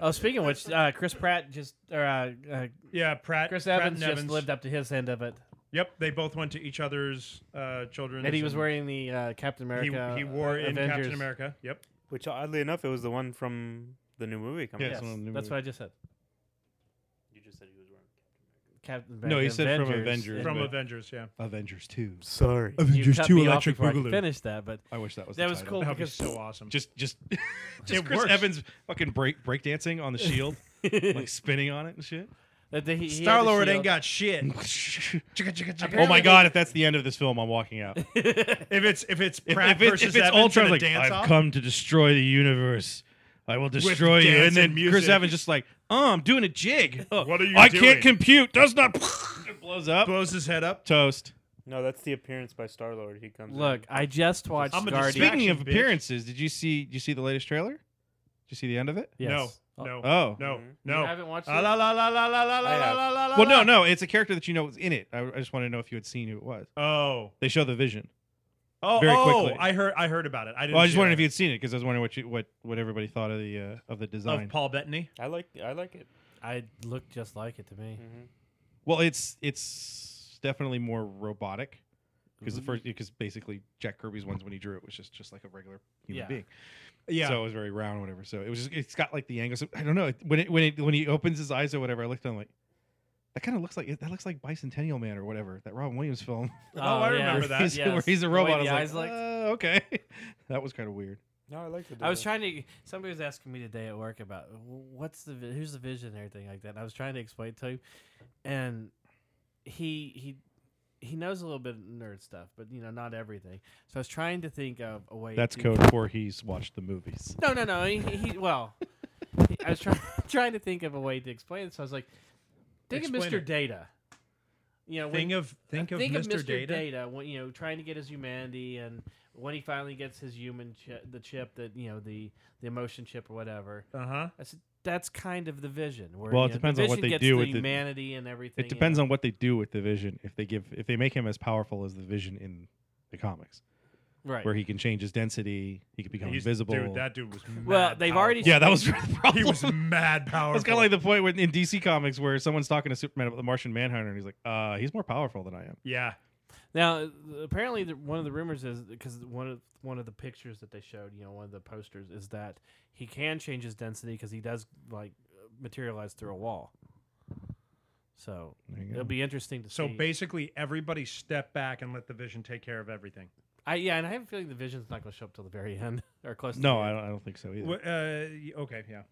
[SPEAKER 1] oh, speaking of which, uh, Chris Pratt just or uh, uh,
[SPEAKER 7] yeah pratt
[SPEAKER 1] Chris
[SPEAKER 7] Pratt
[SPEAKER 1] Evans,
[SPEAKER 7] and
[SPEAKER 1] just lived up to his end of it,
[SPEAKER 7] yep they both went to each other's uh children
[SPEAKER 1] and he was wearing the uh, Captain America. uh,
[SPEAKER 7] he, he
[SPEAKER 6] uh,
[SPEAKER 7] wore in
[SPEAKER 1] Avengers.
[SPEAKER 7] captain america yep
[SPEAKER 8] Which oddly enough, it was the one from the new movie coming.
[SPEAKER 6] Yes.
[SPEAKER 1] Yes,
[SPEAKER 6] Someone knew
[SPEAKER 1] that's
[SPEAKER 6] me.
[SPEAKER 1] what I just said.
[SPEAKER 8] You just said he was wearing.
[SPEAKER 1] Captain America.
[SPEAKER 6] No, he said from Avengers,
[SPEAKER 7] from
[SPEAKER 6] but-
[SPEAKER 7] Avengers. Yeah,
[SPEAKER 6] Avengers Two.
[SPEAKER 8] Sorry.
[SPEAKER 1] Avengers Two Electric Boogaloo. Finish that, but
[SPEAKER 6] I wish that was.
[SPEAKER 1] that
[SPEAKER 6] the
[SPEAKER 1] was
[SPEAKER 6] title.
[SPEAKER 1] cool
[SPEAKER 7] that would be
[SPEAKER 1] because
[SPEAKER 7] so awesome.
[SPEAKER 6] Just, just, just
[SPEAKER 7] It
[SPEAKER 6] Chris
[SPEAKER 7] works.
[SPEAKER 6] Evans fucking break breakdancing on the shield, like spinning on it and shit.
[SPEAKER 1] that they- he- he had the
[SPEAKER 7] Star Lord ain't
[SPEAKER 1] shield.
[SPEAKER 7] got shit.
[SPEAKER 6] oh my god! If that's the end of this film, I'm walking out. If,
[SPEAKER 7] If it's if it's
[SPEAKER 6] if
[SPEAKER 7] Pratt
[SPEAKER 6] it- if
[SPEAKER 7] versus
[SPEAKER 6] it's
[SPEAKER 7] Evans
[SPEAKER 6] Ultron,
[SPEAKER 7] in a
[SPEAKER 6] like
[SPEAKER 7] dance
[SPEAKER 6] I've
[SPEAKER 7] off,
[SPEAKER 6] come to destroy the universe. I will destroy you,
[SPEAKER 7] dance
[SPEAKER 6] and then
[SPEAKER 7] and
[SPEAKER 6] Chris
[SPEAKER 7] music.
[SPEAKER 6] Evans just like, oh, I'm doing a jig. Oh,
[SPEAKER 7] What are you
[SPEAKER 6] I
[SPEAKER 7] doing?"
[SPEAKER 6] can't compute. Does not. It blows up.
[SPEAKER 7] blows his head up.
[SPEAKER 6] Toast.
[SPEAKER 8] No, that's the appearance by Star Lord. He comes.
[SPEAKER 1] Look, I just watched
[SPEAKER 7] I'm a
[SPEAKER 1] Guardians.
[SPEAKER 7] distraction.
[SPEAKER 6] Speaking of
[SPEAKER 7] bitch.
[SPEAKER 6] appearances, did you see? Did you see the latest trailer? Did you see the end of it?
[SPEAKER 1] Yes.
[SPEAKER 7] No,
[SPEAKER 1] Oh,
[SPEAKER 7] no,
[SPEAKER 6] Oh
[SPEAKER 7] no,
[SPEAKER 1] You
[SPEAKER 7] no.
[SPEAKER 1] haven't watched
[SPEAKER 7] Ah,
[SPEAKER 1] it?
[SPEAKER 7] la, la, la, la, la, la, la,
[SPEAKER 8] I have.
[SPEAKER 7] la, la, la,
[SPEAKER 6] Well, no,
[SPEAKER 7] la.
[SPEAKER 6] no. It's a character that you know was in it. I, I just wanted to know if you had seen who it was.
[SPEAKER 7] Oh,
[SPEAKER 6] They show the vision.
[SPEAKER 7] oh,
[SPEAKER 6] Very
[SPEAKER 7] oh!
[SPEAKER 6] quickly.
[SPEAKER 7] I heard, I heard about it. I didn't.
[SPEAKER 6] Well, I just
[SPEAKER 7] see
[SPEAKER 6] wondered
[SPEAKER 7] it.
[SPEAKER 6] if you'd seen it because I was wondering what you, what what everybody thought of the uh, of the design.
[SPEAKER 7] of Paul Bettany.
[SPEAKER 8] I like. I like it. Mm-hmm.
[SPEAKER 1] I looked just like it to me.
[SPEAKER 6] well, it's it's definitely more robotic because
[SPEAKER 1] Mm-hmm.
[SPEAKER 6] the first because basically Jack Kirby's ones when he drew it was just just like a regular human
[SPEAKER 1] Yeah.
[SPEAKER 6] being.
[SPEAKER 7] Yeah,
[SPEAKER 6] So it was very round, or whatever. So it was just it's got like the angles. I don't know it- when it when it when he opens his eyes or whatever. I looked at him like that kind of looks like that looks like Bicentennial Man or whatever that Robin Williams film.
[SPEAKER 1] Oh,
[SPEAKER 7] I remember
[SPEAKER 6] where
[SPEAKER 7] that.
[SPEAKER 6] he's, where
[SPEAKER 1] yes.
[SPEAKER 6] he's a
[SPEAKER 1] The way
[SPEAKER 6] robot. I was
[SPEAKER 1] the
[SPEAKER 6] like,
[SPEAKER 1] eyes looked.
[SPEAKER 6] "Uh, okay, that was kind of weird.
[SPEAKER 8] No, I like the.
[SPEAKER 1] I was
[SPEAKER 8] design.
[SPEAKER 1] trying to. Somebody was asking me today at work about "Wh- what's the vi- who's the vision and everything like that. And I was trying to explain to him, and he he he knows a little bit of nerd stuff, but you know not everything. So I was trying to think of a way.
[SPEAKER 6] That's
[SPEAKER 1] to,
[SPEAKER 6] code for he's watched the movies.
[SPEAKER 1] No, no, no. He, he, he- well, he- I was trying trying to think of a way to explain it. So I was like, think
[SPEAKER 7] Explain
[SPEAKER 1] of Mr.
[SPEAKER 7] it.
[SPEAKER 1] Data. You know, when-
[SPEAKER 7] Think of think,
[SPEAKER 1] think
[SPEAKER 7] of Mr. Data.
[SPEAKER 1] when, you know, trying to get his humanity, and when he finally gets his human chip, the chip that you know, the the emotion chip or whatever.
[SPEAKER 7] Uh huh.
[SPEAKER 1] I said that's kind of the vision. Where,
[SPEAKER 6] Well,
[SPEAKER 1] you
[SPEAKER 6] it
[SPEAKER 1] know,
[SPEAKER 6] depends
[SPEAKER 1] the
[SPEAKER 6] on what
[SPEAKER 1] vision
[SPEAKER 6] they
[SPEAKER 1] gets
[SPEAKER 6] do
[SPEAKER 1] the
[SPEAKER 6] with the-
[SPEAKER 1] humanity and everything.
[SPEAKER 6] It depends on what they do with the Vision. If they give, if they make him as powerful as the Vision in the comics,
[SPEAKER 1] on right.
[SPEAKER 6] where he can change his density, he can become
[SPEAKER 7] He's-
[SPEAKER 6] invisible.
[SPEAKER 7] Dude, that dude was. Mad
[SPEAKER 1] well, they've already
[SPEAKER 6] yeah, that was the problem.
[SPEAKER 7] He was mad powerful.
[SPEAKER 6] That's kind of like the point when, in DC comics where someone's talking to Superman about the Martian Manhunter, and he's like, "Uh, he's more powerful than I am."
[SPEAKER 7] yeah.
[SPEAKER 1] Now, uh, apparently, the, one of the rumors is because one of one of the pictures that they showed, you know, one of the posters is that he can change his density because he does like materialize through a wall. So
[SPEAKER 6] There you go.
[SPEAKER 1] it'll be interesting to
[SPEAKER 7] So
[SPEAKER 1] see.
[SPEAKER 7] basically, everybody step back and let the vision take care of everything.
[SPEAKER 1] I yeah, and I have a feeling the vision's not going to show up till the very end or close. To
[SPEAKER 6] No,
[SPEAKER 1] the
[SPEAKER 6] I
[SPEAKER 1] end.
[SPEAKER 6] don't, I don't think so either.
[SPEAKER 7] Wh- Uh, y- okay, yeah.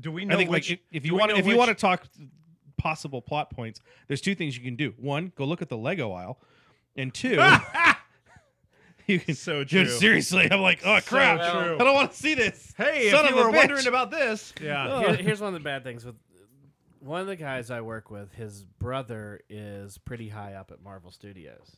[SPEAKER 7] Do we know
[SPEAKER 6] I think
[SPEAKER 7] which?
[SPEAKER 6] like if- if
[SPEAKER 7] do
[SPEAKER 6] you
[SPEAKER 7] we
[SPEAKER 6] want
[SPEAKER 7] know
[SPEAKER 6] if you
[SPEAKER 7] which-
[SPEAKER 6] want to talk possible plot points, there's two things you can do. One, go look at the Lego aisle, and two, you can.
[SPEAKER 7] So
[SPEAKER 6] Dude,
[SPEAKER 7] Ah! true.
[SPEAKER 6] seriously, I'm like, oh crap,
[SPEAKER 7] true.
[SPEAKER 6] I don't want to see this.
[SPEAKER 7] Hey,
[SPEAKER 6] Son
[SPEAKER 7] if you
[SPEAKER 6] of a
[SPEAKER 7] were
[SPEAKER 6] bitch.
[SPEAKER 7] wondering about this, yeah.
[SPEAKER 1] Here- here's one of the bad things with one of the guys I work with. His brother is pretty high up at Marvel Studios.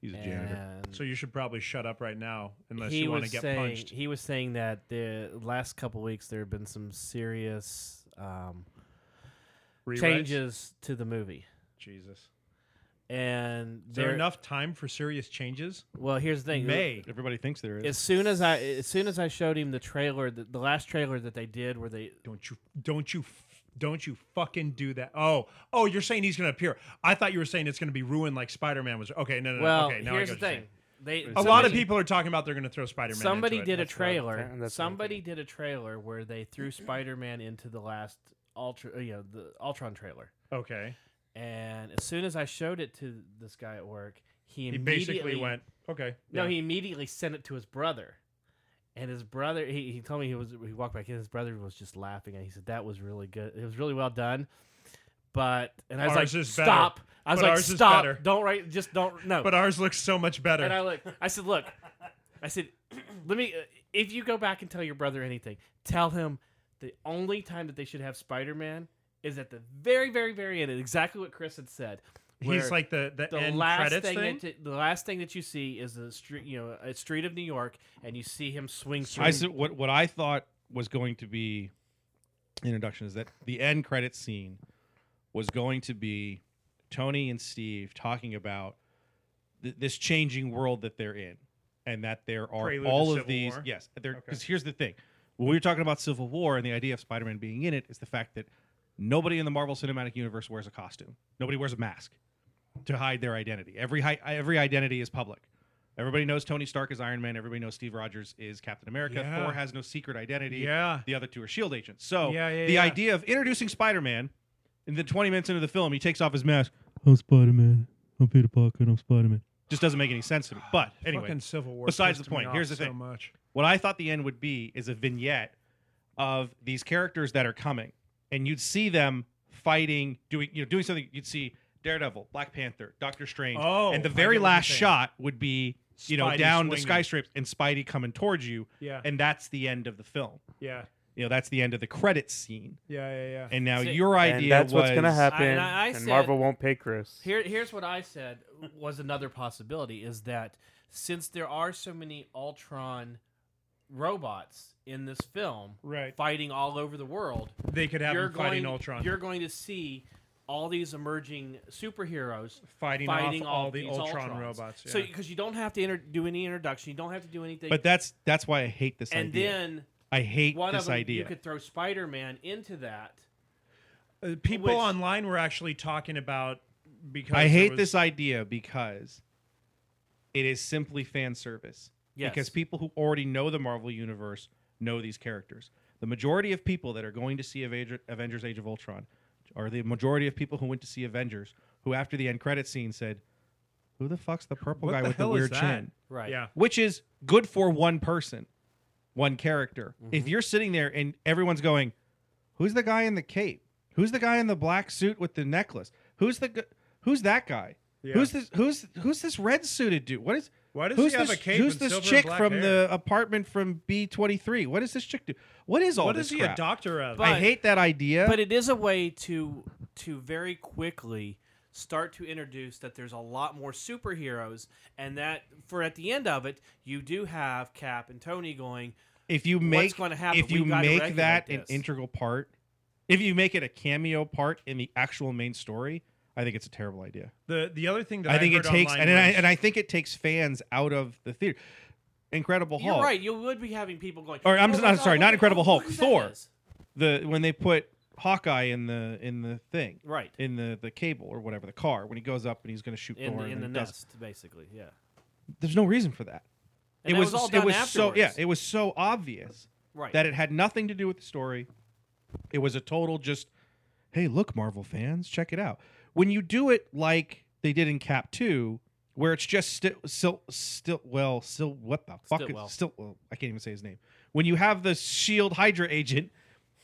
[SPEAKER 6] He's
[SPEAKER 1] And
[SPEAKER 7] So you should probably shut up right now, unless
[SPEAKER 1] he
[SPEAKER 7] you want
[SPEAKER 1] was
[SPEAKER 7] to get
[SPEAKER 1] saying
[SPEAKER 7] punched.
[SPEAKER 1] he was saying that the last couple weeks there have been some serious um,
[SPEAKER 7] Rewrites?
[SPEAKER 1] changes to the movie,
[SPEAKER 7] Jesus.
[SPEAKER 1] and
[SPEAKER 7] Is there
[SPEAKER 1] there-
[SPEAKER 7] enough time for serious changes?
[SPEAKER 1] Well, here's the thing.
[SPEAKER 7] May.
[SPEAKER 6] Everybody thinks there
[SPEAKER 1] As
[SPEAKER 6] is.
[SPEAKER 1] soon as I as soon as I showed him the trailer, the, the last trailer that they did, where they
[SPEAKER 7] Don't you? Don't you? f- Don't you fucking do that? Oh, oh, you're saying he's gonna appear. I thought you were saying it's gonna be ruined like Spider-Man was. Okay, no, no, no.
[SPEAKER 1] well,
[SPEAKER 7] Uh, okay, now I
[SPEAKER 1] here's
[SPEAKER 7] get
[SPEAKER 1] the
[SPEAKER 7] what you're
[SPEAKER 1] thing. They
[SPEAKER 7] saying. A lot of
[SPEAKER 1] somebody-
[SPEAKER 7] people are talking about they're gonna throw Spider-Man.
[SPEAKER 1] Somebody
[SPEAKER 7] into it.
[SPEAKER 1] did a
[SPEAKER 8] That's what I'm
[SPEAKER 1] trailer.
[SPEAKER 8] thinking. That's what I'm
[SPEAKER 1] Somebody did a trailer where they threw Spider-Man into the last Ultra, uh, you know, the Ultron trailer.
[SPEAKER 7] Okay.
[SPEAKER 1] And as soon as I showed it to this guy at work, he,
[SPEAKER 7] He
[SPEAKER 1] immediately
[SPEAKER 7] basically went, okay.
[SPEAKER 1] No,
[SPEAKER 7] yeah.
[SPEAKER 1] he immediately sent it to his brother. And his brother, he, he told me he was he walked back in. His brother was just laughing, and he said that was really good. It was really well done. But and I was
[SPEAKER 7] Ours
[SPEAKER 1] like,
[SPEAKER 7] is better.
[SPEAKER 1] stop. I was
[SPEAKER 7] But
[SPEAKER 1] like,
[SPEAKER 7] ours is
[SPEAKER 1] stop.
[SPEAKER 7] better."
[SPEAKER 1] Don't write. Just don't. No.
[SPEAKER 7] But ours looks so much better.
[SPEAKER 1] And I look. I said, "Look," I said, "Let me. Uh, if you go back and tell your brother anything, tell him the only time that they should have Spider-Man is at the very, very, very end. Exactly what Chris had said. where
[SPEAKER 7] He's like the the,
[SPEAKER 1] the
[SPEAKER 7] end
[SPEAKER 1] last
[SPEAKER 7] credits
[SPEAKER 1] thing,
[SPEAKER 7] thing.
[SPEAKER 1] That t- the last thing that you see is the street, you know, a street of New York, and you see him swing through.
[SPEAKER 6] I said what what I thought was going to be introduction is that the end credit scene was going to be Tony and Steve talking about th- this changing world that they're in, and that there are
[SPEAKER 7] Prelude to
[SPEAKER 6] all of
[SPEAKER 7] Civil
[SPEAKER 6] these.
[SPEAKER 7] War?
[SPEAKER 6] Yes, because here's the thing: when we were talking about Civil War and the idea of Spider-Man being in it, is the fact that nobody in the Marvel Cinematic Universe wears a costume. Nobody wears a mask to hide their identity. Every hi- every identity is public. Everybody knows Tony Stark is Iron Man. Everybody knows Steve Rogers is Captain America.
[SPEAKER 7] Yeah.
[SPEAKER 6] Thor has no secret identity.
[SPEAKER 7] Yeah.
[SPEAKER 1] Oh.
[SPEAKER 6] The other two are Shield E agents. So
[SPEAKER 7] Yeah, yeah,
[SPEAKER 6] the
[SPEAKER 7] yeah.
[SPEAKER 6] idea of introducing Spider Man And then 20 minutes into the film, he takes off his mask.
[SPEAKER 9] I'm Spider Man. I'm Peter Parker and I'm Spider Man.
[SPEAKER 6] Just doesn't make any sense to me. But anyway,
[SPEAKER 7] Fucking Civil War.
[SPEAKER 6] besides
[SPEAKER 7] pissed
[SPEAKER 6] the
[SPEAKER 7] me
[SPEAKER 6] point,
[SPEAKER 7] off
[SPEAKER 6] here's the
[SPEAKER 7] so
[SPEAKER 6] thing.
[SPEAKER 7] Much.
[SPEAKER 6] what I thought the end would be is a vignette of these characters that are coming, and you'd see them fighting, doing you know doing something. You'd see Daredevil, Black Panther, Doctor Strange,
[SPEAKER 7] Oh,
[SPEAKER 6] and the
[SPEAKER 7] I
[SPEAKER 6] very
[SPEAKER 7] get what you're
[SPEAKER 6] last
[SPEAKER 7] saying.
[SPEAKER 6] shot would be you know
[SPEAKER 7] Spidey
[SPEAKER 6] down the
[SPEAKER 7] swinging.
[SPEAKER 6] skyscraper and Spidey coming towards you,
[SPEAKER 7] Yeah.
[SPEAKER 6] and that's the end of the film.
[SPEAKER 7] yeah.
[SPEAKER 6] You know that's the end of the credits scene.
[SPEAKER 7] Yeah. Yeah. Yeah.
[SPEAKER 6] And now
[SPEAKER 1] See,
[SPEAKER 6] your idea
[SPEAKER 8] and that's
[SPEAKER 6] was
[SPEAKER 8] what's gonna happen.
[SPEAKER 1] and I- I
[SPEAKER 8] and
[SPEAKER 1] said-
[SPEAKER 8] Marvel won't pay Chris.
[SPEAKER 1] Here, here's what I said was another possibility is that since there are so many Ultron robots in this film
[SPEAKER 7] Right.
[SPEAKER 1] fighting all over the world,
[SPEAKER 7] They could have
[SPEAKER 1] you're
[SPEAKER 7] him fighting
[SPEAKER 1] going,
[SPEAKER 7] Ultron.
[SPEAKER 1] you're going to see all these emerging superheroes
[SPEAKER 7] fighting,
[SPEAKER 1] fighting
[SPEAKER 7] off
[SPEAKER 1] all,
[SPEAKER 7] all the
[SPEAKER 1] these
[SPEAKER 7] Ultron
[SPEAKER 1] Ultrons.
[SPEAKER 7] robots.
[SPEAKER 1] So
[SPEAKER 7] yeah.
[SPEAKER 1] because you don't have to inter- do any introduction, you don't have to do anything.
[SPEAKER 6] But that's that's why I hate this
[SPEAKER 1] and
[SPEAKER 6] idea.
[SPEAKER 1] then
[SPEAKER 6] I hate
[SPEAKER 1] one
[SPEAKER 6] this
[SPEAKER 1] of them,
[SPEAKER 6] idea.
[SPEAKER 1] you could throw Spider-Man into that.
[SPEAKER 7] Uh, people
[SPEAKER 1] Which-
[SPEAKER 7] online were actually talking about because
[SPEAKER 6] I
[SPEAKER 7] there
[SPEAKER 6] hate
[SPEAKER 7] was-
[SPEAKER 6] this idea because it is simply fan service.
[SPEAKER 1] Yes.
[SPEAKER 6] Because people who already know the Marvel universe know these characters. The majority of people that are going to see Avenger, Avengers: Age of Ultron are the majority of people who went to see Avengers, who after the end credit scene said, "Who the fuck's the purple
[SPEAKER 7] What
[SPEAKER 6] guy
[SPEAKER 7] the
[SPEAKER 6] with the
[SPEAKER 7] hell is
[SPEAKER 6] weird
[SPEAKER 7] that?"
[SPEAKER 6] chin?"
[SPEAKER 1] Right.
[SPEAKER 7] Yeah.
[SPEAKER 6] Which is good for one person, one character. If you're sitting there and everyone's going, "Who's the guy in the cape? Who's the guy in the black suit with the necklace? Who's the gu- who's that guy? Who's this who's who's this red suited dude? What is
[SPEAKER 7] Why does
[SPEAKER 6] who's
[SPEAKER 7] he have
[SPEAKER 6] this,
[SPEAKER 7] a cape
[SPEAKER 6] who's
[SPEAKER 7] and
[SPEAKER 6] this
[SPEAKER 7] silver and
[SPEAKER 6] chick
[SPEAKER 7] black
[SPEAKER 6] from
[SPEAKER 7] hair?
[SPEAKER 6] the apartment from B23? What does this chick do? What is all
[SPEAKER 7] What
[SPEAKER 6] this
[SPEAKER 7] is he
[SPEAKER 6] crap?
[SPEAKER 7] a doctor of?
[SPEAKER 1] But-
[SPEAKER 6] I hate that idea.
[SPEAKER 1] But it is a way to to very quickly start to introduce that there's a lot more superheroes and that for at the end of it you do have Cap and Tony going
[SPEAKER 6] if you
[SPEAKER 1] what's
[SPEAKER 6] make
[SPEAKER 1] gonna happen?
[SPEAKER 6] if you
[SPEAKER 1] We've gotta
[SPEAKER 6] make
[SPEAKER 1] regulate
[SPEAKER 6] that an
[SPEAKER 1] this.
[SPEAKER 6] integral part, if you make it a cameo part in the actual main story, I think it's a terrible idea.
[SPEAKER 7] the the other thing that I,
[SPEAKER 6] I think it
[SPEAKER 7] heard
[SPEAKER 6] takes
[SPEAKER 7] online
[SPEAKER 6] and I,
[SPEAKER 7] was-
[SPEAKER 6] and I think it takes fans out of the theater. Incredible
[SPEAKER 1] you're
[SPEAKER 6] Hulk.
[SPEAKER 1] right you would be having people going
[SPEAKER 6] Or, I'm
[SPEAKER 1] "Oh
[SPEAKER 6] just-
[SPEAKER 1] my
[SPEAKER 6] I'm
[SPEAKER 1] God,
[SPEAKER 6] sorry,
[SPEAKER 1] look
[SPEAKER 6] not
[SPEAKER 1] at-
[SPEAKER 6] Incredible
[SPEAKER 1] look
[SPEAKER 6] Hulk,
[SPEAKER 1] who that
[SPEAKER 6] Thor.
[SPEAKER 1] is.
[SPEAKER 6] The when they put Hawkeye in the in the thing.
[SPEAKER 1] right
[SPEAKER 6] in the the cable or whatever the car when he goes up and he's going to shoot
[SPEAKER 1] in,
[SPEAKER 6] Thor
[SPEAKER 1] in
[SPEAKER 6] and
[SPEAKER 1] the
[SPEAKER 6] then he does.
[SPEAKER 1] nest basically yeah
[SPEAKER 6] There's no reason for that.
[SPEAKER 1] And
[SPEAKER 6] it
[SPEAKER 1] that
[SPEAKER 6] was,
[SPEAKER 1] all
[SPEAKER 6] it
[SPEAKER 1] done
[SPEAKER 6] was so
[SPEAKER 1] afterwards.
[SPEAKER 6] yeah, it was so obvious
[SPEAKER 1] right
[SPEAKER 6] that it had nothing to do with the story. It was a total just hey, look Marvel fans, check it out. When you do it like they did in Cap 2 where it's just still still still well still what the fuck
[SPEAKER 1] Stillwell.
[SPEAKER 6] is still well I can't even say his name. When you have the shield E Hydra agent,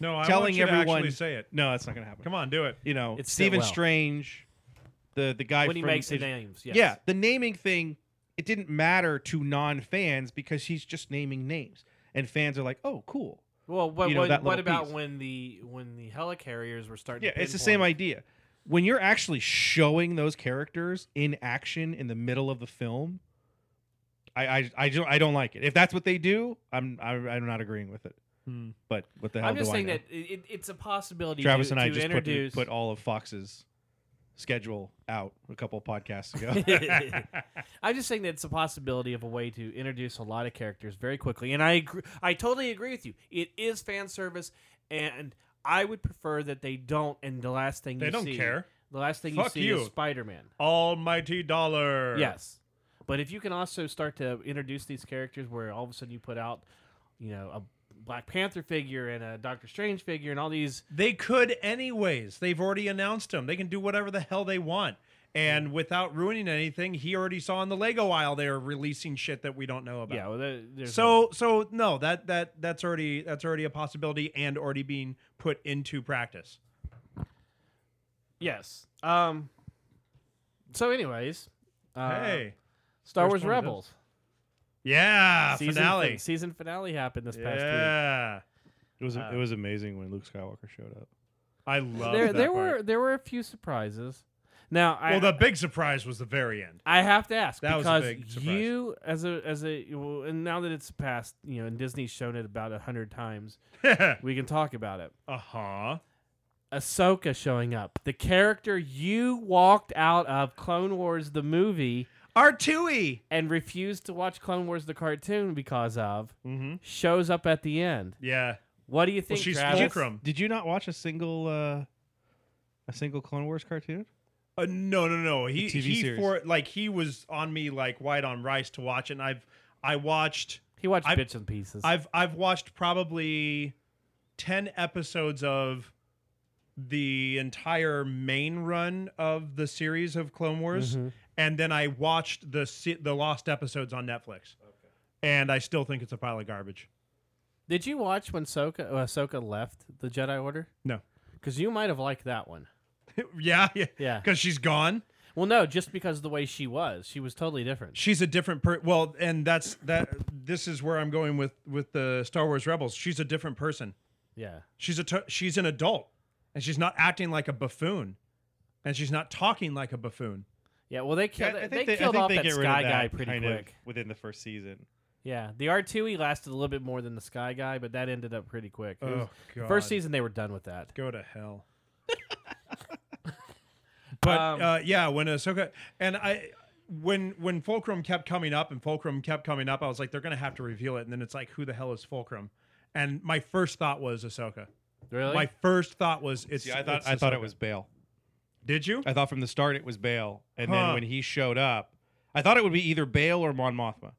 [SPEAKER 7] no, I
[SPEAKER 6] telling
[SPEAKER 7] want you to
[SPEAKER 6] everyone-
[SPEAKER 7] actually say it.
[SPEAKER 6] no, that's not going to happen.
[SPEAKER 7] Come on, do it.
[SPEAKER 6] You know,
[SPEAKER 1] It's
[SPEAKER 6] Stephen
[SPEAKER 1] Stillwell.
[SPEAKER 6] Strange, the the guy
[SPEAKER 1] when he
[SPEAKER 6] from
[SPEAKER 1] makes the
[SPEAKER 6] Age-
[SPEAKER 1] names yes.
[SPEAKER 6] yeah, the naming thing, it didn't matter to non fans because he's just naming names. And fans are like, oh, cool.
[SPEAKER 1] well what,
[SPEAKER 6] you know,
[SPEAKER 1] what,
[SPEAKER 6] that
[SPEAKER 1] what
[SPEAKER 6] little
[SPEAKER 1] about
[SPEAKER 6] piece.
[SPEAKER 1] when the when the helicarriers were starting
[SPEAKER 6] Yeah,
[SPEAKER 1] to
[SPEAKER 6] it's the same
[SPEAKER 1] pinpoint-
[SPEAKER 6] idea. When you're actually showing those characters in action in the middle of the film, I I, I, don't, I don't like it. If that's what they do, I'm I, I'm not agreeing with it.
[SPEAKER 7] Hmm.
[SPEAKER 6] But what the hell
[SPEAKER 1] I'm just
[SPEAKER 6] do
[SPEAKER 1] saying
[SPEAKER 6] I know?
[SPEAKER 1] that it, it- it's a possibility
[SPEAKER 6] Travis
[SPEAKER 1] to,
[SPEAKER 6] and I
[SPEAKER 1] to
[SPEAKER 6] just put,
[SPEAKER 1] introduce
[SPEAKER 6] put all of Fox's schedule out a couple podcasts ago.
[SPEAKER 1] I'm just saying that it's a possibility of a way to introduce a lot of characters very quickly, and I agree, I totally agree with you. It is fan service, and I would prefer that they don't. And the last thing
[SPEAKER 7] They
[SPEAKER 1] you
[SPEAKER 7] don't
[SPEAKER 1] see,
[SPEAKER 7] care.
[SPEAKER 1] The last thing
[SPEAKER 7] Fuck
[SPEAKER 1] you see
[SPEAKER 7] you.
[SPEAKER 1] is Spider-Man.
[SPEAKER 7] Almighty dollar.
[SPEAKER 1] Yes, but if you can also start to introduce these characters, where all of a sudden you put out, you know, a Black Panther figure and a Doctor Strange figure, and all these
[SPEAKER 7] They could, anyways. They've already announced him. They can do whatever the hell they want. And without ruining anything, he already saw in the Lego aisle they're releasing shit that we don't know about.
[SPEAKER 1] yeah, well, there- there's
[SPEAKER 7] so so no, that that that's already that's already a possibility and already being put into practice.
[SPEAKER 1] Yes. Um. So, anyways, uh,
[SPEAKER 7] hey.
[SPEAKER 1] Star
[SPEAKER 7] first
[SPEAKER 1] Wars
[SPEAKER 7] one of
[SPEAKER 1] Rebels
[SPEAKER 7] Yeah,
[SPEAKER 1] season
[SPEAKER 7] finale.
[SPEAKER 1] season finale happened this past week.
[SPEAKER 7] Yeah.
[SPEAKER 6] It was
[SPEAKER 1] Uh,
[SPEAKER 6] it was amazing when Luke Skywalker showed up.
[SPEAKER 7] I love
[SPEAKER 1] There,
[SPEAKER 7] that
[SPEAKER 1] there
[SPEAKER 7] part.
[SPEAKER 1] were there were a few surprises. Now, I
[SPEAKER 7] Well, the big surprise was the very end.
[SPEAKER 1] I have to ask
[SPEAKER 7] That was a
[SPEAKER 1] because
[SPEAKER 7] big surprise.
[SPEAKER 1] you as a as a well, and now that it's past, you know, and Disney's shown it about a hundred times, we can talk about it.
[SPEAKER 7] uh-huh.
[SPEAKER 1] Ahsoka showing up, the character you walked out of Clone Wars the movie
[SPEAKER 7] R2E.
[SPEAKER 1] and refused to watch Clone Wars the cartoon because of,
[SPEAKER 7] Mhm.
[SPEAKER 1] shows up at the end.
[SPEAKER 7] Yeah.
[SPEAKER 1] What do you
[SPEAKER 7] Well,
[SPEAKER 1] think,
[SPEAKER 7] she's
[SPEAKER 1] Travis?
[SPEAKER 7] fulcrum.
[SPEAKER 6] Did you not watch a single uh, a single Clone Wars cartoon?
[SPEAKER 7] Uh, no, no, no. He
[SPEAKER 6] TV
[SPEAKER 7] he
[SPEAKER 6] series.
[SPEAKER 7] for like he was on me like white on rice to watch it. And I've I watched
[SPEAKER 1] He watched
[SPEAKER 7] I-
[SPEAKER 1] bits and pieces.
[SPEAKER 7] I've I've watched probably ten episodes of the entire main run of the series of Clone Wars, and then I watched the se- the lost episodes on Netflix, and I still think it's a pile of garbage.
[SPEAKER 1] Did you watch when Soka uh, Ahsoka left the Jedi Order?
[SPEAKER 7] No.
[SPEAKER 1] Because you might have liked that one.
[SPEAKER 7] yeah, yeah,
[SPEAKER 1] Yeah.
[SPEAKER 7] because she's gone.
[SPEAKER 1] Well, no, just because of the way she was, she was totally different.
[SPEAKER 7] She's a different per. Well, and that's that. This is where I'm going with with the Star Wars Rebels. She's a different person.
[SPEAKER 1] Yeah.
[SPEAKER 7] She's a t- she's an adult, and she's not acting like a buffoon, and she's not talking like a buffoon.
[SPEAKER 1] Yeah. Well, they killed.
[SPEAKER 6] I think
[SPEAKER 1] they,
[SPEAKER 6] they, I
[SPEAKER 1] killed
[SPEAKER 6] think
[SPEAKER 1] off
[SPEAKER 6] they
[SPEAKER 1] that
[SPEAKER 6] get rid
[SPEAKER 1] Sky
[SPEAKER 6] of that
[SPEAKER 1] guy pretty
[SPEAKER 6] kind of
[SPEAKER 1] quick.
[SPEAKER 6] within the first season.
[SPEAKER 1] Yeah. The R two E lasted a little bit more than the Sky guy, but that ended up pretty quick. It
[SPEAKER 6] Oh,
[SPEAKER 1] was-
[SPEAKER 7] God.
[SPEAKER 1] first season, they were done with that.
[SPEAKER 7] Go to hell. but
[SPEAKER 1] Um,
[SPEAKER 7] uh, yeah, when Ahsoka and I, when when Fulcrum kept coming up and Fulcrum kept coming up, I was like, they're gonna have to reveal it, and then it's like, who the hell is Fulcrum? And my first thought was Ahsoka.
[SPEAKER 1] Really?
[SPEAKER 7] My first thought was it's.
[SPEAKER 6] See, I thought
[SPEAKER 7] it's
[SPEAKER 6] I thought it
[SPEAKER 7] Ahsoka.
[SPEAKER 6] was Bale.
[SPEAKER 7] Did you?
[SPEAKER 6] I thought from the start it was Bale, and
[SPEAKER 7] Huh.
[SPEAKER 6] then when he showed up, I thought it would be either Bale or Mon Mothma.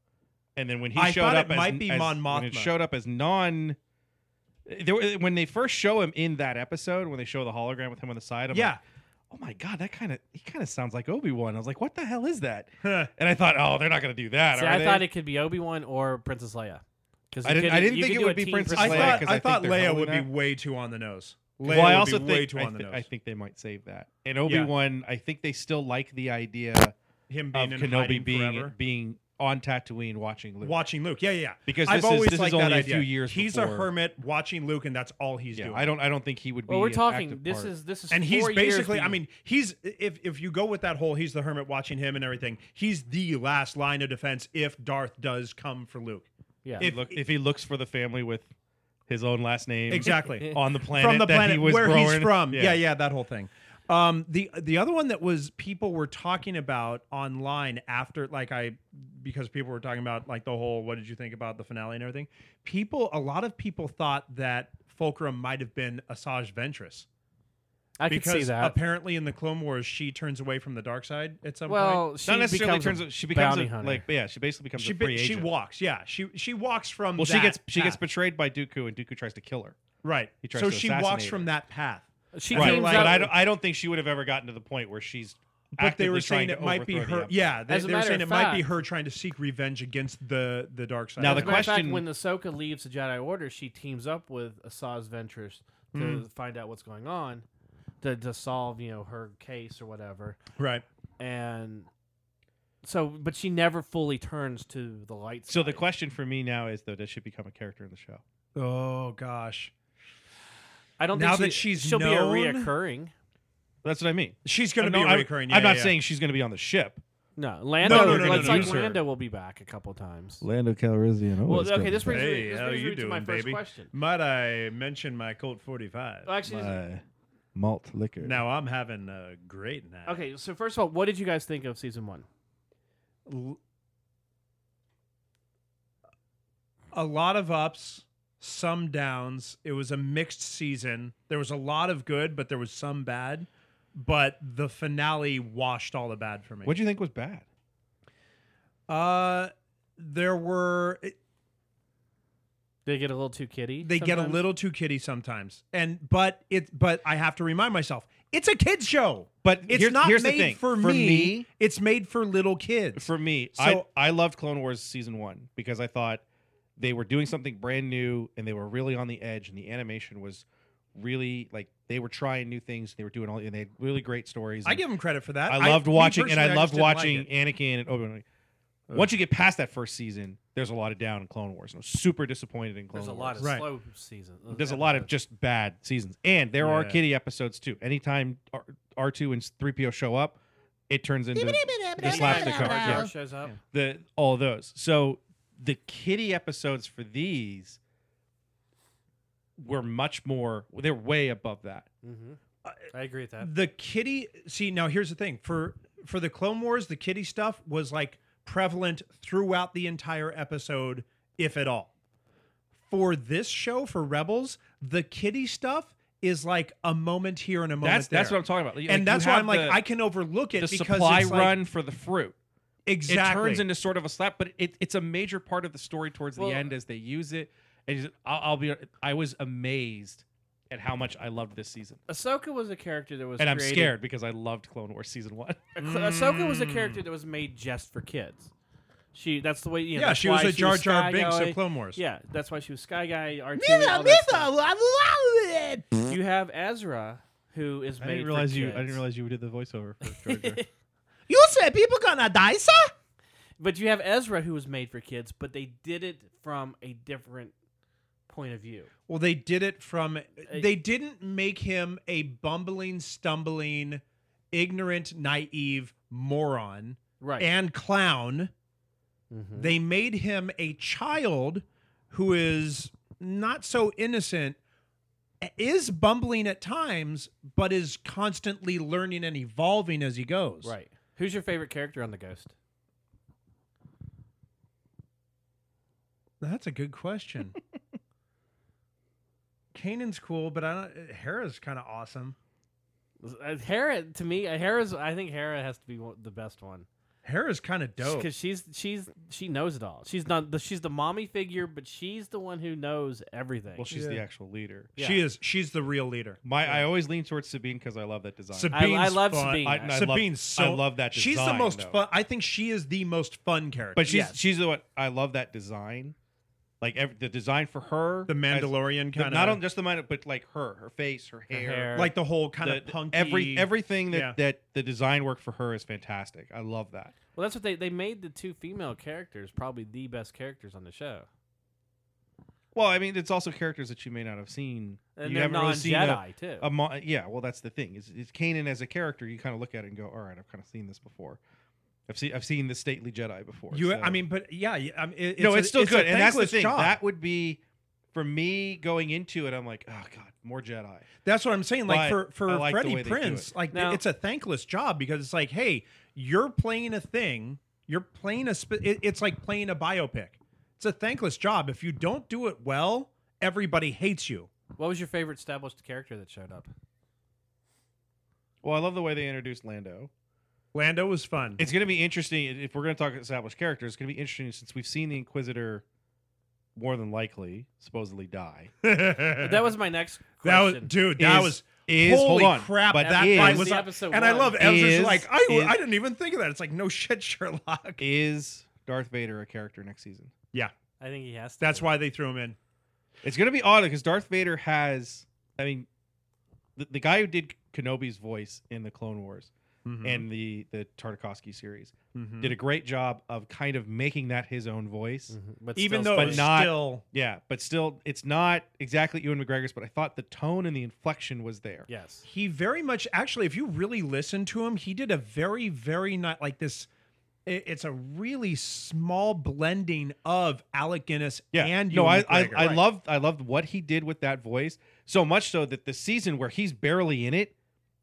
[SPEAKER 6] And then when he
[SPEAKER 7] I
[SPEAKER 6] showed
[SPEAKER 7] thought
[SPEAKER 6] up,
[SPEAKER 7] it
[SPEAKER 6] as,
[SPEAKER 7] might be
[SPEAKER 6] as-
[SPEAKER 7] Mon
[SPEAKER 6] When
[SPEAKER 7] Mothma.
[SPEAKER 6] it showed up as non. There, were- when they first show him in that episode, when they show the hologram with him on the side, I'm
[SPEAKER 7] yeah.
[SPEAKER 6] like, oh my god, that kind of he kind of sounds like Obi Wan. I was like, what the hell is that? and I thought, oh, they're not gonna do that.
[SPEAKER 1] See,
[SPEAKER 6] are
[SPEAKER 1] I
[SPEAKER 6] they?
[SPEAKER 1] thought it could be Obi Wan or Princess Leia. Because
[SPEAKER 6] I didn't- I didn't think it would be Princess
[SPEAKER 7] I
[SPEAKER 6] Leia,
[SPEAKER 7] thought
[SPEAKER 6] 'cause
[SPEAKER 7] I,
[SPEAKER 6] I think
[SPEAKER 7] thought
[SPEAKER 6] they're
[SPEAKER 7] Leia
[SPEAKER 6] holding
[SPEAKER 7] would be
[SPEAKER 6] that.
[SPEAKER 7] way too on the nose. Leia
[SPEAKER 6] well, I
[SPEAKER 7] would
[SPEAKER 6] also
[SPEAKER 7] be
[SPEAKER 6] think
[SPEAKER 7] way too
[SPEAKER 6] I,
[SPEAKER 7] on the
[SPEAKER 6] thi-
[SPEAKER 7] nose.
[SPEAKER 6] I think they might save that. And Obi Wan, I think they still like the idea
[SPEAKER 7] him
[SPEAKER 6] of
[SPEAKER 7] being in
[SPEAKER 6] Kenobi
[SPEAKER 7] hiding
[SPEAKER 6] being
[SPEAKER 7] forever.
[SPEAKER 6] being on Tatooine watching Luke.
[SPEAKER 7] watching Luke. Yeah, yeah, yeah.
[SPEAKER 6] Because
[SPEAKER 7] I've
[SPEAKER 6] this is-
[SPEAKER 7] always
[SPEAKER 6] this is
[SPEAKER 7] liked
[SPEAKER 6] only
[SPEAKER 7] that
[SPEAKER 6] a
[SPEAKER 7] idea.
[SPEAKER 6] few years
[SPEAKER 7] He's a
[SPEAKER 6] before-
[SPEAKER 7] hermit watching Luke, and that's all he's
[SPEAKER 6] yeah,
[SPEAKER 7] doing.
[SPEAKER 6] I don't. I don't think he would be.
[SPEAKER 1] Well, we're
[SPEAKER 6] an
[SPEAKER 1] talking.
[SPEAKER 6] active
[SPEAKER 1] This
[SPEAKER 6] part.
[SPEAKER 1] is this is
[SPEAKER 7] and he's
[SPEAKER 1] four years
[SPEAKER 7] basically, I
[SPEAKER 1] being-
[SPEAKER 7] mean, he's if if you go with that whole he's the hermit watching him and everything, he's the last line of defense if Darth does come for Luke.
[SPEAKER 1] yeah.
[SPEAKER 7] if-
[SPEAKER 6] If, look, if he looks for the family with his own last name,
[SPEAKER 7] Exactly.
[SPEAKER 6] on the planet
[SPEAKER 7] from the
[SPEAKER 6] that
[SPEAKER 7] planet
[SPEAKER 6] he was
[SPEAKER 7] where he's
[SPEAKER 6] growing-
[SPEAKER 7] from. Yeah. yeah, that whole thing. Um, the the other one that was people were talking about online after, like I, because people were talking about like the whole what did you think about the finale and everything. People, a lot of people thought that Fulcrum might have been Asajj Ventress
[SPEAKER 1] I could
[SPEAKER 7] because
[SPEAKER 1] see that.
[SPEAKER 7] apparently in the Clone Wars she turns away from the dark side at some point.
[SPEAKER 1] well, she
[SPEAKER 6] Not necessarily
[SPEAKER 1] becomes
[SPEAKER 6] turns.
[SPEAKER 1] a
[SPEAKER 6] A, she becomes
[SPEAKER 1] bounty
[SPEAKER 6] a,
[SPEAKER 1] hunter.
[SPEAKER 6] like yeah. She basically becomes
[SPEAKER 7] She
[SPEAKER 6] a free
[SPEAKER 7] be- she
[SPEAKER 6] agent.
[SPEAKER 7] walks, yeah. She she walks from
[SPEAKER 6] well, she
[SPEAKER 7] that
[SPEAKER 6] gets she gets
[SPEAKER 7] path.
[SPEAKER 6] betrayed by Dooku, and Dooku tries to kill her.
[SPEAKER 7] right.
[SPEAKER 6] he tries
[SPEAKER 7] So
[SPEAKER 6] to
[SPEAKER 7] she walks
[SPEAKER 6] assassinate
[SPEAKER 7] from
[SPEAKER 6] her.
[SPEAKER 7] that path.
[SPEAKER 1] she
[SPEAKER 7] Right.
[SPEAKER 1] teams
[SPEAKER 7] Like-
[SPEAKER 1] up
[SPEAKER 6] But I don't, I don't think she would have ever gotten to the point where she's.
[SPEAKER 7] but they
[SPEAKER 6] actively
[SPEAKER 7] were
[SPEAKER 6] trying
[SPEAKER 7] saying
[SPEAKER 6] to
[SPEAKER 7] it might be
[SPEAKER 6] overthrow the
[SPEAKER 7] her.
[SPEAKER 6] Empire.
[SPEAKER 7] Yeah, they,
[SPEAKER 1] As a
[SPEAKER 7] they were
[SPEAKER 1] matter
[SPEAKER 7] saying
[SPEAKER 1] of
[SPEAKER 7] it might be
[SPEAKER 1] fact-
[SPEAKER 7] her trying to seek revenge against the the dark side.
[SPEAKER 6] Now the
[SPEAKER 1] As a matter of fact,
[SPEAKER 6] question-
[SPEAKER 1] when Ahsoka leaves the Jedi Order, she teams up with Asajj Ventress to
[SPEAKER 7] Hmm.
[SPEAKER 1] find out what's going on, to, to solve you know her case or whatever,
[SPEAKER 7] right.
[SPEAKER 1] and so but she never fully turns to the light.
[SPEAKER 6] So the
[SPEAKER 1] side.
[SPEAKER 6] question for me now is though, does she become a character in the show?
[SPEAKER 7] Oh gosh,
[SPEAKER 1] I don't
[SPEAKER 7] now
[SPEAKER 1] think
[SPEAKER 7] that
[SPEAKER 1] she-
[SPEAKER 7] she's
[SPEAKER 1] she'll
[SPEAKER 7] known-
[SPEAKER 1] be a reoccurring.
[SPEAKER 6] That's what I mean.
[SPEAKER 7] she's going to
[SPEAKER 6] I'm
[SPEAKER 7] be
[SPEAKER 6] not- I'm-
[SPEAKER 7] recurring.
[SPEAKER 6] I'm
[SPEAKER 7] yeah,
[SPEAKER 6] not
[SPEAKER 7] yeah.
[SPEAKER 6] saying she's going to be on the ship.
[SPEAKER 1] No, Lando.
[SPEAKER 7] no, no, no,
[SPEAKER 1] it's
[SPEAKER 7] no,
[SPEAKER 1] like
[SPEAKER 7] no.
[SPEAKER 1] Lando will be back a couple times.
[SPEAKER 10] Lando Calrissian.
[SPEAKER 1] Well,
[SPEAKER 10] always
[SPEAKER 1] okay, this
[SPEAKER 10] comes
[SPEAKER 1] brings
[SPEAKER 10] back.
[SPEAKER 1] me,
[SPEAKER 7] Hey,
[SPEAKER 1] this
[SPEAKER 7] how
[SPEAKER 1] brings
[SPEAKER 7] you
[SPEAKER 1] me to
[SPEAKER 7] doing,
[SPEAKER 1] my first
[SPEAKER 7] baby?
[SPEAKER 1] question.
[SPEAKER 7] Might I mention my Colt forty five?
[SPEAKER 1] Well, actually,
[SPEAKER 7] uh,
[SPEAKER 10] My malt liquor.
[SPEAKER 7] Now I'm having a great night.
[SPEAKER 1] okay. So first of all, what did you guys think of season one?
[SPEAKER 7] L- a lot of ups, some downs. It was a mixed season. There was a lot of good, but there was some bad. But the finale washed all the bad for me.
[SPEAKER 6] What do you think was bad?
[SPEAKER 7] Uh, there were it-
[SPEAKER 1] Did it get a little too kitty?
[SPEAKER 7] they get a
[SPEAKER 1] sometimes?
[SPEAKER 7] little too kiddie sometimes, and but it but I have to remind myself it's a kids show.
[SPEAKER 6] But
[SPEAKER 7] It's
[SPEAKER 6] here-
[SPEAKER 7] not
[SPEAKER 6] here's
[SPEAKER 7] made
[SPEAKER 6] the thing.
[SPEAKER 7] for,
[SPEAKER 6] for
[SPEAKER 7] me.
[SPEAKER 6] me.
[SPEAKER 7] It's made for little kids.
[SPEAKER 6] For me,
[SPEAKER 7] So-
[SPEAKER 6] I I loved Clone Wars season one because I thought they were doing something brand new and they were really on the edge and the animation was really like they were trying new things. They were doing all and they had really great stories.
[SPEAKER 7] I
[SPEAKER 6] and
[SPEAKER 7] give them credit for that.
[SPEAKER 6] I loved
[SPEAKER 7] me
[SPEAKER 6] watching and
[SPEAKER 7] personally,
[SPEAKER 6] I
[SPEAKER 7] just
[SPEAKER 6] loved
[SPEAKER 7] didn't like
[SPEAKER 6] watching
[SPEAKER 7] it.
[SPEAKER 6] Anakin and Obi Wan. Once you get past that first season, there's a lot of down in Clone Wars. And I was super disappointed in Clone
[SPEAKER 1] There's a
[SPEAKER 6] Wars.
[SPEAKER 1] lot of
[SPEAKER 7] Right.
[SPEAKER 1] slow season.
[SPEAKER 6] there's a lot of just bad seasons, and there are
[SPEAKER 7] Yeah.
[SPEAKER 6] kitty episodes too. Anytime R two and three PO show up, it turns into the slapstick
[SPEAKER 1] Jar
[SPEAKER 6] comedy. Yeah.
[SPEAKER 1] Jar shows up.
[SPEAKER 6] the all those. So the kitty episodes for these were much more. They're way above that.
[SPEAKER 1] I agree with that.
[SPEAKER 7] the kitty see now here's the thing for for the clone wars the kitty stuff was like prevalent throughout the entire episode if at all for this show for rebels the kitty stuff is like a moment here and a moment
[SPEAKER 6] That's
[SPEAKER 7] there.
[SPEAKER 6] that's what I'm talking about. Like,
[SPEAKER 7] and
[SPEAKER 6] you
[SPEAKER 7] that's why
[SPEAKER 6] have
[SPEAKER 7] I'm like
[SPEAKER 6] the-
[SPEAKER 7] I can overlook it
[SPEAKER 6] the
[SPEAKER 7] because
[SPEAKER 6] supply
[SPEAKER 7] it's like-
[SPEAKER 6] run for the fruit.
[SPEAKER 7] exactly
[SPEAKER 6] It turns into sort of a slap, but it, it's a major part of the story towards the
[SPEAKER 1] Well-
[SPEAKER 6] end as they use it. And I'll, I'll be. I was amazed at how much I loved this season.
[SPEAKER 1] Ahsoka was a character that was
[SPEAKER 6] and I'm
[SPEAKER 1] created-
[SPEAKER 6] scared because I loved Clone Wars season one.
[SPEAKER 1] Ah- Ahsoka was a character that was made just for kids. She that's the way you know,
[SPEAKER 7] yeah,
[SPEAKER 1] that's
[SPEAKER 7] she was
[SPEAKER 1] why
[SPEAKER 7] a Jar Jar
[SPEAKER 1] Sky
[SPEAKER 7] Binks
[SPEAKER 1] Guy.
[SPEAKER 7] of Clone Wars.
[SPEAKER 1] Yeah, that's why she was Sky Guy. R2, all that stuff.
[SPEAKER 7] I love it.
[SPEAKER 1] You have Ezra, who is
[SPEAKER 11] I
[SPEAKER 1] made
[SPEAKER 11] didn't
[SPEAKER 1] for
[SPEAKER 11] realize you. I
[SPEAKER 1] kids.
[SPEAKER 11] didn't realize you did the voiceover for Jar Jar.
[SPEAKER 7] You said people gonna die, sir?
[SPEAKER 1] But you have Ezra, who was made for kids, but they did it from a different point of view.
[SPEAKER 7] Well, they did it from. They didn't make him a bumbling, stumbling, ignorant, naive moron
[SPEAKER 1] Right. Mm-hmm.
[SPEAKER 7] and clown. They made him a child who is not so innocent, is bumbling at times, but is constantly learning and evolving as he goes.
[SPEAKER 1] right. Who's your favorite character on The Ghost?
[SPEAKER 7] That's a good question. Kanan's cool, but I don't. Hera's kind of awesome.
[SPEAKER 1] Uh, Hera to me, uh, Hera's. I think Hera has to be one, the best one
[SPEAKER 7] Hera's kind of dope.
[SPEAKER 1] because she's she's she knows it all. She's not the, she's the mommy figure, but she's the one who knows everything.
[SPEAKER 6] well, she's the
[SPEAKER 7] Yeah.
[SPEAKER 6] actual leader.
[SPEAKER 1] Yeah.
[SPEAKER 7] She is. She's the real leader.
[SPEAKER 6] My I always lean towards Sabine because I love that design.
[SPEAKER 7] Sabine's
[SPEAKER 1] I, I love
[SPEAKER 7] fun.
[SPEAKER 1] Sabine.
[SPEAKER 6] I- and I love-
[SPEAKER 7] Sabine's so.
[SPEAKER 6] I love that
[SPEAKER 7] She's the
[SPEAKER 6] design,
[SPEAKER 7] most
[SPEAKER 6] though.
[SPEAKER 7] fun. I think she is the most fun character.
[SPEAKER 6] but she's
[SPEAKER 7] Yes.
[SPEAKER 6] she's the one I love that design. Like every, the design for her,
[SPEAKER 7] the
[SPEAKER 6] as-
[SPEAKER 7] Mandalorian
[SPEAKER 6] the-
[SPEAKER 7] kind of
[SPEAKER 6] not on just the mind, but like her, her face, her hair,
[SPEAKER 1] hair.
[SPEAKER 7] like the whole kind
[SPEAKER 6] the-
[SPEAKER 7] of punky.
[SPEAKER 6] every everything that
[SPEAKER 7] yeah.
[SPEAKER 6] that the design work for her is fantastic. I love that.
[SPEAKER 1] well, that's what they they made the two female characters probably the best characters on the show.
[SPEAKER 6] Well, I mean, it's also characters that you may not have seen.
[SPEAKER 1] And
[SPEAKER 6] you
[SPEAKER 1] they're
[SPEAKER 6] haven't
[SPEAKER 1] non
[SPEAKER 6] really seen um, a-
[SPEAKER 1] Jedi too.
[SPEAKER 6] a mo- yeah, well, that's the thing. Is, is Kanan as a character? You kind of look at it and go, "All right, I've kind of seen this before. I've seen I've seen the stately Jedi before."
[SPEAKER 7] You.
[SPEAKER 6] so-
[SPEAKER 7] I mean, but yeah. yeah, I mean, it-
[SPEAKER 6] no,
[SPEAKER 7] a-
[SPEAKER 6] it's, still
[SPEAKER 7] a
[SPEAKER 6] good, and that's the
[SPEAKER 7] thankless
[SPEAKER 6] thing.
[SPEAKER 7] job.
[SPEAKER 6] That would be for me going into it. I'm like, oh god, more Jedi.
[SPEAKER 7] That's what I'm saying. Like
[SPEAKER 6] But
[SPEAKER 7] for for
[SPEAKER 6] I like the
[SPEAKER 7] Freddie
[SPEAKER 6] way they do it.
[SPEAKER 7] Prince, like
[SPEAKER 1] Now-
[SPEAKER 7] it's a thankless job because it's like, hey, you're playing a thing. You're playing a. Sp- it- it's like playing a biopic. It's a thankless job. If you don't do it well, everybody hates you.
[SPEAKER 1] what was your favorite established character that showed up?
[SPEAKER 6] Well, I love the way they introduced Lando.
[SPEAKER 7] Lando was fun.
[SPEAKER 6] It's going to be interesting if we're going to talk established characters. It's going to be interesting since we've seen the Inquisitor more than likely supposedly die.
[SPEAKER 1] That was my next
[SPEAKER 7] that was
[SPEAKER 1] question.
[SPEAKER 7] dude. That
[SPEAKER 6] Is-
[SPEAKER 7] was
[SPEAKER 6] is-
[SPEAKER 7] holy
[SPEAKER 6] hold on,
[SPEAKER 7] crap.
[SPEAKER 6] but
[SPEAKER 7] that
[SPEAKER 6] is-
[SPEAKER 7] fight
[SPEAKER 6] That
[SPEAKER 7] was
[SPEAKER 1] was the
[SPEAKER 7] up-
[SPEAKER 1] episode
[SPEAKER 7] and I
[SPEAKER 1] one.
[SPEAKER 7] love Ezra's
[SPEAKER 6] Is-
[SPEAKER 7] like I,
[SPEAKER 6] is-
[SPEAKER 7] I didn't even think of that. It's like no shit, Sherlock.
[SPEAKER 6] Is Darth Vader a character next season?
[SPEAKER 1] I think he has. To
[SPEAKER 7] That's
[SPEAKER 1] be.
[SPEAKER 7] why they threw him in.
[SPEAKER 6] It's gonna be odd because Darth Vader has. I mean, the, the guy who did Kenobi's voice in the Clone Wars
[SPEAKER 7] Mm-hmm.
[SPEAKER 6] and the the Tartakovsky series
[SPEAKER 1] Mm-hmm.
[SPEAKER 7] Mhm.
[SPEAKER 6] did a great job of kind of making that his own voice.
[SPEAKER 7] Mm.
[SPEAKER 1] Mhm. But
[SPEAKER 7] even
[SPEAKER 1] still
[SPEAKER 7] though
[SPEAKER 6] but
[SPEAKER 7] it was
[SPEAKER 6] not-
[SPEAKER 7] still
[SPEAKER 6] Yeah, but still, it's not exactly Ewan McGregor's. But I thought the tone and the inflection was there.
[SPEAKER 1] yes,
[SPEAKER 7] he very much actually if you really listen to him he did a very very not like this i- it's a really small blending of Alec Guinness
[SPEAKER 6] Yeah,
[SPEAKER 7] and
[SPEAKER 6] no, I
[SPEAKER 7] Ewan
[SPEAKER 6] I,
[SPEAKER 7] McGregor.
[SPEAKER 6] I
[SPEAKER 7] Right.
[SPEAKER 6] loved I loved what he did with that voice so much so that the season where he's barely in it,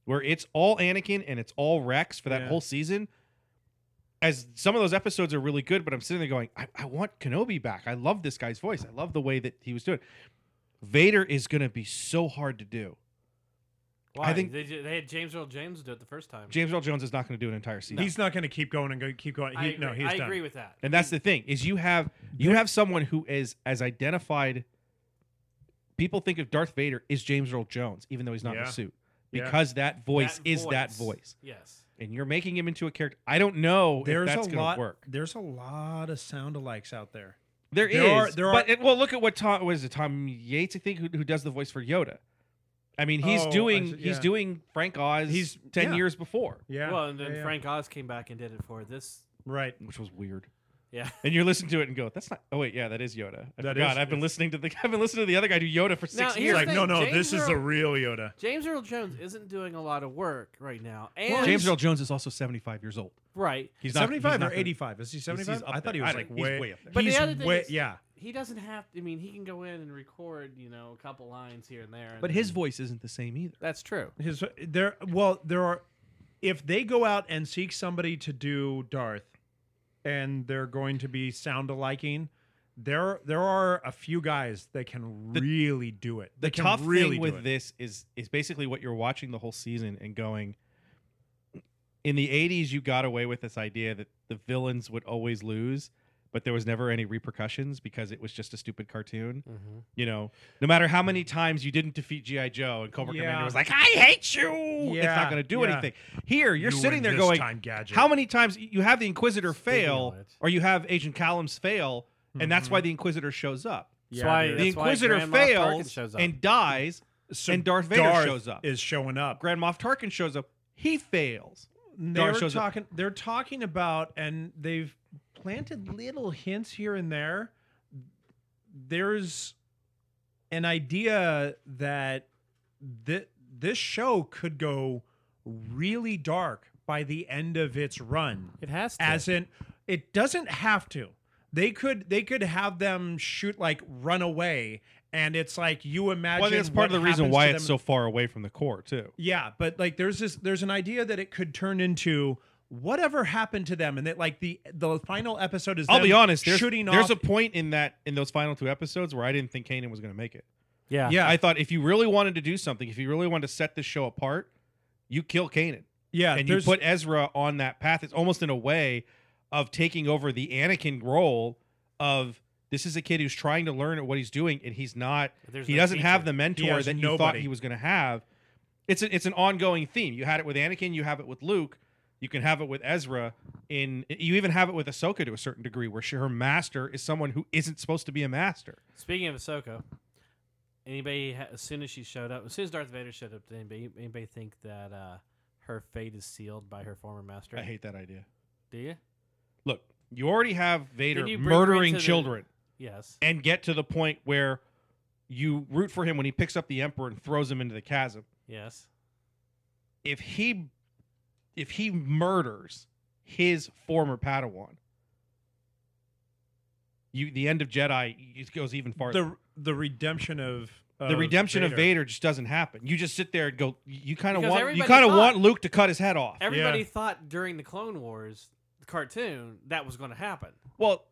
[SPEAKER 6] where it's all Anakin and it's all Rex for that
[SPEAKER 7] Yeah.
[SPEAKER 6] whole season. As some of those episodes are really good, but I'm sitting there going, I, I want Kenobi back. I love this guy's voice. I love the way that he was doing. it. Vader is going to be so hard to do.
[SPEAKER 1] why?
[SPEAKER 6] think-
[SPEAKER 1] they, ju- they had James Earl James do it the first time.
[SPEAKER 6] James Earl Jones is not going to do an entire season.
[SPEAKER 7] he's not going to keep going and go, keep going
[SPEAKER 1] I
[SPEAKER 7] he,
[SPEAKER 1] agree,
[SPEAKER 7] no he's
[SPEAKER 1] I
[SPEAKER 7] done
[SPEAKER 1] agree with that.
[SPEAKER 6] And that's the thing is you have you have someone who is as identified. People think of Darth Vader is James Earl Jones, even though he's not in
[SPEAKER 7] Yeah.
[SPEAKER 6] a suit,
[SPEAKER 7] Yeah.
[SPEAKER 6] because that voice is that voice,
[SPEAKER 1] Yes.
[SPEAKER 6] and you're making him into a character. I don't know
[SPEAKER 7] there's
[SPEAKER 6] if that's
[SPEAKER 7] a
[SPEAKER 6] going
[SPEAKER 7] lot
[SPEAKER 6] to work.
[SPEAKER 7] there's a lot of sound alikes out there
[SPEAKER 6] there
[SPEAKER 7] there are-
[SPEAKER 6] is,
[SPEAKER 7] there
[SPEAKER 6] but
[SPEAKER 7] are-
[SPEAKER 6] it, well, look at what Tom was it Tom Yates, I think, who, who does the voice for Yoda. I mean, he's
[SPEAKER 7] Oh, I
[SPEAKER 6] doing
[SPEAKER 7] see,
[SPEAKER 6] he's
[SPEAKER 7] yeah.
[SPEAKER 6] doing Frank Oz.
[SPEAKER 7] He's-
[SPEAKER 6] ten
[SPEAKER 7] yeah.
[SPEAKER 6] years before,
[SPEAKER 7] yeah
[SPEAKER 1] Well, and then
[SPEAKER 7] yeah, yeah.
[SPEAKER 1] Frank Oz came back and did it for this.
[SPEAKER 7] right
[SPEAKER 6] which was weird.
[SPEAKER 1] Yeah.
[SPEAKER 6] And you listen to it and go, "That's not." Oh wait, yeah, that is Yoda. I
[SPEAKER 7] That
[SPEAKER 6] forgot.
[SPEAKER 7] is-
[SPEAKER 6] I've been
[SPEAKER 7] it's-
[SPEAKER 6] listening to the I've been listening to the other guy do Yoda for six
[SPEAKER 1] Now,
[SPEAKER 6] years.
[SPEAKER 1] here's
[SPEAKER 7] like
[SPEAKER 1] the
[SPEAKER 7] no
[SPEAKER 1] thing,
[SPEAKER 7] no
[SPEAKER 1] James
[SPEAKER 7] this is the
[SPEAKER 1] Earl-
[SPEAKER 7] real Yoda
[SPEAKER 1] James Earl Jones isn't doing a lot of work right now, and
[SPEAKER 6] James Earl Jones is also 75 years old.
[SPEAKER 1] right,
[SPEAKER 6] He's not- he's
[SPEAKER 7] 75
[SPEAKER 6] not
[SPEAKER 7] or
[SPEAKER 6] gonna-
[SPEAKER 7] 85 is he 75
[SPEAKER 6] up
[SPEAKER 7] I thought he
[SPEAKER 6] there.
[SPEAKER 7] was
[SPEAKER 6] I
[SPEAKER 7] like
[SPEAKER 6] don't- he's way up there.
[SPEAKER 1] But the
[SPEAKER 7] he's
[SPEAKER 1] other thing
[SPEAKER 7] way-
[SPEAKER 1] is-
[SPEAKER 7] yeah
[SPEAKER 1] he doesn't have. I mean, he can go in and record, you know, a couple lines here and there. and
[SPEAKER 6] But his
[SPEAKER 1] then-
[SPEAKER 6] voice isn't the same either.
[SPEAKER 1] that's true.
[SPEAKER 7] His there well there are if they go out and seek somebody to do Darth and they're going to be sound aliking there there are a few guys that can
[SPEAKER 6] The-
[SPEAKER 7] really do it. They
[SPEAKER 6] The
[SPEAKER 7] can
[SPEAKER 6] tough
[SPEAKER 7] really
[SPEAKER 6] thing
[SPEAKER 7] do
[SPEAKER 6] with
[SPEAKER 7] it.
[SPEAKER 6] this is is basically what you're watching the whole season and going. In the 80s, you got away with this idea that the villains would always lose but there was never any repercussions because it was just a stupid cartoon.
[SPEAKER 1] Mm-hmm.
[SPEAKER 6] You know, no matter how many times you didn't defeat GI Joe and Cobra
[SPEAKER 7] Yeah.
[SPEAKER 6] Commander was like, "I hate you," it's
[SPEAKER 7] Yeah,
[SPEAKER 6] not going to do
[SPEAKER 7] yeah.
[SPEAKER 6] anything. Here,
[SPEAKER 7] You
[SPEAKER 6] you're sitting
[SPEAKER 7] win
[SPEAKER 6] there
[SPEAKER 7] this
[SPEAKER 6] going,
[SPEAKER 7] time, Gadget.
[SPEAKER 6] "How many times you have the Inquisitor fail,
[SPEAKER 1] of which-
[SPEAKER 6] or you have Agent Callums fail, and that's
[SPEAKER 7] Mm-hmm.
[SPEAKER 6] why the Inquisitor shows up.
[SPEAKER 1] That's why
[SPEAKER 6] the
[SPEAKER 1] that's why
[SPEAKER 6] Inquisitor
[SPEAKER 1] Grand Moff Tarkin
[SPEAKER 6] fails
[SPEAKER 1] shows up.
[SPEAKER 6] and dies,
[SPEAKER 7] So
[SPEAKER 6] and Darth Vader shows up.
[SPEAKER 7] Is showing up.
[SPEAKER 6] Grand Moff Tarkin shows up. He fails.
[SPEAKER 7] they're
[SPEAKER 6] Darth shows up.
[SPEAKER 7] talking they're talking about and they've planted little hints here and there there's an idea that th- this show could go really dark by the end of its run
[SPEAKER 1] It has to.
[SPEAKER 7] as in it doesn't have to they could they could have them shoot like run away and it's like you imagine
[SPEAKER 6] Well, I think that's part
[SPEAKER 7] what
[SPEAKER 6] of the reason
[SPEAKER 7] happens
[SPEAKER 6] why
[SPEAKER 7] to
[SPEAKER 6] it's
[SPEAKER 7] them-
[SPEAKER 6] so far away from the core too.
[SPEAKER 7] yeah, but like there's this there's an idea that it could turn into whatever happened to them and that like the the final episode is
[SPEAKER 6] I'll
[SPEAKER 7] them
[SPEAKER 6] be honest. There's,
[SPEAKER 7] shooting
[SPEAKER 6] there's
[SPEAKER 7] off
[SPEAKER 6] a point in that in those final two episodes where I didn't think Kanan was going to make it.
[SPEAKER 1] yeah.
[SPEAKER 7] Yeah.
[SPEAKER 6] I thought if you really wanted to do something, if you really wanted to set this show apart, you kill Kanan
[SPEAKER 7] yeah
[SPEAKER 6] and you
[SPEAKER 7] there's-
[SPEAKER 6] put Ezra on that path. It's almost in a way of taking over the Anakin role of this is a kid who's trying to learn at what he's doing and he's not.
[SPEAKER 1] There's
[SPEAKER 6] he
[SPEAKER 1] no
[SPEAKER 6] doesn't have
[SPEAKER 1] teacher.
[SPEAKER 6] the
[SPEAKER 7] He
[SPEAKER 6] mentor
[SPEAKER 7] has
[SPEAKER 6] that you thought
[SPEAKER 7] nobody.
[SPEAKER 6] he was going to have. It's a, it's an ongoing theme. You had it with Anakin. You have it with Luke. You can have it with Ezra. In you even have it with Ahsoka to a certain degree, where she, her master is someone who isn't supposed to be a master.
[SPEAKER 1] Speaking of Ahsoka, anybody ha- as soon as she showed up, as soon as Darth Vader showed up, did anybody anybody think that uh, her fate is sealed by her former master?
[SPEAKER 6] I hate that idea.
[SPEAKER 1] Do you?
[SPEAKER 6] Look, you already have Vader
[SPEAKER 1] Then you bring her
[SPEAKER 6] murdering
[SPEAKER 1] into the-
[SPEAKER 6] children.
[SPEAKER 1] Yes.
[SPEAKER 6] and get to the point where you root for him when he picks up the emperor and throws him into the chasm.
[SPEAKER 1] Yes.
[SPEAKER 6] If he if he murders his former Padawan, you the end of Jedi it goes even farther.
[SPEAKER 7] the the redemption of,
[SPEAKER 6] The,
[SPEAKER 7] of
[SPEAKER 6] redemption of Vader just doesn't happen. You just sit there and go. You kind of
[SPEAKER 1] Because
[SPEAKER 6] want. You
[SPEAKER 1] everybody
[SPEAKER 6] kind of
[SPEAKER 1] thought-
[SPEAKER 6] want Luke to cut his head off.
[SPEAKER 1] Everybody thought during the Clone Wars the cartoon that was going to happen,
[SPEAKER 6] well,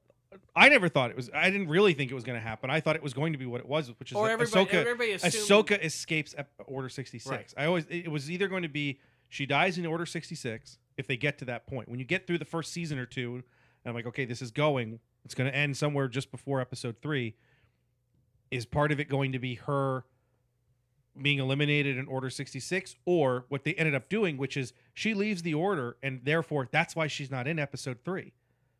[SPEAKER 6] I never thought it was. I didn't really think it was going to happen. I thought it was going to be what it was, which is
[SPEAKER 1] or
[SPEAKER 6] that
[SPEAKER 1] everybody
[SPEAKER 6] Ahsoka-
[SPEAKER 1] everybody assumed
[SPEAKER 6] Ahsoka escapes Ep- Order 66.
[SPEAKER 1] Right.
[SPEAKER 6] I always it was either going to be she dies in Order 66 if they get to that point. When you get through the first season or two, and I'm like, okay, this is going. It's going to end somewhere just before episode 3. Is part of it going to be her being eliminated in Order 66 or what they ended up doing, which is she leaves the order and therefore that's why she's not in episode 3.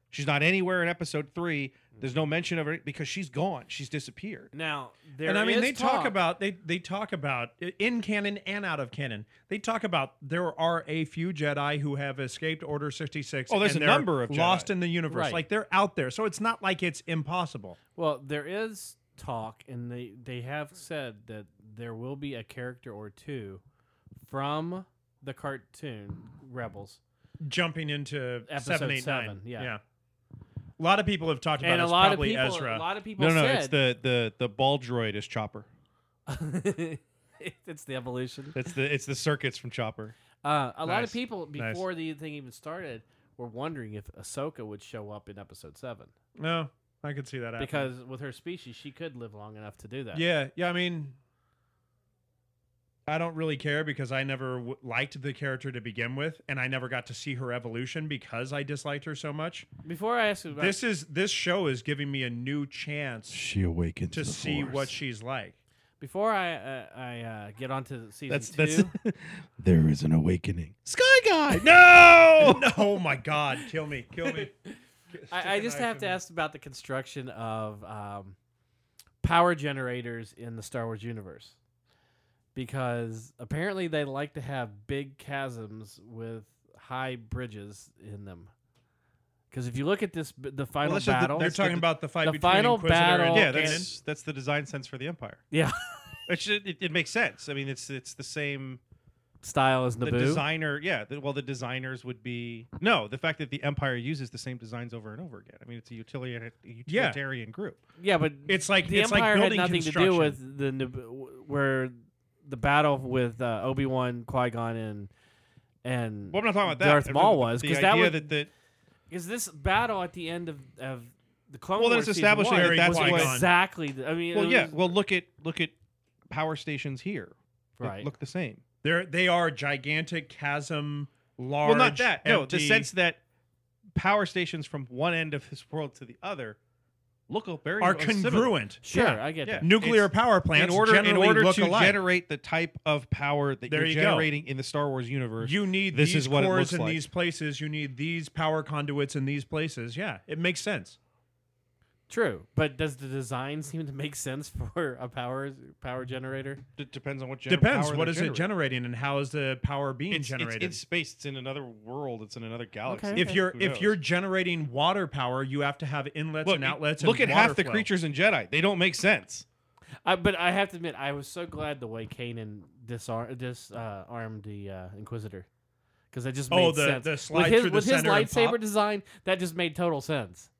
[SPEAKER 6] She's not anywhere in episode 3. There's no mention of her because she's gone. She's disappeared.
[SPEAKER 1] now. There
[SPEAKER 7] and I mean
[SPEAKER 1] is
[SPEAKER 7] they talk,
[SPEAKER 1] talk
[SPEAKER 7] about they they talk about in canon and out of canon they talk about there are a few Jedi who have escaped Order sixty six
[SPEAKER 6] Oh, there's
[SPEAKER 7] and
[SPEAKER 6] a
[SPEAKER 7] they're
[SPEAKER 6] number of Jedi.
[SPEAKER 7] lost in the universe
[SPEAKER 1] Right.
[SPEAKER 7] like they're out there so it's not like it's impossible
[SPEAKER 1] Well, there is talk, and they they have said that there will be a character or two from the cartoon Rebels,
[SPEAKER 7] jumping into
[SPEAKER 1] Episode
[SPEAKER 7] seven, eight, nine.
[SPEAKER 1] seven, yeah.
[SPEAKER 7] A lot of people have talked about
[SPEAKER 1] and a
[SPEAKER 7] it's
[SPEAKER 1] lot of
[SPEAKER 7] probably
[SPEAKER 1] people,
[SPEAKER 7] Ezra.
[SPEAKER 1] a lot of people
[SPEAKER 6] No, no,
[SPEAKER 1] said
[SPEAKER 6] it's the the the ball droid is Chopper.
[SPEAKER 1] it's the evolution.
[SPEAKER 6] It's the it's the circuits from Chopper.
[SPEAKER 1] Uh, a lot
[SPEAKER 7] Nice.
[SPEAKER 1] of people
[SPEAKER 7] Nice.
[SPEAKER 1] before the thing even started were wondering if Ahsoka would show up in episode seven
[SPEAKER 7] no, I could see that happening.
[SPEAKER 1] because with her species, she could live long enough to do that.
[SPEAKER 7] yeah, yeah. I mean, I don't really care because I never w- liked the character to begin with, and I never got to see her evolution because I disliked her so much.
[SPEAKER 1] Before I ask you about
[SPEAKER 7] This is this show is giving me a new chance
[SPEAKER 9] She awakens
[SPEAKER 7] to see what she's like.
[SPEAKER 1] before I uh, I uh, get on to season
[SPEAKER 6] That's
[SPEAKER 1] two,
[SPEAKER 6] that's
[SPEAKER 9] There is an awakening.
[SPEAKER 6] Sky Guy. No.
[SPEAKER 7] No, oh my God, kill me, kill me.
[SPEAKER 1] I, I just have to ask about the construction of um, power generators in the Star Wars universe, because apparently they like to have big chasms with high bridges in them. Because if you look at this, b- the final
[SPEAKER 6] that's just the-
[SPEAKER 1] battle.
[SPEAKER 7] They're
[SPEAKER 6] that's the-
[SPEAKER 7] talking about the fight
[SPEAKER 1] the
[SPEAKER 7] between
[SPEAKER 1] final
[SPEAKER 7] Inquisitor
[SPEAKER 1] battle
[SPEAKER 7] and
[SPEAKER 6] yeah,
[SPEAKER 1] Okay.
[SPEAKER 6] that's that's the design sense for the Empire.
[SPEAKER 1] yeah,
[SPEAKER 6] Which it, it, it makes sense. I mean, it's it's the same.
[SPEAKER 1] style as
[SPEAKER 6] The
[SPEAKER 1] Naboo.
[SPEAKER 6] designer, yeah. The, well, the designers would be no. The fact that the Empire uses the same designs over and over again. I mean, it's a utilitarian utilitarian group.
[SPEAKER 1] Yeah, but
[SPEAKER 7] It's like-
[SPEAKER 1] the
[SPEAKER 7] it's like
[SPEAKER 1] Empire had
[SPEAKER 7] building
[SPEAKER 1] nothing to do
[SPEAKER 7] construction.
[SPEAKER 1] with the Nab- where the battle with uh, Obi Wan, Qui Gon, and and
[SPEAKER 6] Well, I'm not talking about that.
[SPEAKER 1] Darth
[SPEAKER 6] I'm
[SPEAKER 1] Maul
[SPEAKER 6] talking about
[SPEAKER 1] was
[SPEAKER 6] the
[SPEAKER 1] because that
[SPEAKER 6] idea
[SPEAKER 1] would
[SPEAKER 6] that the
[SPEAKER 1] Because this battle at the end of, of the Clone
[SPEAKER 6] Well, then
[SPEAKER 1] Wars
[SPEAKER 6] it's
[SPEAKER 1] season
[SPEAKER 6] establishing
[SPEAKER 1] one
[SPEAKER 6] that that's
[SPEAKER 1] was
[SPEAKER 6] what-
[SPEAKER 1] exactly. The, I mean, it
[SPEAKER 6] well, yeah.
[SPEAKER 1] was-
[SPEAKER 6] Well, look at look at power stations here. They
[SPEAKER 1] right.
[SPEAKER 6] look the same.
[SPEAKER 7] They're they are gigantic chasm, large.
[SPEAKER 6] well, not that. No, the
[SPEAKER 7] empty-
[SPEAKER 6] sense that power stations from one end of this world to the other look al- very
[SPEAKER 7] are
[SPEAKER 6] al- similar.
[SPEAKER 7] congruent.
[SPEAKER 1] Sure,
[SPEAKER 6] Yeah,
[SPEAKER 1] I get
[SPEAKER 6] yeah.
[SPEAKER 1] that.
[SPEAKER 7] Nuclear
[SPEAKER 6] It's-
[SPEAKER 7] power plants
[SPEAKER 6] in order in
[SPEAKER 7] generally
[SPEAKER 6] order
[SPEAKER 7] look
[SPEAKER 6] to
[SPEAKER 7] alike.
[SPEAKER 6] generate the type of power that
[SPEAKER 7] There
[SPEAKER 6] you're
[SPEAKER 7] you go.
[SPEAKER 6] generating in the Star Wars universe.
[SPEAKER 7] you need
[SPEAKER 6] This
[SPEAKER 7] these
[SPEAKER 6] is what it
[SPEAKER 7] cores
[SPEAKER 6] looks
[SPEAKER 7] in
[SPEAKER 6] like.
[SPEAKER 7] these places. You need these power conduits in these places. Yeah, it makes sense.
[SPEAKER 1] True, but does the design seem to make sense for a power power generator?
[SPEAKER 6] it depends on what gener-
[SPEAKER 7] Depends.
[SPEAKER 6] power
[SPEAKER 7] What
[SPEAKER 6] they're
[SPEAKER 7] is it
[SPEAKER 6] generating.
[SPEAKER 7] generating, and how is the power being
[SPEAKER 6] It's, it's
[SPEAKER 7] generated?
[SPEAKER 6] in space. It's in another world. It's in another galaxy.
[SPEAKER 1] Okay.
[SPEAKER 7] if you're
[SPEAKER 6] Who
[SPEAKER 7] if
[SPEAKER 6] knows?
[SPEAKER 7] you're generating water power, you have to have inlets
[SPEAKER 6] look,
[SPEAKER 7] and outlets.
[SPEAKER 6] look
[SPEAKER 7] and
[SPEAKER 6] at
[SPEAKER 7] water
[SPEAKER 6] half the
[SPEAKER 7] flow.
[SPEAKER 6] creatures in Jedi. They don't make sense.
[SPEAKER 1] I, but I have to admit, I was so glad the way Kanan disarm disarmed the uh, Inquisitor because that just
[SPEAKER 7] Oh,
[SPEAKER 1] made
[SPEAKER 7] the-
[SPEAKER 1] sense.
[SPEAKER 7] the slide
[SPEAKER 1] with his,
[SPEAKER 7] through the
[SPEAKER 1] with his
[SPEAKER 7] center and
[SPEAKER 1] lightsaber
[SPEAKER 7] pop?
[SPEAKER 1] design, that just made total sense.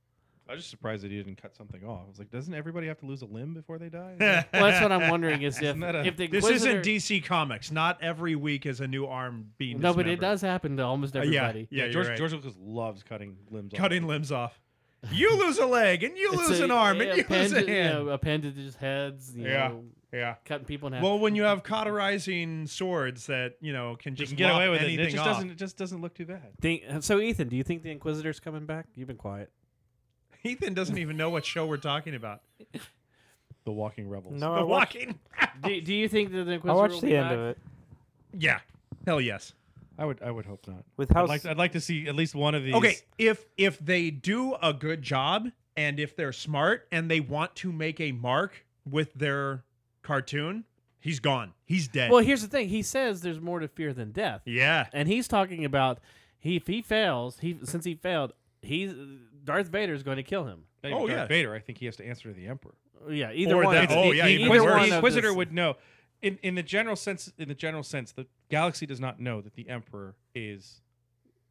[SPEAKER 6] I was just surprised that he didn't cut something off. I was like, doesn't everybody have to lose a limb before they die?
[SPEAKER 1] Well, that's what I'm wondering is if
[SPEAKER 6] Isn't that a-
[SPEAKER 1] if the
[SPEAKER 7] This
[SPEAKER 1] Inquisitor,
[SPEAKER 7] isn't DC Comics. Not every week is a new arm being.
[SPEAKER 1] no, but it
[SPEAKER 7] dismembered.
[SPEAKER 1] does happen to almost
[SPEAKER 7] Uh, yeah,
[SPEAKER 1] everybody.
[SPEAKER 7] yeah,
[SPEAKER 6] yeah,
[SPEAKER 7] you're
[SPEAKER 6] George
[SPEAKER 7] right.
[SPEAKER 6] George Lucas loves cutting limbs.
[SPEAKER 7] cutting
[SPEAKER 6] off.
[SPEAKER 7] limbs off. You lose a leg, and you
[SPEAKER 1] It's
[SPEAKER 7] lose
[SPEAKER 1] a-
[SPEAKER 7] an arm,
[SPEAKER 1] yeah,
[SPEAKER 7] and you lose a
[SPEAKER 1] appendage-
[SPEAKER 7] hand.
[SPEAKER 1] You know, appendages, heads. You
[SPEAKER 7] Yeah.
[SPEAKER 1] know,
[SPEAKER 7] yeah.
[SPEAKER 1] cutting people in half.
[SPEAKER 7] Well, when you have cauterizing swords that you know can
[SPEAKER 6] You
[SPEAKER 7] just
[SPEAKER 6] can get
[SPEAKER 7] lop
[SPEAKER 6] away with it.
[SPEAKER 7] anything
[SPEAKER 6] It just
[SPEAKER 7] off.
[SPEAKER 6] doesn't. It just doesn't look too bad.
[SPEAKER 1] Think- so, Ethan, do you think the Inquisitor's coming back? You've been quiet.
[SPEAKER 7] Ethan doesn't even know what show we're talking about.
[SPEAKER 6] The Walking Rebels.
[SPEAKER 8] No, I
[SPEAKER 7] the
[SPEAKER 8] watched,
[SPEAKER 7] walking.
[SPEAKER 1] Do, do you think that the
[SPEAKER 8] I
[SPEAKER 1] Inquisitor
[SPEAKER 8] watched
[SPEAKER 1] will
[SPEAKER 8] the
[SPEAKER 1] be
[SPEAKER 8] end
[SPEAKER 1] back?
[SPEAKER 8] of it.
[SPEAKER 7] Yeah, hell yes.
[SPEAKER 6] I would. I would hope not.
[SPEAKER 8] With how
[SPEAKER 6] I'd like, I'd like to see at least one of these.
[SPEAKER 7] Okay, if if they do a good job and if they're smart and they want to make a mark with their cartoon, he's gone. He's dead.
[SPEAKER 1] Well, here's the thing. He says there's more to fear than death,
[SPEAKER 7] yeah.
[SPEAKER 1] and he's talking about he if he fails, he since he failed, he's Darth Vader's going to kill him.
[SPEAKER 6] Not even
[SPEAKER 7] Oh,
[SPEAKER 6] Darth
[SPEAKER 7] yeah.
[SPEAKER 6] Vader. I think he has to answer to the Emperor.
[SPEAKER 1] Yeah, either
[SPEAKER 7] Or
[SPEAKER 1] one.
[SPEAKER 7] that-
[SPEAKER 1] of-
[SPEAKER 7] oh,
[SPEAKER 1] e-
[SPEAKER 7] yeah,
[SPEAKER 1] e-
[SPEAKER 7] even
[SPEAKER 1] either
[SPEAKER 7] worse.
[SPEAKER 1] one
[SPEAKER 6] The
[SPEAKER 1] of
[SPEAKER 6] Inquisitor
[SPEAKER 1] this-
[SPEAKER 6] would know. In in the general sense, in the general sense, the galaxy does not know that the Emperor is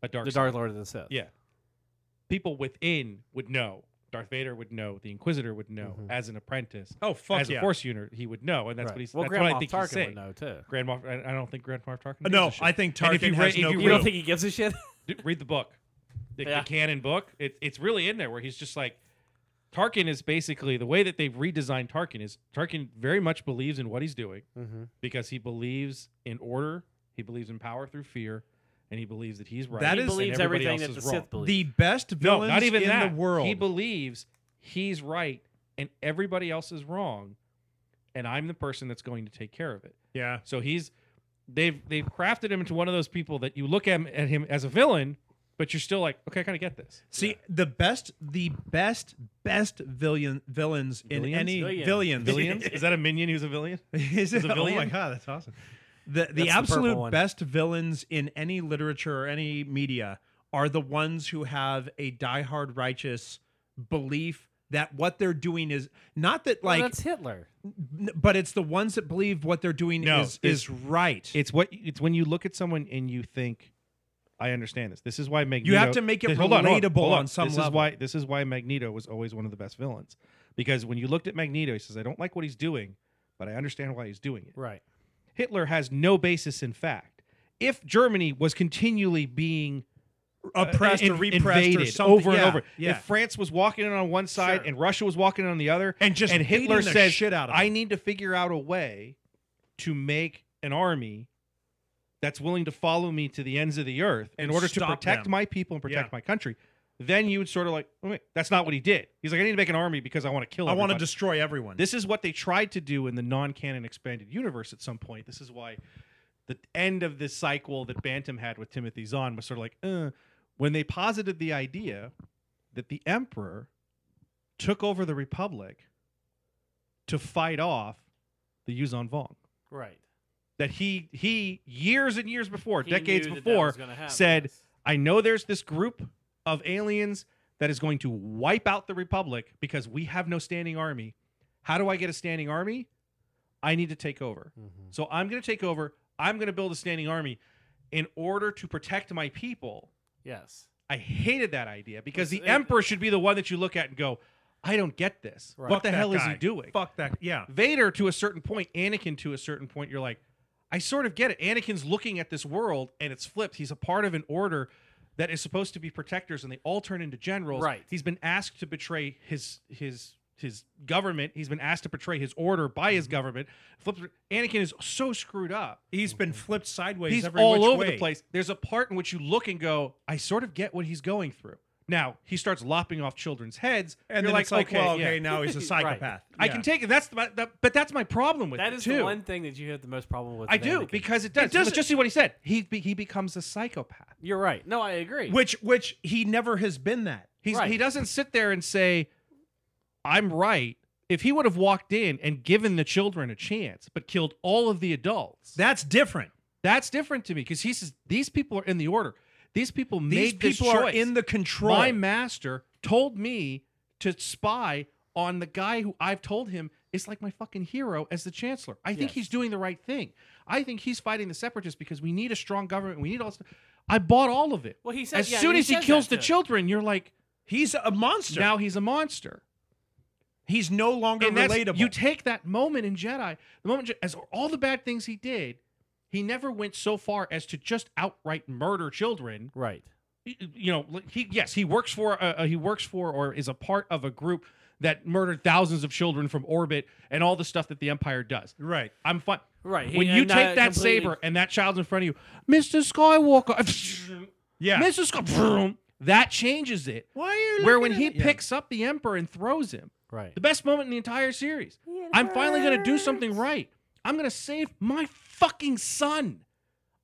[SPEAKER 6] a dark.
[SPEAKER 1] the
[SPEAKER 6] side.
[SPEAKER 1] Dark Lord of the Sith.
[SPEAKER 6] Yeah. People within would know. Darth Vader would know. The Inquisitor would know.
[SPEAKER 1] Mhm.
[SPEAKER 6] As an apprentice,
[SPEAKER 7] Oh fuck
[SPEAKER 6] as
[SPEAKER 7] yeah.
[SPEAKER 6] a Force unit, he would know, and that's
[SPEAKER 1] Right.
[SPEAKER 6] what he's.
[SPEAKER 1] Well,
[SPEAKER 6] that's
[SPEAKER 1] Grand
[SPEAKER 6] what I
[SPEAKER 1] Moff
[SPEAKER 6] think
[SPEAKER 1] Tarkin
[SPEAKER 6] he's saying.
[SPEAKER 1] would know too.
[SPEAKER 6] Grand Moff. I, I don't think Grand Moff Tarkin. gives
[SPEAKER 7] Uh, no,
[SPEAKER 6] a shit.
[SPEAKER 7] I think
[SPEAKER 6] And
[SPEAKER 7] Tarkin
[SPEAKER 6] if you
[SPEAKER 7] has
[SPEAKER 6] ra-
[SPEAKER 7] no
[SPEAKER 6] if you
[SPEAKER 1] You
[SPEAKER 7] clue.
[SPEAKER 1] don't think he gives a shit?
[SPEAKER 6] D- read the book, the,
[SPEAKER 1] Yeah.
[SPEAKER 6] the canon book. It, it's really in there where he's just like, Tarkin is basically the way that they've redesigned Tarkin is Tarkin very much believes in what he's doing
[SPEAKER 1] mm-hmm.
[SPEAKER 6] because he believes in order, he believes in power through fear, and he believes that he's right.
[SPEAKER 7] That
[SPEAKER 1] He
[SPEAKER 7] is-
[SPEAKER 1] believes
[SPEAKER 6] and everybody
[SPEAKER 1] everything
[SPEAKER 6] else
[SPEAKER 1] that the
[SPEAKER 6] is wrong.
[SPEAKER 1] Sith believes.
[SPEAKER 7] the best
[SPEAKER 6] no,
[SPEAKER 7] villains
[SPEAKER 6] not even
[SPEAKER 7] in
[SPEAKER 6] that.
[SPEAKER 7] the world.
[SPEAKER 6] He believes he's right and everybody else is wrong, and I'm the person that's going to take care of it.
[SPEAKER 7] yeah.
[SPEAKER 6] So he's they've they've crafted him into one of those people that you look at him, at him as a villain, but you're still like, okay, I kind of get this.
[SPEAKER 7] See the best, the best, best villain villains in
[SPEAKER 6] Villains?
[SPEAKER 7] any
[SPEAKER 1] Villains.
[SPEAKER 7] villains.
[SPEAKER 6] Villains? Is that a minion who's a villain?
[SPEAKER 7] Is it?
[SPEAKER 6] a
[SPEAKER 7] Oh my
[SPEAKER 6] villain?
[SPEAKER 7] god, that's awesome. The the
[SPEAKER 8] the purple
[SPEAKER 7] absolute
[SPEAKER 8] one.
[SPEAKER 7] best villains in any literature or any media are the ones who have a diehard righteous belief that what they're doing is not that
[SPEAKER 1] Well,
[SPEAKER 7] like,
[SPEAKER 1] that's Hitler.
[SPEAKER 7] n- but it's the ones that believe what they're doing
[SPEAKER 6] No,
[SPEAKER 7] is
[SPEAKER 6] this-
[SPEAKER 7] is right.
[SPEAKER 6] It's what it's when you look at someone and you think, I understand this. This is why Magneto.
[SPEAKER 7] You have to make it
[SPEAKER 6] Th- hold on, hold on,
[SPEAKER 7] relatable
[SPEAKER 6] hold
[SPEAKER 7] on some
[SPEAKER 6] this Is
[SPEAKER 7] level.
[SPEAKER 6] why this is why Magneto was always one of the best villains, because when you looked at Magneto, he says, I don't like what he's doing, but I understand why he's doing it.
[SPEAKER 1] Right.
[SPEAKER 6] Hitler has no basis in fact. If Germany was continually being
[SPEAKER 7] Oppressed
[SPEAKER 6] in-
[SPEAKER 7] or repressed or
[SPEAKER 6] uh, invaded
[SPEAKER 7] something
[SPEAKER 6] over and
[SPEAKER 7] Yeah,
[SPEAKER 6] over.
[SPEAKER 7] Yeah.
[SPEAKER 6] If France was walking in on one side
[SPEAKER 7] Sure.
[SPEAKER 6] and Russia was walking in on the other,
[SPEAKER 7] And just
[SPEAKER 6] and Hitler
[SPEAKER 7] beating the
[SPEAKER 6] says,
[SPEAKER 7] shit out of
[SPEAKER 6] "I
[SPEAKER 7] them."
[SPEAKER 6] need to figure out a way to make an army that's willing to follow me to the ends of the earth in
[SPEAKER 7] And
[SPEAKER 6] order to
[SPEAKER 7] stop
[SPEAKER 6] protect
[SPEAKER 7] them.
[SPEAKER 6] my people and protect
[SPEAKER 7] Yeah.
[SPEAKER 6] my country." Then you would sort of like, wait, that's not what he did. He's like, I need to make an army because I want to kill.
[SPEAKER 7] I want to
[SPEAKER 6] everybody."
[SPEAKER 7] destroy everyone.
[SPEAKER 6] This is what they tried to do in the non-canon expanded universe at some point. This is why the end of this cycle that Bantam had with Timothy Zahn was sort of like, uh, when they posited the idea that the emperor took over the republic to fight off the Yuzan Vong.
[SPEAKER 1] Right.
[SPEAKER 6] That he he years and years before,
[SPEAKER 1] He
[SPEAKER 6] decades
[SPEAKER 1] knew that that
[SPEAKER 6] before,
[SPEAKER 1] was gonna happen.
[SPEAKER 6] said, I know there's this group of aliens that is going to wipe out the Republic because we have no standing army. How do I get a standing army? I need to take over.
[SPEAKER 7] Mm-hmm.
[SPEAKER 1] Mhm.
[SPEAKER 6] So I'm going to take over. I'm going to build a standing army in order to protect my people.
[SPEAKER 1] yes.
[SPEAKER 6] I hated that idea because
[SPEAKER 1] It's-
[SPEAKER 6] the
[SPEAKER 1] it-
[SPEAKER 6] emperor should be the one that you look at and go, I don't get this.
[SPEAKER 1] Right.
[SPEAKER 6] What the
[SPEAKER 7] Fuck
[SPEAKER 6] hell
[SPEAKER 7] that
[SPEAKER 6] is he
[SPEAKER 7] guy.
[SPEAKER 6] doing?
[SPEAKER 7] Fuck that. Yeah.
[SPEAKER 6] Vader to a certain point, Anakin to a certain point, you're like, I sort of get it. Anakin's looking at this world and it's flipped. He's a part of an order that is supposed to be protectors and they all turn into generals.
[SPEAKER 1] Right.
[SPEAKER 6] He's been asked to betray his his his government. He's been asked to betray his order by
[SPEAKER 7] Mm-hmm.
[SPEAKER 6] his government. Flipped Anakin is so screwed up.
[SPEAKER 7] He's been flipped sideways
[SPEAKER 6] He's
[SPEAKER 7] every
[SPEAKER 6] all
[SPEAKER 7] which
[SPEAKER 6] over
[SPEAKER 7] way.
[SPEAKER 6] the place. There's a part in which you look and go, I sort of get what he's going through. Now he starts lopping off children's heads, and
[SPEAKER 7] And
[SPEAKER 6] you're
[SPEAKER 7] then
[SPEAKER 6] like,
[SPEAKER 7] it's like,
[SPEAKER 6] okay,
[SPEAKER 7] well,
[SPEAKER 6] yeah.
[SPEAKER 7] okay, now he's a
[SPEAKER 1] Right.
[SPEAKER 7] psychopath.
[SPEAKER 6] I
[SPEAKER 7] Yeah.
[SPEAKER 6] can take it. That's the, that, but that's my problem with
[SPEAKER 1] That
[SPEAKER 6] it,
[SPEAKER 1] is
[SPEAKER 6] too.
[SPEAKER 1] the one thing that you have the most problem with.
[SPEAKER 6] I
[SPEAKER 1] with
[SPEAKER 6] do
[SPEAKER 1] Anakin.
[SPEAKER 6] because it does.
[SPEAKER 7] It doesn't-
[SPEAKER 6] But just see what he said. He be, he becomes a psychopath,
[SPEAKER 1] you're right. No, I agree.
[SPEAKER 7] which which he never has been that.
[SPEAKER 6] He's
[SPEAKER 1] Right.
[SPEAKER 6] he doesn't sit there and say, "I'm right." If he would have walked in and given the children a chance, but killed all of the adults,
[SPEAKER 7] That's different.
[SPEAKER 6] that's different to me because he says these people are in the order. These people
[SPEAKER 7] These
[SPEAKER 6] made this
[SPEAKER 7] people are
[SPEAKER 6] choice.
[SPEAKER 7] in the control.
[SPEAKER 6] My master told me to spy on the guy who I've told him is like my fucking hero as the chancellor. I think
[SPEAKER 1] Yes.
[SPEAKER 6] he's doing the right thing. I think he's fighting the separatists because we need a strong government. We need all. This. I bought all of it.
[SPEAKER 1] Well, he said-
[SPEAKER 6] as
[SPEAKER 1] yeah,
[SPEAKER 6] soon
[SPEAKER 1] he
[SPEAKER 6] as he
[SPEAKER 1] says
[SPEAKER 6] kills
[SPEAKER 1] that
[SPEAKER 6] the
[SPEAKER 1] too.
[SPEAKER 6] children, you're like,
[SPEAKER 7] he's a monster.
[SPEAKER 6] now he's a monster.
[SPEAKER 7] he's no longer
[SPEAKER 6] And that's,
[SPEAKER 7] relatable.
[SPEAKER 6] you take that moment in Jedi, the moment Je- as all the bad things he did, he never went so far as to just outright murder children.
[SPEAKER 1] right.
[SPEAKER 6] y- you know like, he yes he works for a, a- he works for or is a part of a group that murdered thousands of children from orbit and all the stuff that the empire does
[SPEAKER 7] right.
[SPEAKER 6] i'm fine
[SPEAKER 1] Right, he-
[SPEAKER 6] when you
[SPEAKER 1] and
[SPEAKER 6] take
[SPEAKER 1] not
[SPEAKER 6] that
[SPEAKER 1] completely-
[SPEAKER 6] saber and that child's in front of you mr skywalker
[SPEAKER 7] Yeah.
[SPEAKER 6] mr Sky, that changes it
[SPEAKER 7] Why are you
[SPEAKER 6] where
[SPEAKER 7] looking
[SPEAKER 6] when
[SPEAKER 7] at
[SPEAKER 6] he
[SPEAKER 7] it? Yeah.
[SPEAKER 6] picks up the emperor and throws him
[SPEAKER 1] Right.
[SPEAKER 6] the best moment in the entire series i'm finally going to do something right i'm going to save my fucking son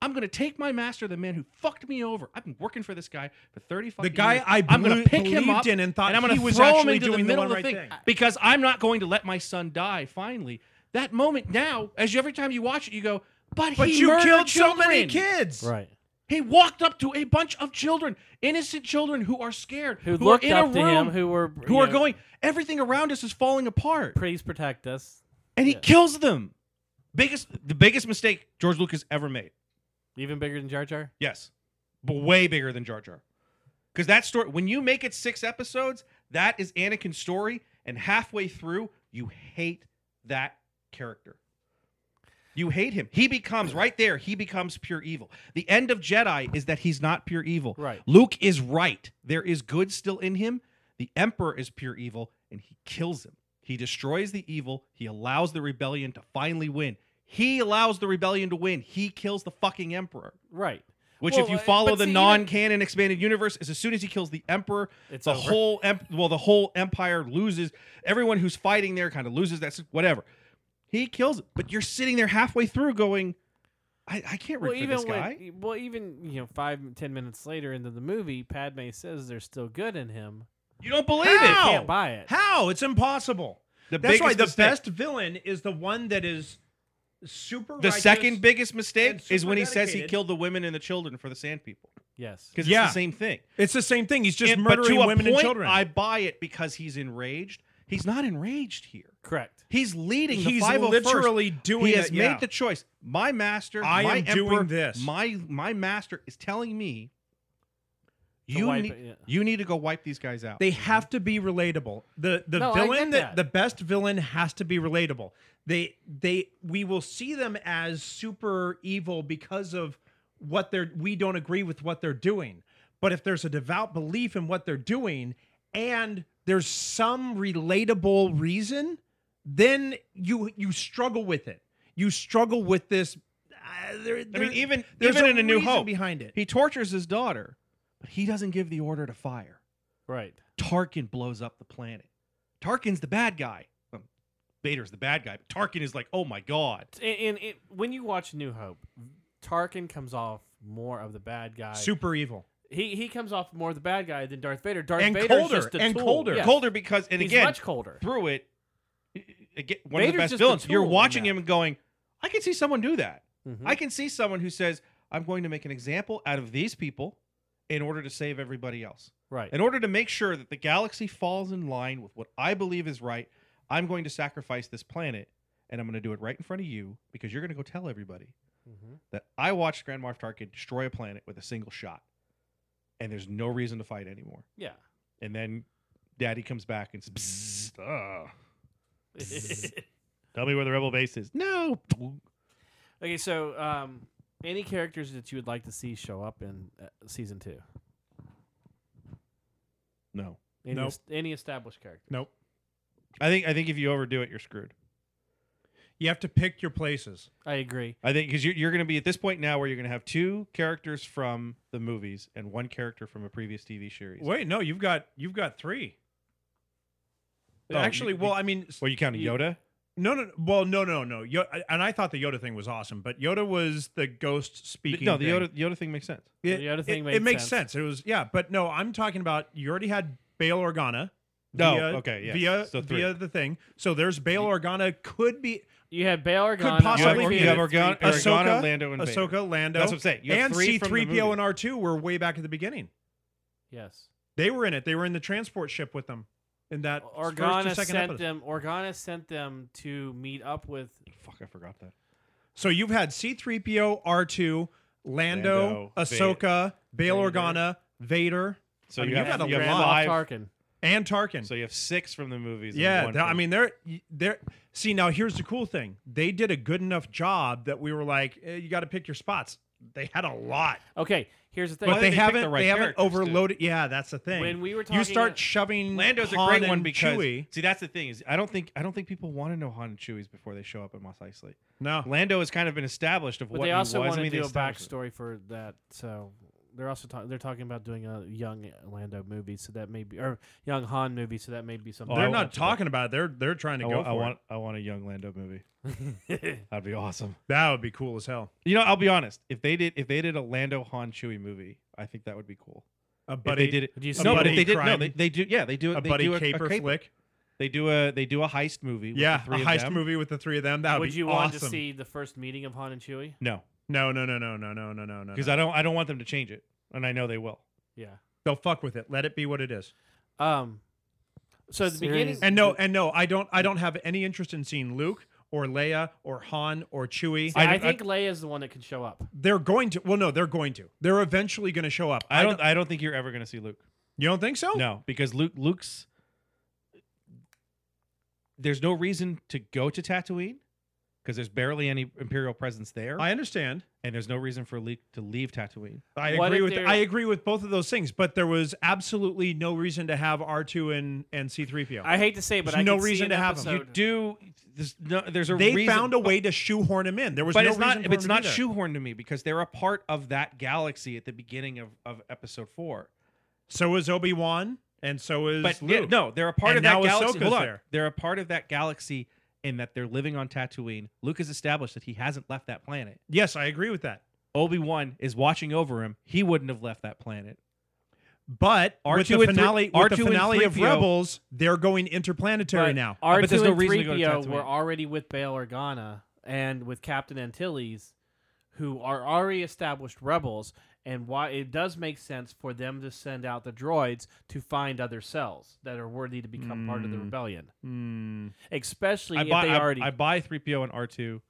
[SPEAKER 6] I'm gonna take my master, the man who fucked me over. I've been working for this guy for thirty fucking
[SPEAKER 7] The guy
[SPEAKER 6] years.
[SPEAKER 7] I
[SPEAKER 6] I'm gonna
[SPEAKER 7] belie-
[SPEAKER 6] pick him
[SPEAKER 7] believed
[SPEAKER 6] up
[SPEAKER 7] in and thought
[SPEAKER 6] I'm gonna
[SPEAKER 7] he was
[SPEAKER 6] throw him
[SPEAKER 7] actually
[SPEAKER 6] into
[SPEAKER 7] doing
[SPEAKER 6] the
[SPEAKER 7] the
[SPEAKER 6] middle
[SPEAKER 7] one
[SPEAKER 6] of the
[SPEAKER 7] right
[SPEAKER 6] thing
[SPEAKER 7] thing.
[SPEAKER 6] because I'm not going to let my son die. Finally, that moment now, as you, every time you watch it, you go, "But,
[SPEAKER 7] But
[SPEAKER 6] he
[SPEAKER 7] you
[SPEAKER 6] murdered
[SPEAKER 7] killed so many
[SPEAKER 6] children."
[SPEAKER 7] kids.
[SPEAKER 1] Right.
[SPEAKER 6] He walked up to a bunch of children, innocent children who are scared,
[SPEAKER 1] Who,
[SPEAKER 6] are
[SPEAKER 1] looked
[SPEAKER 6] in
[SPEAKER 1] up
[SPEAKER 6] a
[SPEAKER 1] to
[SPEAKER 6] room,
[SPEAKER 1] him? Who were
[SPEAKER 6] who
[SPEAKER 1] you
[SPEAKER 6] are
[SPEAKER 1] know,
[SPEAKER 6] going. Everything around us is falling apart
[SPEAKER 1] Please protect us.
[SPEAKER 6] and he
[SPEAKER 1] Yeah.
[SPEAKER 6] kills them. Biggest the biggest mistake George Lucas ever made.
[SPEAKER 1] Even bigger than Jar Jar.
[SPEAKER 6] Yes, but way bigger than Jar Jar. Because that story, when you make it six episodes, that is Anakin's story, and halfway through, you hate that character. You hate him. He becomes right there. He becomes pure evil. The end of Jedi is that he's not pure evil.
[SPEAKER 1] Right.
[SPEAKER 6] Luke is right. There is good still in him. The Emperor is pure evil, and he kills him. He destroys the evil. He allows the rebellion to finally win. He allows the rebellion to win. He kills the fucking Emperor.
[SPEAKER 1] Right.
[SPEAKER 6] Which,
[SPEAKER 1] Well,
[SPEAKER 6] if you
[SPEAKER 1] uh,
[SPEAKER 6] follow
[SPEAKER 1] but
[SPEAKER 6] the
[SPEAKER 1] see, even-
[SPEAKER 6] non-canon expanded universe, is as soon as he kills the emperor,
[SPEAKER 1] It's
[SPEAKER 6] the
[SPEAKER 1] over.
[SPEAKER 6] whole em- well, the whole empire loses. Everyone who's fighting there kind of loses. That's whatever. He kills it, but you're sitting there halfway through going, "I, I can't root
[SPEAKER 1] Well,
[SPEAKER 6] for
[SPEAKER 1] even
[SPEAKER 6] this guy."
[SPEAKER 1] when, well, even you know, five ten minutes later into the movie, Padme says there's still good in him.
[SPEAKER 6] you don't believe
[SPEAKER 7] How?
[SPEAKER 6] it.
[SPEAKER 1] Can't buy it.
[SPEAKER 7] How? It's impossible.
[SPEAKER 6] The
[SPEAKER 7] That's why
[SPEAKER 6] biggest
[SPEAKER 7] the
[SPEAKER 6] mistake-
[SPEAKER 7] best villain is the one that is super.
[SPEAKER 6] The
[SPEAKER 7] righteous.
[SPEAKER 6] second biggest mistake
[SPEAKER 7] and
[SPEAKER 6] is when he
[SPEAKER 7] super
[SPEAKER 6] says he
[SPEAKER 7] dedicated.
[SPEAKER 6] killed the women and the children for the sand people
[SPEAKER 1] Yes.
[SPEAKER 6] because
[SPEAKER 7] Yeah.
[SPEAKER 6] it's the same thing.
[SPEAKER 7] It's the same thing. He's just
[SPEAKER 6] And- but
[SPEAKER 7] murdering
[SPEAKER 6] to a
[SPEAKER 7] women and
[SPEAKER 6] point,
[SPEAKER 7] children.
[SPEAKER 6] I buy it because he's enraged. He's not enraged here.
[SPEAKER 1] Correct.
[SPEAKER 6] He's leading the
[SPEAKER 7] He's
[SPEAKER 6] 501st.
[SPEAKER 7] literally doing
[SPEAKER 6] He has
[SPEAKER 7] it, yeah.
[SPEAKER 6] made the choice. My master,
[SPEAKER 7] I
[SPEAKER 6] my
[SPEAKER 7] am
[SPEAKER 6] emperor,
[SPEAKER 7] doing this.
[SPEAKER 6] My my master is telling me
[SPEAKER 1] To
[SPEAKER 6] you
[SPEAKER 1] wipe
[SPEAKER 6] need,
[SPEAKER 1] it, yeah.
[SPEAKER 6] you need to go wipe these guys out.
[SPEAKER 7] They have to be relatable. The the
[SPEAKER 1] No, I
[SPEAKER 7] villain
[SPEAKER 1] get
[SPEAKER 7] that,
[SPEAKER 1] that.
[SPEAKER 7] the best villain has to be relatable. They they we will see them as super evil because of what they're we don't agree with what they're doing. But if there's a devout belief in what they're doing and there's some relatable reason, then you you struggle with it. You struggle with this uh, there,
[SPEAKER 6] I
[SPEAKER 7] there-
[SPEAKER 6] mean, even
[SPEAKER 7] there's
[SPEAKER 6] even
[SPEAKER 7] a
[SPEAKER 6] in a New
[SPEAKER 7] reason
[SPEAKER 6] Hope,
[SPEAKER 7] behind it.
[SPEAKER 6] he tortures his daughter, but he doesn't give the order to fire.
[SPEAKER 1] Right.
[SPEAKER 6] Tarkin blows up the planet. Tarkin's the bad guy. Um, Vader's the bad guy. But Tarkin is like, oh my god.
[SPEAKER 1] And, and it, when you watch New Hope, Tarkin comes off more of the bad guy.
[SPEAKER 7] super evil.
[SPEAKER 1] He he comes off more of the bad guy than Darth Vader. Darth
[SPEAKER 7] And
[SPEAKER 1] Vader's
[SPEAKER 7] colder,
[SPEAKER 1] just a
[SPEAKER 7] and
[SPEAKER 1] tool.
[SPEAKER 7] colder.
[SPEAKER 1] Yeah.
[SPEAKER 6] Colder because and
[SPEAKER 1] He's
[SPEAKER 6] again
[SPEAKER 1] much colder.
[SPEAKER 6] through it, i- again, one of the
[SPEAKER 1] Vader's
[SPEAKER 6] best
[SPEAKER 1] just a
[SPEAKER 6] villains. You're
[SPEAKER 1] tool in
[SPEAKER 6] watching
[SPEAKER 1] that.
[SPEAKER 6] him and going, I can see someone do that.
[SPEAKER 1] Mhm.
[SPEAKER 6] I can see someone who says, I'm going to make an example out of these people in order to save everybody else.
[SPEAKER 1] Right.
[SPEAKER 6] In order to make sure that the galaxy falls in line with what I believe is right, I'm going to sacrifice this planet and I'm going to do it right in front of you because you're going to go tell everybody
[SPEAKER 1] Mhm.
[SPEAKER 6] that I watched Grand Moff Tarkin destroy a planet with a single shot and there's no reason to fight anymore.
[SPEAKER 1] Yeah.
[SPEAKER 6] And then daddy comes back and says, "Bzzz, ah, tell me where the rebel base is. No.
[SPEAKER 1] okay, so um, any characters that you would like to see show up in uh, season two?
[SPEAKER 6] No.
[SPEAKER 1] Any,
[SPEAKER 7] Nope.
[SPEAKER 1] est- any established character?
[SPEAKER 7] Nope.
[SPEAKER 6] I think I think if you overdo it, you're screwed.
[SPEAKER 7] You have to pick your places.
[SPEAKER 4] I agree.
[SPEAKER 6] I think because you're, you're going to be at this point now where you're going to have two characters from the movies and one character from a previous TV series.
[SPEAKER 7] Wait, no, you've got you've got three.
[SPEAKER 6] Oh,
[SPEAKER 7] Actually,
[SPEAKER 6] you-
[SPEAKER 7] well, I mean, s-
[SPEAKER 6] Well, you counting
[SPEAKER 7] you-
[SPEAKER 6] Yoda?
[SPEAKER 7] no, no, well, no, no, no. Yo- and I thought the Yoda thing was awesome, but Yoda was the ghost
[SPEAKER 6] The-
[SPEAKER 7] speaking.
[SPEAKER 6] no, the
[SPEAKER 7] thing.
[SPEAKER 6] Yoda Yoda thing makes sense.
[SPEAKER 4] The Yoda thing
[SPEAKER 7] it,
[SPEAKER 4] made
[SPEAKER 7] it makes
[SPEAKER 4] sense.
[SPEAKER 7] sense. It was yeah, but no, I'm talking about you already had Bail Organa.
[SPEAKER 6] No,
[SPEAKER 7] via,
[SPEAKER 6] okay, yeah.
[SPEAKER 7] via
[SPEAKER 6] So three.
[SPEAKER 7] via the thing. So there's Bail Organa could be
[SPEAKER 4] You have Bail Organa.
[SPEAKER 6] You
[SPEAKER 7] possibly Sorry,
[SPEAKER 6] have,
[SPEAKER 4] Darth
[SPEAKER 6] Org-
[SPEAKER 7] Vader.
[SPEAKER 6] you have
[SPEAKER 4] Vader,
[SPEAKER 6] Organa,
[SPEAKER 4] three-
[SPEAKER 7] Ahsoka-
[SPEAKER 6] Organa, Lando, and Vader.
[SPEAKER 7] Ahsoka, Lando.
[SPEAKER 6] That's what I'm saying. You have
[SPEAKER 7] and
[SPEAKER 6] three from the
[SPEAKER 7] C3PO and
[SPEAKER 6] movie.
[SPEAKER 7] R2 were way back at the beginning.
[SPEAKER 4] Yes.
[SPEAKER 7] They were in it. They were in the transport ship with them in that first or
[SPEAKER 4] Organa
[SPEAKER 7] second
[SPEAKER 4] sent
[SPEAKER 7] episode.
[SPEAKER 4] them. Organa sent them to meet up with.
[SPEAKER 6] Fuck, I forgot that.
[SPEAKER 7] So you've had C3PO, R2, Lando,
[SPEAKER 6] Lando,
[SPEAKER 7] Ahsoka, Bail
[SPEAKER 4] Vader.
[SPEAKER 7] Organa, Vader,
[SPEAKER 6] So
[SPEAKER 7] I mean,
[SPEAKER 6] you
[SPEAKER 7] you
[SPEAKER 6] have,
[SPEAKER 7] got a
[SPEAKER 6] you have
[SPEAKER 4] Grand
[SPEAKER 6] five.
[SPEAKER 4] Moff Tarkin.
[SPEAKER 7] and Tarkin.
[SPEAKER 6] So you have six from the movies. and
[SPEAKER 7] yeah,
[SPEAKER 6] one
[SPEAKER 7] th- I
[SPEAKER 6] from-
[SPEAKER 7] mean they're they're see now here's the cool thing. They did a good enough job that we were like eh, you got to pick your spots. They had a lot.
[SPEAKER 4] Okay, here's the thing.
[SPEAKER 7] But they,
[SPEAKER 6] they picked
[SPEAKER 7] haven't
[SPEAKER 6] the right
[SPEAKER 7] they haven't
[SPEAKER 6] characters, too. uh,
[SPEAKER 7] overloaded. Yeah, that's the thing.
[SPEAKER 4] When we were
[SPEAKER 7] you
[SPEAKER 4] talking
[SPEAKER 7] start
[SPEAKER 4] a-
[SPEAKER 7] shoving
[SPEAKER 6] Lando's a
[SPEAKER 7] Han
[SPEAKER 6] great one
[SPEAKER 7] and
[SPEAKER 6] because
[SPEAKER 7] Chewie.
[SPEAKER 6] see that's the thing is I don't think I don't think people want to know Han and Chewie's before they show up at Mos Eisley.
[SPEAKER 7] No,
[SPEAKER 6] Lando has kind of been established of
[SPEAKER 4] But
[SPEAKER 6] what
[SPEAKER 4] they also
[SPEAKER 6] he was.
[SPEAKER 4] want
[SPEAKER 6] I mean,
[SPEAKER 4] to
[SPEAKER 6] they
[SPEAKER 4] do a
[SPEAKER 6] established it.
[SPEAKER 4] backstory for that, so they're also talking. They're talking about doing a young Lando movie, so that may be or young Han movie, so that may be something.
[SPEAKER 6] Oh,
[SPEAKER 7] they're
[SPEAKER 6] I
[SPEAKER 7] not
[SPEAKER 6] want-
[SPEAKER 7] talking about it. They're they're trying to
[SPEAKER 6] I,
[SPEAKER 7] go
[SPEAKER 6] wa-
[SPEAKER 7] for
[SPEAKER 6] I want
[SPEAKER 7] it.
[SPEAKER 6] I want a young Lando movie. That'd be awesome.
[SPEAKER 7] That would be cool as hell.
[SPEAKER 6] You know, I'll be honest. If they did, if they did a Lando Han Chewie movie, I think that would be cool.
[SPEAKER 7] A
[SPEAKER 6] But
[SPEAKER 7] buddy,
[SPEAKER 6] they did it.
[SPEAKER 4] Do you see
[SPEAKER 6] No,
[SPEAKER 4] a
[SPEAKER 6] but if
[SPEAKER 7] buddy
[SPEAKER 6] they did. No,
[SPEAKER 7] crime-
[SPEAKER 6] they, they do. Yeah, they do.
[SPEAKER 7] a
[SPEAKER 6] they
[SPEAKER 7] buddy
[SPEAKER 6] do a, a
[SPEAKER 7] caper, flick.
[SPEAKER 6] They do a they do a heist movie. with
[SPEAKER 7] Yeah,
[SPEAKER 6] the
[SPEAKER 7] a
[SPEAKER 6] three of
[SPEAKER 7] heist
[SPEAKER 6] them.
[SPEAKER 7] movie with the three of them. That would
[SPEAKER 4] Would
[SPEAKER 7] be
[SPEAKER 4] you
[SPEAKER 7] awesome.
[SPEAKER 4] want to see the first meeting of Han and Chewie?
[SPEAKER 6] No,
[SPEAKER 7] No, no, no, no, no, no, no, no, no.
[SPEAKER 6] because
[SPEAKER 7] no.
[SPEAKER 6] I don't I don't want them to change it, and I know they will.
[SPEAKER 4] Yeah.
[SPEAKER 7] they'll fuck with it. Let it be what it is.
[SPEAKER 4] Um. So at the beginning,
[SPEAKER 1] Series-
[SPEAKER 7] And no, and no, I don't. I don't have any interest in seeing Luke or Leia or Han or Chewie.
[SPEAKER 4] See, I,
[SPEAKER 6] I-
[SPEAKER 4] think Leia is the one that can show up.
[SPEAKER 7] they're going to. Well, no, they're going to. They're eventually going to show up.
[SPEAKER 6] I don't I don't think you're ever going to see Luke.
[SPEAKER 7] You don't think so?
[SPEAKER 6] No, because Luke Luke's there's no reason to go to Tatooine because there's barely any Imperial presence there,
[SPEAKER 7] I understand.
[SPEAKER 6] and there's no reason for Luke to leave Tatooine.
[SPEAKER 7] I
[SPEAKER 4] What
[SPEAKER 7] agree
[SPEAKER 4] if
[SPEAKER 7] with.
[SPEAKER 4] they're-
[SPEAKER 7] I agree with both of those things. But there was absolutely no reason to have R two and and C three PO.
[SPEAKER 4] I hate to say, it, but
[SPEAKER 7] There's
[SPEAKER 4] I
[SPEAKER 7] no
[SPEAKER 4] could see
[SPEAKER 7] reason
[SPEAKER 4] an
[SPEAKER 7] to have 'em. You
[SPEAKER 4] episode-
[SPEAKER 6] Do there's no there's a
[SPEAKER 7] They
[SPEAKER 6] reason-
[SPEAKER 7] found a
[SPEAKER 6] but-
[SPEAKER 7] way to shoehorn him in. There was
[SPEAKER 6] but
[SPEAKER 7] no
[SPEAKER 6] it's
[SPEAKER 7] reason.
[SPEAKER 6] not
[SPEAKER 7] for
[SPEAKER 6] it's
[SPEAKER 7] him to
[SPEAKER 6] not
[SPEAKER 7] be there.
[SPEAKER 6] shoehorned to me because they're a part of that galaxy at the beginning of, of episode four.
[SPEAKER 7] So is Obi Wan, and so is
[SPEAKER 6] But yeah,
[SPEAKER 7] Luke.
[SPEAKER 6] no, they're a part
[SPEAKER 7] And
[SPEAKER 6] of that
[SPEAKER 7] now
[SPEAKER 6] galaxy.
[SPEAKER 7] Ahsoka's
[SPEAKER 6] Hold on.
[SPEAKER 7] there.
[SPEAKER 6] They're a part of that galaxy in that they're living on Tatooine. Luke has established that he hasn't left that planet.
[SPEAKER 7] Yes, I agree with that.
[SPEAKER 6] Obi Wan is watching over him. He wouldn't have left that planet.
[SPEAKER 7] But
[SPEAKER 6] R2
[SPEAKER 7] with
[SPEAKER 6] and
[SPEAKER 7] the
[SPEAKER 6] three-
[SPEAKER 7] finale, with the
[SPEAKER 6] R2 and
[SPEAKER 7] finale of
[SPEAKER 6] 3PO.
[SPEAKER 7] Rebels, they're going interplanetary
[SPEAKER 4] but
[SPEAKER 7] now.
[SPEAKER 4] R2
[SPEAKER 6] Uh, But there's no
[SPEAKER 4] and
[SPEAKER 6] reason to go to
[SPEAKER 4] 3PO were
[SPEAKER 6] Tatooine.
[SPEAKER 4] already with Bail Organa and with Captain Antilles, who are already established rebels, and why it does make sense for them to send out the droids to find other cells that are worthy to become part of the rebellion, especially
[SPEAKER 6] Hmm. I
[SPEAKER 4] if
[SPEAKER 6] buy,
[SPEAKER 4] they
[SPEAKER 6] I,
[SPEAKER 4] already.
[SPEAKER 6] I buy 3PO and R2.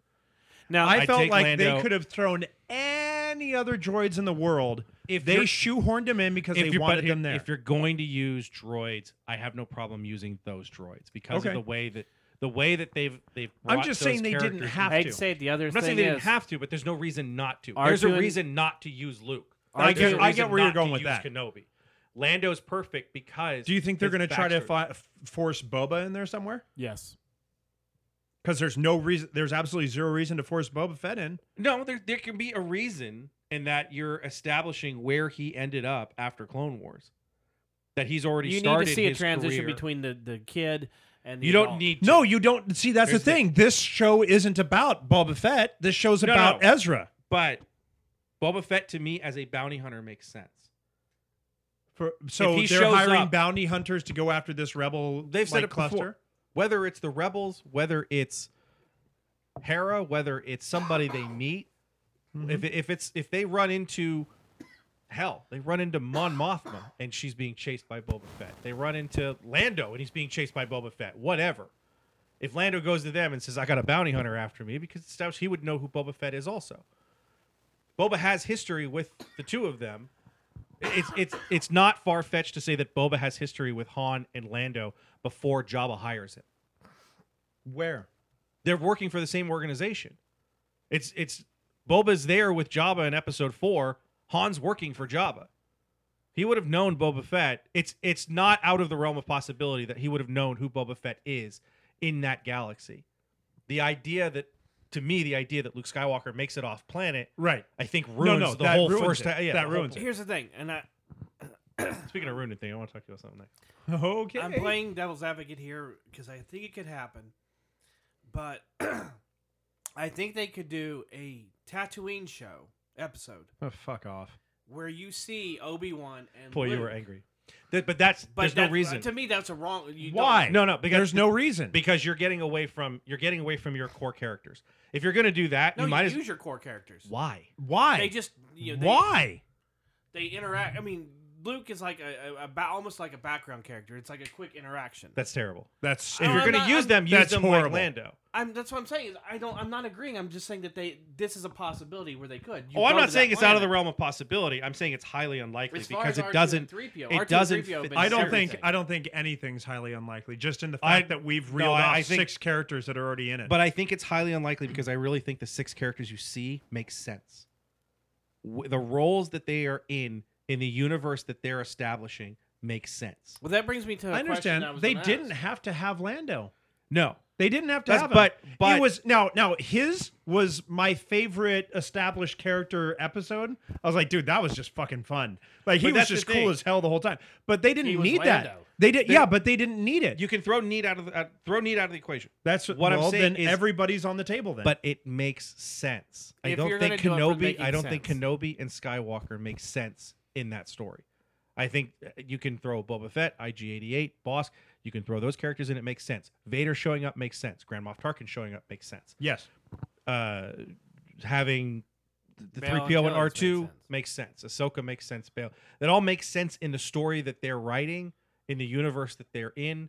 [SPEAKER 4] now,
[SPEAKER 7] I,
[SPEAKER 6] I
[SPEAKER 7] felt
[SPEAKER 6] take
[SPEAKER 7] like they
[SPEAKER 6] Lando-
[SPEAKER 7] could have thrown any other droids in the world
[SPEAKER 6] If
[SPEAKER 7] they
[SPEAKER 6] you're-
[SPEAKER 7] shoehorned him in because
[SPEAKER 6] If
[SPEAKER 7] they
[SPEAKER 6] you're, but
[SPEAKER 7] wanted
[SPEAKER 6] here-
[SPEAKER 7] them there.
[SPEAKER 6] if you're going to use droids, I have no problem using those droids because
[SPEAKER 7] Okay.
[SPEAKER 6] of the way that the way that they've they've.
[SPEAKER 7] I'm
[SPEAKER 6] brought
[SPEAKER 7] just
[SPEAKER 6] those
[SPEAKER 7] saying they didn't
[SPEAKER 6] characters
[SPEAKER 7] have
[SPEAKER 6] in.
[SPEAKER 4] I'd
[SPEAKER 7] to.
[SPEAKER 4] say the other
[SPEAKER 6] I'm not
[SPEAKER 4] thing
[SPEAKER 6] saying they
[SPEAKER 4] is
[SPEAKER 6] didn't have to, but there's no reason not to.
[SPEAKER 4] R2
[SPEAKER 6] There's a
[SPEAKER 4] and-
[SPEAKER 6] reason not to use Luke.
[SPEAKER 4] I
[SPEAKER 6] There's
[SPEAKER 4] get-
[SPEAKER 6] a
[SPEAKER 4] I
[SPEAKER 6] reason
[SPEAKER 7] get where you're
[SPEAKER 6] not to
[SPEAKER 7] going with
[SPEAKER 6] use
[SPEAKER 7] that.
[SPEAKER 6] Kenobi, Lando's perfect because.
[SPEAKER 7] Do you think they're
[SPEAKER 6] his
[SPEAKER 7] going to try to
[SPEAKER 6] backstory-
[SPEAKER 7] fi- f- force Boba in there somewhere?
[SPEAKER 4] yes.
[SPEAKER 7] Because there's no reason. There's absolutely zero reason to force Boba Fett in.
[SPEAKER 6] No, there there can be a reason in that you're establishing where he ended up after Clone Wars. That he's already
[SPEAKER 4] You need
[SPEAKER 6] started
[SPEAKER 4] to see a
[SPEAKER 6] his
[SPEAKER 4] transition
[SPEAKER 6] career.
[SPEAKER 4] between the, the kid and the
[SPEAKER 6] You don't
[SPEAKER 4] adult.
[SPEAKER 6] need to.
[SPEAKER 7] No, you don't. See, that's
[SPEAKER 6] Here's
[SPEAKER 7] the
[SPEAKER 6] the-
[SPEAKER 7] thing. This show isn't about Boba Fett. This show's
[SPEAKER 6] No,
[SPEAKER 7] about
[SPEAKER 6] no.
[SPEAKER 7] Ezra.
[SPEAKER 6] but Boba Fett to me as a bounty hunter makes sense.
[SPEAKER 7] For, so
[SPEAKER 6] he
[SPEAKER 7] they're
[SPEAKER 6] shows
[SPEAKER 7] hiring
[SPEAKER 6] up-
[SPEAKER 7] bounty hunters to go after this rebel.
[SPEAKER 6] They've said
[SPEAKER 7] like,
[SPEAKER 6] it before.
[SPEAKER 7] cluster.
[SPEAKER 6] Whether it's the rebels, whether it's Hera, whether it's somebody they meet, if if it's if they run into hell, they run into Mon Mothma and she's being chased by Boba Fett. They run into Lando and he's being chased by Boba Fett. Whatever. If Lando goes to them and says, "I got a bounty hunter after me," because it's established he would know who Boba Fett is. Also, Boba has history with the two of them. It's it's it's not far fetched to say that Boba has history with Han and Lando before Jabba hires him.
[SPEAKER 7] Where?
[SPEAKER 6] They're working for the same organization. It's it's Boba's there with Jabba in Episode Four. Han's working for Jabba. He would have known Boba Fett. It's it's not out of the realm of possibility that he would have known who Boba Fett is in that galaxy. the idea that to me the idea that Luke Skywalker makes it off planet,
[SPEAKER 7] right?
[SPEAKER 6] I think ruins
[SPEAKER 7] no,
[SPEAKER 6] the
[SPEAKER 7] that
[SPEAKER 6] whole
[SPEAKER 7] ruins
[SPEAKER 6] first.
[SPEAKER 7] it.
[SPEAKER 6] ha- yeah,
[SPEAKER 7] That
[SPEAKER 6] the whole-
[SPEAKER 7] ruins it.
[SPEAKER 4] Here's the thing, and I,
[SPEAKER 12] Speaking of ruining thing, I want to talk to you about something next.
[SPEAKER 7] Okay.
[SPEAKER 4] I'm playing devil's advocate here because I think it could happen, but I think they could do a Tatooine show episode
[SPEAKER 7] Oh, fuck off.
[SPEAKER 4] where you see Obi Wan and
[SPEAKER 12] Boy, you
[SPEAKER 4] Luke.
[SPEAKER 12] were angry.
[SPEAKER 6] That- but that's
[SPEAKER 4] But
[SPEAKER 6] there's
[SPEAKER 4] that's- uh,
[SPEAKER 6] no reason.
[SPEAKER 4] to me. That's a wrong. You don't-
[SPEAKER 7] Why?
[SPEAKER 6] No, no, because
[SPEAKER 7] there's no reason.
[SPEAKER 6] because you're getting away from you're getting away from your core characters. If you're gonna do that,
[SPEAKER 4] No,
[SPEAKER 6] you
[SPEAKER 4] you,
[SPEAKER 6] might as
[SPEAKER 4] use your core characters.
[SPEAKER 6] why
[SPEAKER 7] Why?
[SPEAKER 4] They just you know, they,
[SPEAKER 7] Why?
[SPEAKER 4] they interact. I mean, Luke is like a, a, a ba- almost like a background character. It's like a quick interaction.
[SPEAKER 6] that's terrible.
[SPEAKER 7] That's
[SPEAKER 6] If
[SPEAKER 4] I'm
[SPEAKER 6] you're gonna
[SPEAKER 4] not-
[SPEAKER 6] use
[SPEAKER 4] I'm-
[SPEAKER 6] them, use
[SPEAKER 7] That's
[SPEAKER 6] them
[SPEAKER 7] horrible.
[SPEAKER 6] like Lando.
[SPEAKER 4] I'm that's what I'm saying. Is I don't. I'm not agreeing. I'm just saying that they. This is a possibility where they could. You
[SPEAKER 6] oh, I'm
[SPEAKER 4] go to
[SPEAKER 6] not
[SPEAKER 4] that
[SPEAKER 6] saying it's out of the
[SPEAKER 4] planet.
[SPEAKER 6] realm of possibility. I'm saying it's highly unlikely
[SPEAKER 4] As far as
[SPEAKER 6] because
[SPEAKER 4] R2
[SPEAKER 6] it
[SPEAKER 4] and
[SPEAKER 6] doesn't.
[SPEAKER 4] 3PO.
[SPEAKER 6] it
[SPEAKER 4] R2 and
[SPEAKER 6] doesn't
[SPEAKER 4] 3PO
[SPEAKER 6] fit-
[SPEAKER 4] been
[SPEAKER 7] I don't
[SPEAKER 4] everything.
[SPEAKER 7] think I don't think anything's highly unlikely. Just in the
[SPEAKER 6] I-
[SPEAKER 7] fact that we've
[SPEAKER 6] no,
[SPEAKER 7] reeled
[SPEAKER 6] I-
[SPEAKER 7] off
[SPEAKER 6] I think-
[SPEAKER 7] six characters that are already in it.
[SPEAKER 6] But I think it's highly unlikely because I really think the six characters you see make sense. W- the roles that they are in in the universe that they're establishing make sense.
[SPEAKER 4] Well, that brings me to. a
[SPEAKER 7] I understand
[SPEAKER 4] Question I was
[SPEAKER 7] they
[SPEAKER 4] gonna
[SPEAKER 7] didn't
[SPEAKER 4] ask.
[SPEAKER 7] have to have Lando.
[SPEAKER 6] No,
[SPEAKER 7] They didn't have to
[SPEAKER 6] That's-
[SPEAKER 7] have him.
[SPEAKER 6] but- but-
[SPEAKER 7] he was now now his was my favorite established character episode. I was like, dude, that was just fucking fun. Like he
[SPEAKER 6] But
[SPEAKER 7] was
[SPEAKER 6] that's the
[SPEAKER 7] just
[SPEAKER 6] thing.
[SPEAKER 7] cool as hell the whole time. But they didn't
[SPEAKER 4] He was
[SPEAKER 7] need that.
[SPEAKER 4] Lando.
[SPEAKER 7] They did,
[SPEAKER 6] They-
[SPEAKER 7] yeah, but they didn't need it.
[SPEAKER 6] you can throw need out of the, uh, throw need out of the equation,
[SPEAKER 7] That's
[SPEAKER 6] what I'm
[SPEAKER 7] well,
[SPEAKER 6] saying
[SPEAKER 7] Then
[SPEAKER 6] is-
[SPEAKER 7] everybody's on the table. Then,
[SPEAKER 6] but it makes sense. I
[SPEAKER 4] If
[SPEAKER 6] don't
[SPEAKER 4] you're
[SPEAKER 6] think
[SPEAKER 4] gonna do it for
[SPEAKER 6] Kenobi.
[SPEAKER 4] making
[SPEAKER 6] I don't think
[SPEAKER 4] sense.
[SPEAKER 6] Kenobi and Skywalker make sense in that story. I think uh, you can throw Boba Fett, IG88, Boss. You can throw those characters in. It makes sense. Vader showing up makes sense. Grand Moff Tarkin showing up makes sense.
[SPEAKER 7] yes,
[SPEAKER 6] uh, having the
[SPEAKER 4] Bail
[SPEAKER 6] three
[SPEAKER 4] and
[SPEAKER 6] PO and R
[SPEAKER 4] Killings
[SPEAKER 6] two
[SPEAKER 4] makes
[SPEAKER 6] makes sense. Ahsoka makes sense. Bail that all makes sense in the story that they're writing in the universe that they're in.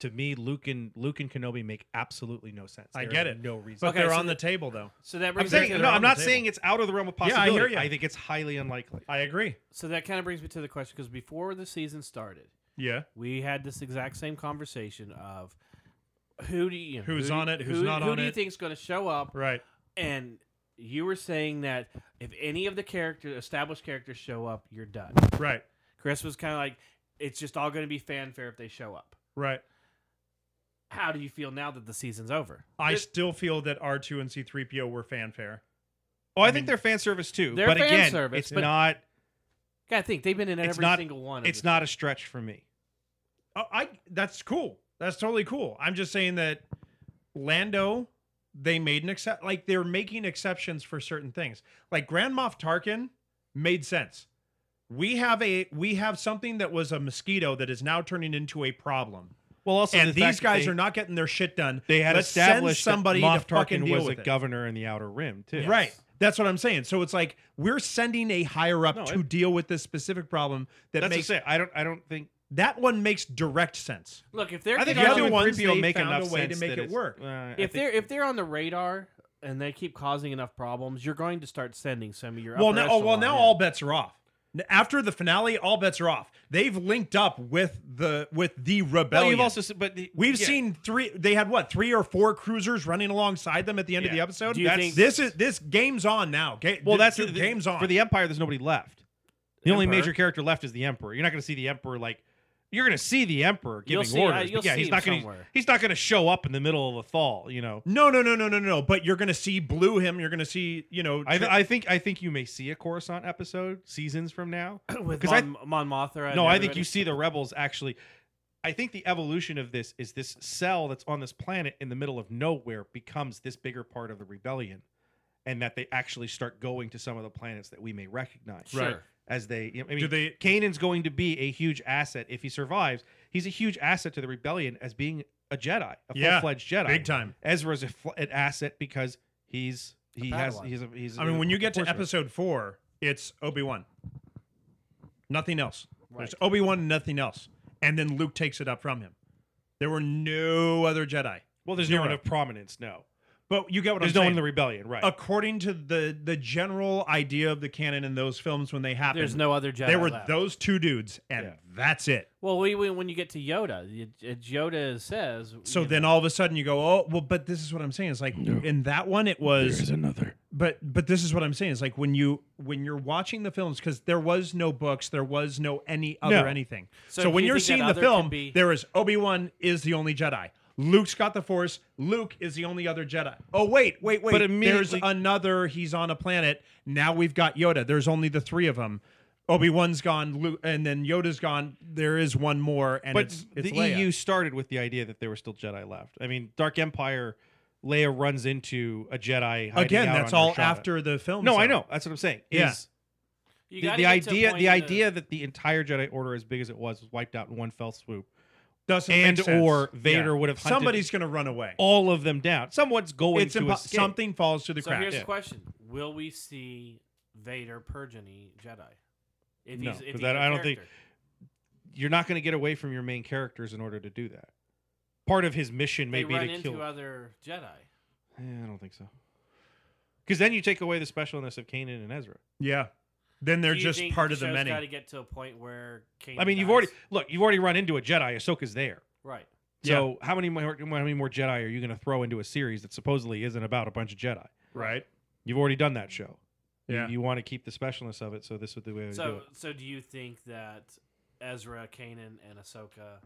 [SPEAKER 6] To me, Luke and Luke and Kenobi make absolutely no sense.
[SPEAKER 7] I
[SPEAKER 6] There
[SPEAKER 7] get
[SPEAKER 6] is
[SPEAKER 7] it.
[SPEAKER 6] No reason.
[SPEAKER 7] but
[SPEAKER 4] Okay,
[SPEAKER 7] they're
[SPEAKER 4] so
[SPEAKER 7] on the
[SPEAKER 4] the-
[SPEAKER 7] table though.
[SPEAKER 4] So that
[SPEAKER 6] I'm
[SPEAKER 4] brings me
[SPEAKER 6] saying
[SPEAKER 4] to
[SPEAKER 6] no.
[SPEAKER 4] the
[SPEAKER 6] I'm not
[SPEAKER 7] table.
[SPEAKER 6] saying it's out of the realm of
[SPEAKER 7] Yeah, I hear
[SPEAKER 6] possibility.
[SPEAKER 7] ya.
[SPEAKER 6] think it's highly unlikely.
[SPEAKER 7] I agree.
[SPEAKER 4] So that kind of brings me to the question because before the season started,
[SPEAKER 7] Yeah,
[SPEAKER 4] we had this exact same conversation of who do you who
[SPEAKER 7] Who's
[SPEAKER 4] do-
[SPEAKER 7] on it, who's
[SPEAKER 4] who,
[SPEAKER 7] not
[SPEAKER 4] who
[SPEAKER 7] on
[SPEAKER 4] do you
[SPEAKER 7] it.
[SPEAKER 4] think's going to show up
[SPEAKER 7] right.
[SPEAKER 4] and you were saying that if any of the character established characters show up you're done
[SPEAKER 7] Right.
[SPEAKER 4] chris was kind of like it's just all going to be fanfare if they show up
[SPEAKER 7] Right.
[SPEAKER 4] how do you feel now that the season's over
[SPEAKER 7] I still feel that R2 and C3PO were fanfare.
[SPEAKER 6] Oh,
[SPEAKER 7] I
[SPEAKER 6] I, think
[SPEAKER 7] mean-
[SPEAKER 6] they're fan service too.
[SPEAKER 4] They're
[SPEAKER 6] but
[SPEAKER 4] fan
[SPEAKER 6] again,
[SPEAKER 4] service,
[SPEAKER 6] it's
[SPEAKER 4] but-
[SPEAKER 6] not.
[SPEAKER 4] gotta think they've been in
[SPEAKER 6] It's
[SPEAKER 4] every
[SPEAKER 6] not-
[SPEAKER 4] single one of
[SPEAKER 6] It's
[SPEAKER 4] the-
[SPEAKER 6] not a stretch for me.
[SPEAKER 7] Oh, I that's cool. That's totally cool. I'm just saying that Lando they made an except like they're making exceptions for certain things. Like Grand Moff Tarkin made sense. We have a we have something that was a mosquito that is now turning into a problem.
[SPEAKER 6] Well, also
[SPEAKER 7] and
[SPEAKER 6] the
[SPEAKER 7] these
[SPEAKER 6] fact that
[SPEAKER 7] guys
[SPEAKER 6] they,
[SPEAKER 7] are not getting their shit done.
[SPEAKER 6] They had
[SPEAKER 7] Let's send
[SPEAKER 6] established that
[SPEAKER 7] somebody
[SPEAKER 6] Moff
[SPEAKER 7] to fucking
[SPEAKER 6] Tarkin
[SPEAKER 7] deal
[SPEAKER 6] was
[SPEAKER 7] with
[SPEAKER 6] a
[SPEAKER 7] it.
[SPEAKER 6] governor in the Outer Rim too.
[SPEAKER 7] Right. That's what I'm saying. So it's like we're sending a higher up
[SPEAKER 6] No,
[SPEAKER 7] to
[SPEAKER 6] it-
[SPEAKER 7] deal with this specific problem that
[SPEAKER 6] That's
[SPEAKER 7] makes
[SPEAKER 6] makes, I don't. I don't think.
[SPEAKER 7] that one makes direct sense.
[SPEAKER 4] look if they're
[SPEAKER 6] I think
[SPEAKER 7] The
[SPEAKER 4] if
[SPEAKER 7] other
[SPEAKER 6] R2 and
[SPEAKER 7] ones,
[SPEAKER 6] 3PO
[SPEAKER 7] they
[SPEAKER 6] make
[SPEAKER 7] found
[SPEAKER 6] enough
[SPEAKER 7] a way to
[SPEAKER 6] sense
[SPEAKER 7] make
[SPEAKER 6] that
[SPEAKER 7] it
[SPEAKER 6] it's-
[SPEAKER 7] work.
[SPEAKER 6] uh, I think-
[SPEAKER 4] they're if they're on the radar and they keep causing enough problems you're going to start sending some of your
[SPEAKER 7] well
[SPEAKER 4] upper
[SPEAKER 7] now, oh well
[SPEAKER 4] echelon
[SPEAKER 7] now
[SPEAKER 4] in.
[SPEAKER 7] all bets are off. N- After the finale, all bets are off. They've linked up with the with the
[SPEAKER 6] well,
[SPEAKER 7] rebellion.
[SPEAKER 6] Oh, you've also se- but the-
[SPEAKER 7] We've
[SPEAKER 6] yeah.
[SPEAKER 7] seen three. They had what three or four cruisers running alongside them at the end of
[SPEAKER 6] Yeah.
[SPEAKER 7] the episode.
[SPEAKER 4] Do you
[SPEAKER 7] That's-
[SPEAKER 4] think-
[SPEAKER 7] this is this game's on now. Ga-
[SPEAKER 6] Well,
[SPEAKER 7] th-
[SPEAKER 6] that's
[SPEAKER 7] dude,
[SPEAKER 6] the,
[SPEAKER 7] game's on
[SPEAKER 6] for the Empire. There's nobody left. The only
[SPEAKER 4] Emperor.
[SPEAKER 6] major character left is the Emperor. You're not going to see the Emperor like. You're going to see the Emperor
[SPEAKER 4] You'll
[SPEAKER 6] giving
[SPEAKER 4] see-
[SPEAKER 6] orders.
[SPEAKER 4] uh,
[SPEAKER 6] but
[SPEAKER 4] you'll
[SPEAKER 6] yeah,
[SPEAKER 4] see
[SPEAKER 6] he's
[SPEAKER 4] him
[SPEAKER 6] not going to.
[SPEAKER 4] somewhere.
[SPEAKER 6] He's not going to show up in the middle of the fall. You know.
[SPEAKER 7] No, no, no, no, no, no, no. But you're gonna see blue him. You're gonna see you know.
[SPEAKER 6] I,
[SPEAKER 7] Tr-
[SPEAKER 6] th- I think I think you may see a Coruscant episode seasons from now.
[SPEAKER 4] with
[SPEAKER 6] 'Cause I-
[SPEAKER 4] Mon, Mon Mothra. and
[SPEAKER 6] No, I think
[SPEAKER 4] everybody.
[SPEAKER 6] you see the rebels actually. I think the evolution of this is this cell that's on this planet in the middle of nowhere becomes this bigger part of the rebellion, and that they actually start going to some of the planets that we may recognize.
[SPEAKER 4] Sure. Right.
[SPEAKER 6] As they, I mean,
[SPEAKER 7] Do they-
[SPEAKER 6] Kanan's going to be a huge asset if he survives. He's a huge asset to the rebellion as being a Jedi, a
[SPEAKER 7] Yeah,
[SPEAKER 6] full-fledged Jedi.
[SPEAKER 7] big time.
[SPEAKER 6] Ezra's a fl- an asset because he's he has
[SPEAKER 4] Padawan.
[SPEAKER 6] he's a, he's.
[SPEAKER 7] I mean, when you get to
[SPEAKER 6] Force Ghost.
[SPEAKER 7] episode four, it's Obi Wan. Nothing else. There's
[SPEAKER 4] Right.
[SPEAKER 7] Obi Wan, nothing else, and then Luke takes it up from him. There were no other Jedi,
[SPEAKER 6] well, there's no one of prominence. No,
[SPEAKER 7] but you get what
[SPEAKER 6] there's
[SPEAKER 7] I'm
[SPEAKER 6] no one
[SPEAKER 7] saying.
[SPEAKER 6] in the rebellion, right?
[SPEAKER 7] According to the the general idea of the canon in those films, when they happened,
[SPEAKER 4] There's no other Jedi.
[SPEAKER 7] There were
[SPEAKER 4] left.
[SPEAKER 7] those two dudes, and
[SPEAKER 6] Yeah.
[SPEAKER 7] that's it.
[SPEAKER 4] Well, we, we, when you get to Yoda, y- it- Yoda says.
[SPEAKER 7] So
[SPEAKER 4] you
[SPEAKER 7] then
[SPEAKER 4] know,
[SPEAKER 7] all of a sudden you go, oh well, but this is what I'm saying. It's like
[SPEAKER 9] No.
[SPEAKER 7] in that one it
[SPEAKER 9] There
[SPEAKER 7] was
[SPEAKER 9] is another.
[SPEAKER 7] but but this is what I'm saying. It's like when you when you're watching the films because there was no books, there was no any other
[SPEAKER 6] No.
[SPEAKER 7] anything.
[SPEAKER 4] So
[SPEAKER 7] So,
[SPEAKER 4] do
[SPEAKER 7] when
[SPEAKER 4] you
[SPEAKER 7] you're
[SPEAKER 4] think that
[SPEAKER 7] seeing the
[SPEAKER 4] other could
[SPEAKER 7] film,
[SPEAKER 4] be-
[SPEAKER 7] there is Obi Wan is the only Jedi. Luke's got the Force. Luke is the only other Jedi. Oh wait, wait, wait.
[SPEAKER 9] But
[SPEAKER 7] There's
[SPEAKER 9] immediately-
[SPEAKER 7] another. He's on a planet. Now we've got Yoda. There's only the three of them. Obi Wan's gone, Luke, and then Yoda's gone. There is one more, and
[SPEAKER 9] but
[SPEAKER 7] it's, it's
[SPEAKER 9] the E
[SPEAKER 7] Leia.
[SPEAKER 9] EU started with the idea that there were still Jedi left. I mean, Dark Empire, Leia runs into a Jedi. hiding
[SPEAKER 7] Again,
[SPEAKER 9] out
[SPEAKER 7] that's
[SPEAKER 9] on
[SPEAKER 7] all
[SPEAKER 9] Rashada.
[SPEAKER 7] after the film.
[SPEAKER 9] No, I
[SPEAKER 7] set.
[SPEAKER 9] know. That's what I'm saying.
[SPEAKER 7] Yeah.
[SPEAKER 9] Is
[SPEAKER 1] You
[SPEAKER 9] the,
[SPEAKER 1] gotta
[SPEAKER 9] the
[SPEAKER 1] get to a
[SPEAKER 9] idea,
[SPEAKER 1] point
[SPEAKER 9] the
[SPEAKER 1] in
[SPEAKER 9] idea that the entire Jedi Order, as big as it was, was wiped out in one fell swoop,
[SPEAKER 7] Doesn't make
[SPEAKER 9] and
[SPEAKER 7] sense.
[SPEAKER 9] or
[SPEAKER 7] Yeah.
[SPEAKER 9] Vader would have hunted
[SPEAKER 7] Somebody's going to run away.
[SPEAKER 9] all of them down. Someone's going
[SPEAKER 7] It's
[SPEAKER 9] to
[SPEAKER 7] impo-
[SPEAKER 9] escape.
[SPEAKER 7] something falls to the
[SPEAKER 1] so
[SPEAKER 7] cracks.
[SPEAKER 1] here's the question: Will we see Vader purge any Jedi? If
[SPEAKER 9] No,
[SPEAKER 1] he's, if
[SPEAKER 9] 'cause
[SPEAKER 1] he's
[SPEAKER 9] I-
[SPEAKER 1] a
[SPEAKER 9] I don't think-
[SPEAKER 1] character.
[SPEAKER 9] You're not going to get away from your main characters in order to do that. Part of his mission may
[SPEAKER 1] they
[SPEAKER 9] be
[SPEAKER 1] run
[SPEAKER 9] to
[SPEAKER 1] into
[SPEAKER 9] kill.
[SPEAKER 1] other Jedi.
[SPEAKER 9] Eh, I don't think so. Because then you take away the specialness of Kanan and Ezra.
[SPEAKER 7] Yeah. Then they're
[SPEAKER 1] Do you
[SPEAKER 7] just
[SPEAKER 1] think
[SPEAKER 7] part
[SPEAKER 1] the
[SPEAKER 7] of the
[SPEAKER 1] show's
[SPEAKER 7] many.
[SPEAKER 1] Got to get to a point where Kanan
[SPEAKER 9] I mean, you've
[SPEAKER 1] dies?
[SPEAKER 9] already look. You've already run into a Jedi. Ahsoka's there.
[SPEAKER 1] right.
[SPEAKER 9] So how many more, how many more Jedi are you going to throw into a series that supposedly isn't about a bunch of Jedi?
[SPEAKER 7] Right.
[SPEAKER 9] You've already done that show. You-
[SPEAKER 7] Yeah.
[SPEAKER 9] You, want to keep the specialness of it, so this is the way to do
[SPEAKER 1] So
[SPEAKER 9] it.
[SPEAKER 1] so do you think that Ezra, Kanan, and Ahsoka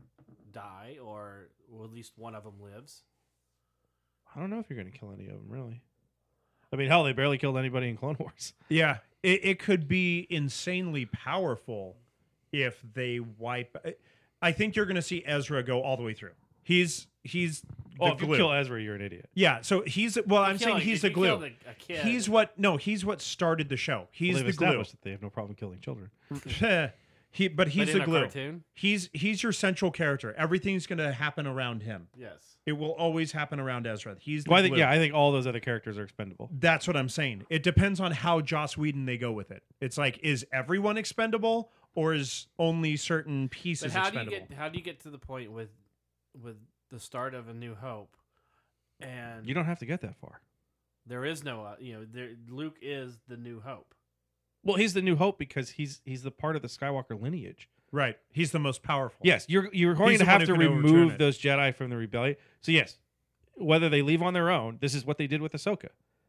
[SPEAKER 1] die, or well, at least one of them lives?
[SPEAKER 9] I don't know if you're going to kill any of them, really. I mean, hell, they barely killed anybody in Clone Wars.
[SPEAKER 7] Yeah. It, it could be insanely powerful if they wipe. I think you're going to see Ezra go all the way through. He's he's the
[SPEAKER 9] Oh, if you
[SPEAKER 7] glue.
[SPEAKER 9] kill Ezra, you're an idiot.
[SPEAKER 7] yeah. So he's well. I'm
[SPEAKER 1] You kill-
[SPEAKER 7] saying he's
[SPEAKER 1] if
[SPEAKER 7] the
[SPEAKER 1] you
[SPEAKER 7] glue.
[SPEAKER 1] killed A, a kid,
[SPEAKER 7] He's what? No, he's what started the show. He's
[SPEAKER 9] well, they've
[SPEAKER 7] the glue.
[SPEAKER 9] established that they have no problem killing children.
[SPEAKER 7] he, but
[SPEAKER 1] but
[SPEAKER 7] he's
[SPEAKER 1] in
[SPEAKER 7] the
[SPEAKER 1] a
[SPEAKER 7] glue.
[SPEAKER 1] Cartoon?
[SPEAKER 7] He's he's your central character. Everything's going to happen around him.
[SPEAKER 1] Yes.
[SPEAKER 7] It will always happen around Ezra. He's the
[SPEAKER 9] Well, I think
[SPEAKER 7] glue.
[SPEAKER 9] yeah, I think all those other characters are expendable.
[SPEAKER 7] That's what I'm saying. It depends on how Joss Whedon they go with it. It's like, is everyone expendable or is only certain
[SPEAKER 1] But
[SPEAKER 7] pieces
[SPEAKER 1] how do you
[SPEAKER 7] expendable?
[SPEAKER 1] get how do you get to the point with with the start of a new hope, and
[SPEAKER 9] You don't have to get that far.
[SPEAKER 1] there is no uh, you know there, Luke is the new hope.
[SPEAKER 9] Well, he's the new hope because he's he's the part of the Skywalker lineage.
[SPEAKER 7] right. He's the most powerful.
[SPEAKER 9] Yes, you're you're going
[SPEAKER 7] He's
[SPEAKER 9] to
[SPEAKER 7] the
[SPEAKER 9] have
[SPEAKER 7] one
[SPEAKER 9] to
[SPEAKER 7] who can overturn
[SPEAKER 9] remove
[SPEAKER 7] it.
[SPEAKER 9] those Jedi from the rebellion. So yes, whether they leave on their own, this is what they did with Ahsoka.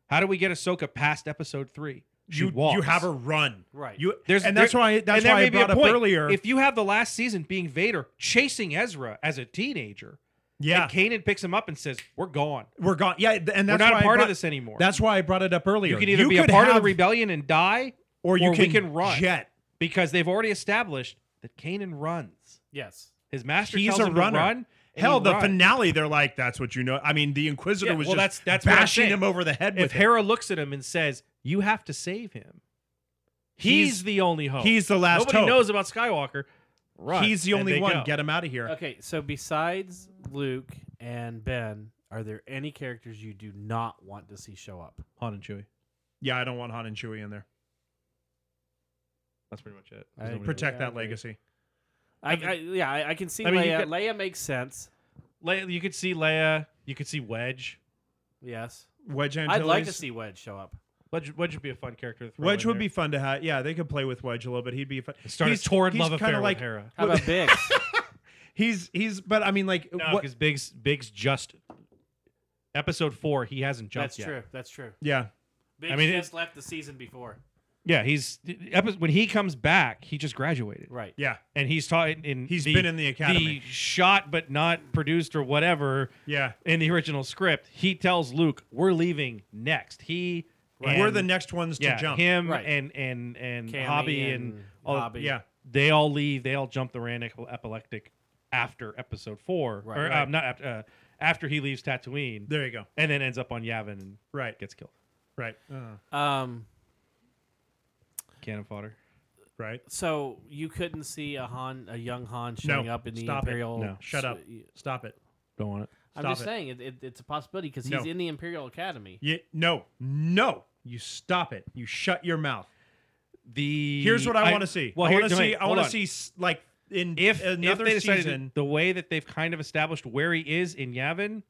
[SPEAKER 9] How do we get Ahsoka past Episode three? She
[SPEAKER 7] You, you
[SPEAKER 9] walks.
[SPEAKER 7] have her run.
[SPEAKER 1] Right.
[SPEAKER 7] You,
[SPEAKER 9] There's-
[SPEAKER 7] and that's
[SPEAKER 9] there-
[SPEAKER 7] why that's
[SPEAKER 9] and there
[SPEAKER 7] why
[SPEAKER 9] may
[SPEAKER 7] I
[SPEAKER 9] be a
[SPEAKER 7] brought up
[SPEAKER 9] point.
[SPEAKER 7] earlier.
[SPEAKER 9] If you have the last season being Vader chasing Ezra as a teenager,
[SPEAKER 7] yeah,
[SPEAKER 9] and Kanan picks him up and says, "We're gone.
[SPEAKER 7] we're gone. Yeah, th- and that's
[SPEAKER 9] We're not
[SPEAKER 7] why
[SPEAKER 9] a
[SPEAKER 7] I
[SPEAKER 9] part
[SPEAKER 7] brought,
[SPEAKER 9] of this anymore."
[SPEAKER 7] That's why I brought it up earlier.
[SPEAKER 9] you can either be a
[SPEAKER 7] could
[SPEAKER 9] part of the
[SPEAKER 7] have-
[SPEAKER 9] rebellion and die,
[SPEAKER 7] or you
[SPEAKER 9] or
[SPEAKER 7] can,
[SPEAKER 9] we can run.
[SPEAKER 7] Jet.
[SPEAKER 9] because they've already established that Kanan runs.
[SPEAKER 1] Yes.
[SPEAKER 9] His master
[SPEAKER 7] He's
[SPEAKER 9] tells
[SPEAKER 7] a
[SPEAKER 9] him
[SPEAKER 7] runner.
[SPEAKER 9] to run. and he
[SPEAKER 7] Hell, the
[SPEAKER 9] runs.
[SPEAKER 7] finale, they're like, "That's what you know." I mean, the Inquisitor
[SPEAKER 9] Yeah,
[SPEAKER 7] was
[SPEAKER 9] well,
[SPEAKER 7] just
[SPEAKER 9] that's- that's what I'm
[SPEAKER 7] bashing
[SPEAKER 9] saying.
[SPEAKER 7] him over the head
[SPEAKER 9] if
[SPEAKER 7] with it.
[SPEAKER 9] Hera looks at him and says, "You have to save him," he's,
[SPEAKER 7] He's-
[SPEAKER 9] the only hope.
[SPEAKER 7] He's the last
[SPEAKER 9] Nobody
[SPEAKER 7] hope.
[SPEAKER 9] knows about Skywalker. Run,
[SPEAKER 7] He's the
[SPEAKER 9] and
[SPEAKER 7] only
[SPEAKER 9] they Uh,
[SPEAKER 7] one.
[SPEAKER 9] go.
[SPEAKER 7] Get him out of here.
[SPEAKER 1] Okay, so besides Luke and Ben, are there any characters you do not want to see show up?
[SPEAKER 9] Han and Chewie.
[SPEAKER 7] Yeah, I don't want Han and Chewie in there.
[SPEAKER 9] That's pretty much it.
[SPEAKER 1] I agree.
[SPEAKER 7] Protect
[SPEAKER 1] Yeah,
[SPEAKER 7] that
[SPEAKER 1] I agree.
[SPEAKER 7] legacy.
[SPEAKER 1] I, I yeah, I, I can see
[SPEAKER 9] I mean, you
[SPEAKER 1] Leia.
[SPEAKER 9] could-
[SPEAKER 1] Leia makes sense.
[SPEAKER 9] Leia, you could see Leia. You could see Wedge.
[SPEAKER 1] Yes,
[SPEAKER 7] Wedge Antilles.
[SPEAKER 1] I'd like to see Wedge show up.
[SPEAKER 9] Wedge, Wedge would be a fun character. To throw
[SPEAKER 7] Wedge
[SPEAKER 9] in
[SPEAKER 7] would be
[SPEAKER 9] there.
[SPEAKER 7] fun to have. Yeah, they could play with Wedge a little bit. He'd be fun.
[SPEAKER 9] start
[SPEAKER 7] he's,
[SPEAKER 9] a torrid
[SPEAKER 7] he's
[SPEAKER 9] love
[SPEAKER 7] kinda
[SPEAKER 9] affair
[SPEAKER 7] like,
[SPEAKER 9] with Hera.
[SPEAKER 1] How about Biggs?
[SPEAKER 7] He's he's, but I mean, like,
[SPEAKER 9] No,
[SPEAKER 7] what?
[SPEAKER 9] because Biggs Biggs just episode four. He hasn't jumped
[SPEAKER 1] That's
[SPEAKER 9] yet.
[SPEAKER 1] true. That's true.
[SPEAKER 7] Yeah,
[SPEAKER 1] Biggs
[SPEAKER 9] mean,
[SPEAKER 1] just left the season before.
[SPEAKER 9] Yeah, he's epi- when he comes back, he just graduated,
[SPEAKER 1] Right.
[SPEAKER 7] yeah.
[SPEAKER 9] and he's taught in.
[SPEAKER 7] He's
[SPEAKER 9] He's
[SPEAKER 7] been in the academy.
[SPEAKER 9] The shot, but not produced or whatever.
[SPEAKER 7] Yeah,
[SPEAKER 9] in the original script, he tells Luke, "We're leaving next." He, and-
[SPEAKER 7] we're the next ones to
[SPEAKER 9] yeah,
[SPEAKER 7] jump.
[SPEAKER 9] Him
[SPEAKER 1] Right.
[SPEAKER 9] and and and
[SPEAKER 1] Cammy
[SPEAKER 9] Hobby and,
[SPEAKER 1] and
[SPEAKER 9] all,
[SPEAKER 1] Hobby.
[SPEAKER 7] Yeah,
[SPEAKER 9] they all leave. They all jump the Rand ep- epileptic after episode four,
[SPEAKER 1] Right.
[SPEAKER 9] or
[SPEAKER 1] Right.
[SPEAKER 9] Um, not after, uh, after he leaves Tatooine,
[SPEAKER 7] there you go.
[SPEAKER 9] and then ends up on Yavin and
[SPEAKER 7] Right,
[SPEAKER 9] gets killed.
[SPEAKER 7] right, uh,
[SPEAKER 1] Um.
[SPEAKER 9] Cannon fodder.
[SPEAKER 7] right.
[SPEAKER 1] So you couldn't see a Han, a young Han showing up in the
[SPEAKER 7] stop it.
[SPEAKER 1] Imperial.
[SPEAKER 9] No.
[SPEAKER 7] Shut up.
[SPEAKER 1] s-
[SPEAKER 7] Stop it.
[SPEAKER 9] Don't want it.
[SPEAKER 1] I'm
[SPEAKER 7] Stop
[SPEAKER 1] just
[SPEAKER 7] it.
[SPEAKER 1] saying it, it, it's a possibility because
[SPEAKER 7] No.
[SPEAKER 1] he's in the Imperial Academy.
[SPEAKER 7] Yeah, no, no. You stop it. You shut your mouth.
[SPEAKER 9] The
[SPEAKER 7] Here's what I, want to see.
[SPEAKER 9] Well,
[SPEAKER 7] I
[SPEAKER 9] here-
[SPEAKER 7] want to
[SPEAKER 9] no,
[SPEAKER 7] see.
[SPEAKER 9] wait,
[SPEAKER 7] I
[SPEAKER 9] hold
[SPEAKER 7] want to
[SPEAKER 9] on.
[SPEAKER 7] see s- like in
[SPEAKER 9] if
[SPEAKER 7] another
[SPEAKER 9] if they decided
[SPEAKER 7] season.
[SPEAKER 9] the way that they've kind of established where he is in Yavin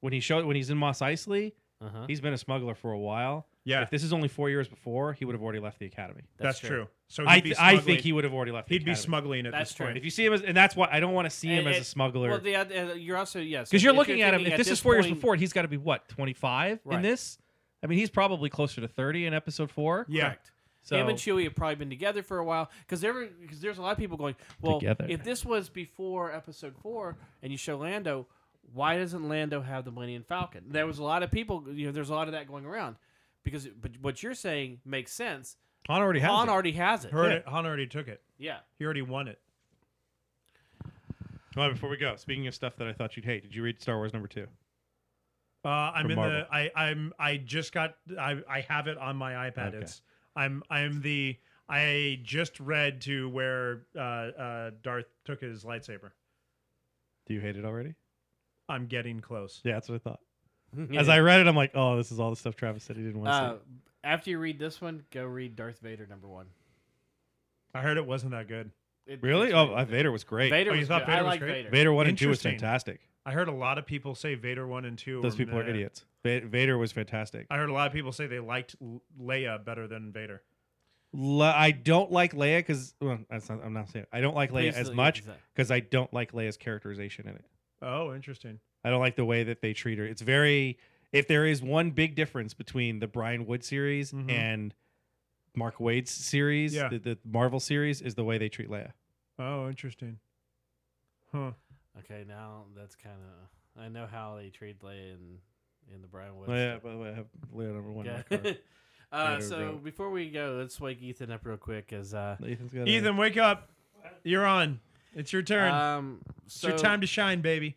[SPEAKER 9] when he showed when he's in Moss Eisley,
[SPEAKER 1] Uh-huh.
[SPEAKER 9] he's been a smuggler for a while.
[SPEAKER 7] Yeah.
[SPEAKER 9] If this is only four years before, he would have already left the academy.
[SPEAKER 7] That's, true. So he'd
[SPEAKER 9] I,
[SPEAKER 7] be
[SPEAKER 9] th- I
[SPEAKER 7] smuggling-
[SPEAKER 9] think he would have already left. The
[SPEAKER 7] He'd be
[SPEAKER 9] academy.
[SPEAKER 7] smuggling at
[SPEAKER 1] That's
[SPEAKER 7] this
[SPEAKER 1] true.
[SPEAKER 7] point.
[SPEAKER 9] If you see him as, and that's why I don't want to see him
[SPEAKER 1] And-
[SPEAKER 9] as a
[SPEAKER 1] and-
[SPEAKER 9] smuggler.
[SPEAKER 1] Well,
[SPEAKER 9] Because
[SPEAKER 1] the, oth- uh, you're also yes.
[SPEAKER 9] you're
[SPEAKER 1] if
[SPEAKER 9] looking at him,
[SPEAKER 1] thinking
[SPEAKER 9] if this, is four years
[SPEAKER 1] point-
[SPEAKER 9] before, he's got to be what 25
[SPEAKER 1] Right.
[SPEAKER 9] in this. I mean, he's probably closer to 30 in episode four.
[SPEAKER 7] yeah.
[SPEAKER 1] Correct.
[SPEAKER 9] So
[SPEAKER 1] Him and Chewie have probably been together for a while because there's a lot of people going, well,
[SPEAKER 9] Together.
[SPEAKER 1] if this was before Episode Four and you show Lando, why doesn't Lando have the Millennium Falcon? There was a lot of people, you know, there's a lot of that going around because, but what you're saying makes sense.
[SPEAKER 6] Han already has
[SPEAKER 1] Han
[SPEAKER 6] it.
[SPEAKER 1] already has it.
[SPEAKER 7] Heard it. Han already took it.
[SPEAKER 1] Yeah.
[SPEAKER 7] He already won it.
[SPEAKER 6] All right, before we go, speaking of stuff that I thought you'd hate, did you read Star Wars number two?
[SPEAKER 7] Uh, I'm
[SPEAKER 6] From
[SPEAKER 7] in
[SPEAKER 6] Marvel.
[SPEAKER 7] the. I, I'm. I just got. I. I have it on my iPad.
[SPEAKER 6] Okay.
[SPEAKER 7] It's. I'm. I'm the. I just read to where uh, uh, Darth took his lightsaber.
[SPEAKER 6] Do you hate it already?
[SPEAKER 7] I'm getting close.
[SPEAKER 6] Yeah, that's what I thought. As I read it, I'm like, oh, this is all the stuff Travis said he didn't want to
[SPEAKER 1] Mm-hmm. Uh, after you read this one, go read Darth Vader number one.
[SPEAKER 7] I heard it wasn't that good.
[SPEAKER 1] It-
[SPEAKER 6] see. Really?
[SPEAKER 1] it's
[SPEAKER 6] Oh,
[SPEAKER 1] great.
[SPEAKER 6] uh, Vader was great.
[SPEAKER 1] Vader
[SPEAKER 7] Oh, you
[SPEAKER 1] was
[SPEAKER 7] thought
[SPEAKER 1] good.
[SPEAKER 7] Vader
[SPEAKER 1] I
[SPEAKER 7] was
[SPEAKER 1] like
[SPEAKER 7] great?
[SPEAKER 1] Vader.
[SPEAKER 6] Vader one and two was
[SPEAKER 7] Interesting.
[SPEAKER 6] fantastic.
[SPEAKER 7] I heard a lot of people say Vader one and two.
[SPEAKER 6] Those people are
[SPEAKER 7] meh.
[SPEAKER 6] idiots. Va- Vader was fantastic.
[SPEAKER 7] I heard a lot of people say they liked L- Leia better than Vader.
[SPEAKER 6] Le- I don't like Leia because well, that's not, I'm not saying I don't like Leia
[SPEAKER 1] Please uh,
[SPEAKER 6] as
[SPEAKER 1] don't
[SPEAKER 6] much
[SPEAKER 1] use that.
[SPEAKER 6] because I don't like Leia's characterization in it.
[SPEAKER 7] Oh, interesting.
[SPEAKER 6] I don't like the way that they treat her. It's very if there is one big difference between the Brian Wood series
[SPEAKER 7] Mhm.
[SPEAKER 6] and Mark Wade's series,
[SPEAKER 7] Yeah.
[SPEAKER 6] the, the Marvel series is the way they treat Leia.
[SPEAKER 7] Oh, interesting. Huh.
[SPEAKER 1] Okay, now that's kind of. I know how they treat Leia in, in the Brian
[SPEAKER 9] Oh,
[SPEAKER 1] Woods.
[SPEAKER 6] Leia, by the way, I have Leia number one. in my car.
[SPEAKER 1] uh,
[SPEAKER 6] Vader
[SPEAKER 1] so
[SPEAKER 6] wrote-
[SPEAKER 1] before we go, let's wake Ethan up real quick. As uh,
[SPEAKER 6] Ethan's got a-
[SPEAKER 7] Ethan, wake up. You're on. It's your turn.
[SPEAKER 1] um,
[SPEAKER 7] it's
[SPEAKER 1] so
[SPEAKER 7] your time to shine, baby.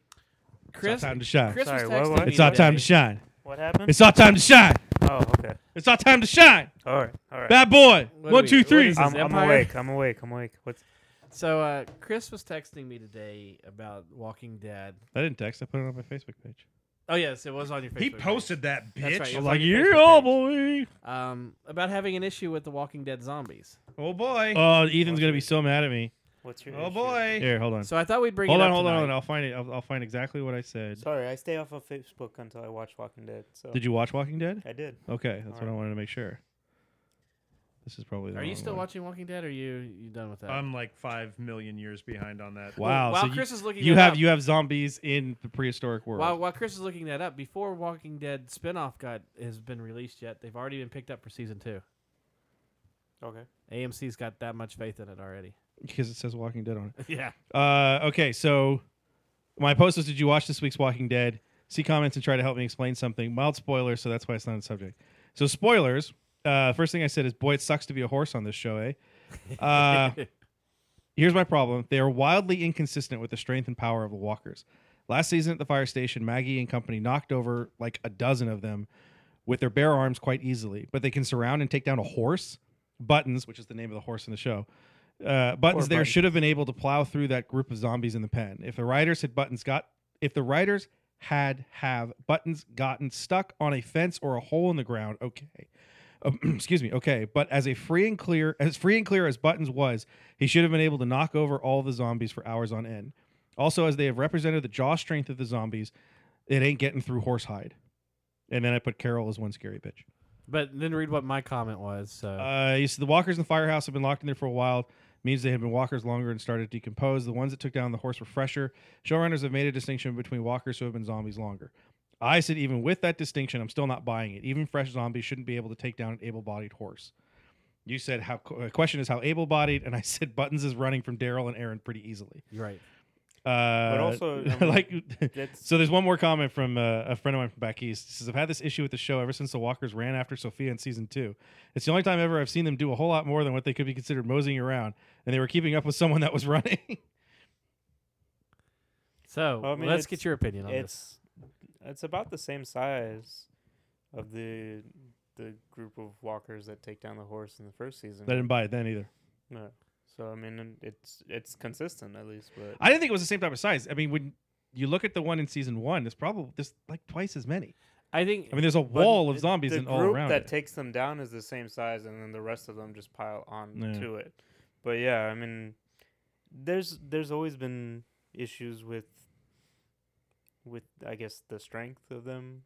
[SPEAKER 6] it's our
[SPEAKER 1] Chris,
[SPEAKER 6] time to shine.
[SPEAKER 1] Chris was
[SPEAKER 8] Sorry, what-
[SPEAKER 1] texting
[SPEAKER 8] what-
[SPEAKER 1] me
[SPEAKER 6] it's our
[SPEAKER 1] today.
[SPEAKER 6] time to shine.
[SPEAKER 8] What happened?
[SPEAKER 6] It's our time to shine.
[SPEAKER 8] oh, okay.
[SPEAKER 6] It's our time to shine.
[SPEAKER 8] All right. All right.
[SPEAKER 6] Bad boy.
[SPEAKER 1] What do
[SPEAKER 6] One,
[SPEAKER 1] we-
[SPEAKER 6] two,
[SPEAKER 1] what
[SPEAKER 6] three.
[SPEAKER 1] is-
[SPEAKER 8] I'm, I'm
[SPEAKER 1] Empire?
[SPEAKER 8] awake. I'm awake. I'm awake. What's
[SPEAKER 1] So uh, Chris was texting me today about Walking Dead.
[SPEAKER 6] I didn't text. I put it on my Facebook page.
[SPEAKER 1] Oh yes, it was on your Facebook.
[SPEAKER 7] He
[SPEAKER 1] page.
[SPEAKER 7] posted that
[SPEAKER 1] That's
[SPEAKER 7] bitch.
[SPEAKER 1] right, it was
[SPEAKER 6] I was
[SPEAKER 1] on
[SPEAKER 6] like,
[SPEAKER 1] your Facebook
[SPEAKER 6] yeah,
[SPEAKER 1] page.
[SPEAKER 6] boy.
[SPEAKER 1] um, about having an issue with the Walking Dead zombies.
[SPEAKER 7] Oh boy.
[SPEAKER 6] Oh, Ethan's gonna be so mad at me.
[SPEAKER 8] what's your?
[SPEAKER 7] Oh
[SPEAKER 8] issue?
[SPEAKER 7] boy.
[SPEAKER 6] Here, hold on.
[SPEAKER 1] So I thought we'd bring
[SPEAKER 6] Hold
[SPEAKER 1] it
[SPEAKER 6] on,
[SPEAKER 1] up
[SPEAKER 6] hold on,
[SPEAKER 1] tonight.
[SPEAKER 6] hold on. I'll find it. I'll, I'll find exactly what I said.
[SPEAKER 8] Sorry, I stay off of Facebook until I watch Walking Dead. So
[SPEAKER 6] Did you watch Walking Dead?
[SPEAKER 8] I did.
[SPEAKER 6] Okay, that's what I
[SPEAKER 8] Alright.
[SPEAKER 6] wanted to make sure. This is probably. The
[SPEAKER 1] Are you
[SPEAKER 6] wrong
[SPEAKER 1] still
[SPEAKER 6] one.
[SPEAKER 1] watching Walking Dead? Or are you you done with that?
[SPEAKER 7] I'm like five million years behind on that.
[SPEAKER 1] Well,
[SPEAKER 6] Um, Wow.
[SPEAKER 1] while
[SPEAKER 6] so you-
[SPEAKER 1] Chris is looking,
[SPEAKER 6] you
[SPEAKER 1] it
[SPEAKER 6] have
[SPEAKER 1] up,
[SPEAKER 6] you have zombies in the prehistoric world.
[SPEAKER 1] While, while Chris is looking that up, before Walking Dead spinoff got has been released yet, they've already been picked up for season two.
[SPEAKER 8] Okay.
[SPEAKER 1] AMC's got that much faith in it already.
[SPEAKER 6] Because it says Walking Dead on
[SPEAKER 1] yeah.
[SPEAKER 6] it. Uh, okay, so my post was: Did you watch this week's Walking Dead? See comments and try to help me explain something. Mild spoilers, so that's why it's not a subject. So spoilers. Uh, first thing I said is, boy, it sucks to be a horse on this show, eh? Uh, Here's my problem. They are wildly inconsistent with the strength and power of the walkers. Last season at the fire station, Maggie and company knocked over like a dozen of them with their bare arms quite easily, but they can surround and take down a horse. Buttons, which is the name of the horse in the show. Uh, buttons there
[SPEAKER 8] Button.
[SPEAKER 6] should have been able to plow through that group of zombies in the pen. If the riders had buttons got if the riders had have buttons gotten stuck on a fence or a hole in the ground, okay. Um, excuse me, okay. But as a free and clear as free and clear as buttons was, he should have been able to knock over all the zombies for hours on end. Also, as they have represented the jaw strength of the zombies, it ain't getting through horsehide. And then I put Carol as one scary bitch.
[SPEAKER 1] But then read what my comment was. So
[SPEAKER 6] Uh, you see, the walkers in the firehouse have been locked in there for a while. Means they have been walkers longer and started to decompose. The ones that took down the horse were fresher. Showrunners have made a distinction between walkers who have been zombies longer. I said, even with that distinction, I'm still not buying it. Even fresh zombies shouldn't be able to take down an able bodied horse. You said, how, uh, question is how able bodied? And I said, Buttons is running from Daryl and Aaron pretty easily.
[SPEAKER 1] you're right.
[SPEAKER 6] Uh,
[SPEAKER 8] also, I mean,
[SPEAKER 6] like,
[SPEAKER 8] That's
[SPEAKER 6] so there's one more comment from uh, a friend of mine from back east. He says, I've had this issue with the show ever since the Walkers ran after Sophia in season two. It's the only time ever I've seen them do a whole lot more than what they could be considered moseying around, and they were keeping up with someone that was running.
[SPEAKER 1] So
[SPEAKER 8] Well, I mean,
[SPEAKER 1] let's
[SPEAKER 8] it's-
[SPEAKER 1] get your opinion on this.
[SPEAKER 8] it's it's about the same size of the the group of walkers that take down the horse in the first season.
[SPEAKER 6] I didn't buy it then either.
[SPEAKER 8] No. So I mean, and it's it's consistent at least, but
[SPEAKER 6] I didn't think it was the same type of size. I mean, when you look at the one in season one, there's probably there's like twice as many.
[SPEAKER 1] I think
[SPEAKER 6] I mean, there's a
[SPEAKER 8] but
[SPEAKER 6] wall of
[SPEAKER 8] the-
[SPEAKER 6] zombies
[SPEAKER 8] the
[SPEAKER 6] and all
[SPEAKER 8] group
[SPEAKER 6] around
[SPEAKER 8] that
[SPEAKER 6] it.
[SPEAKER 8] takes them down is the same size, and then the rest of them just pile on
[SPEAKER 6] Yeah.
[SPEAKER 8] to it. But yeah, I mean, there's there's always been issues with with I guess the strength of them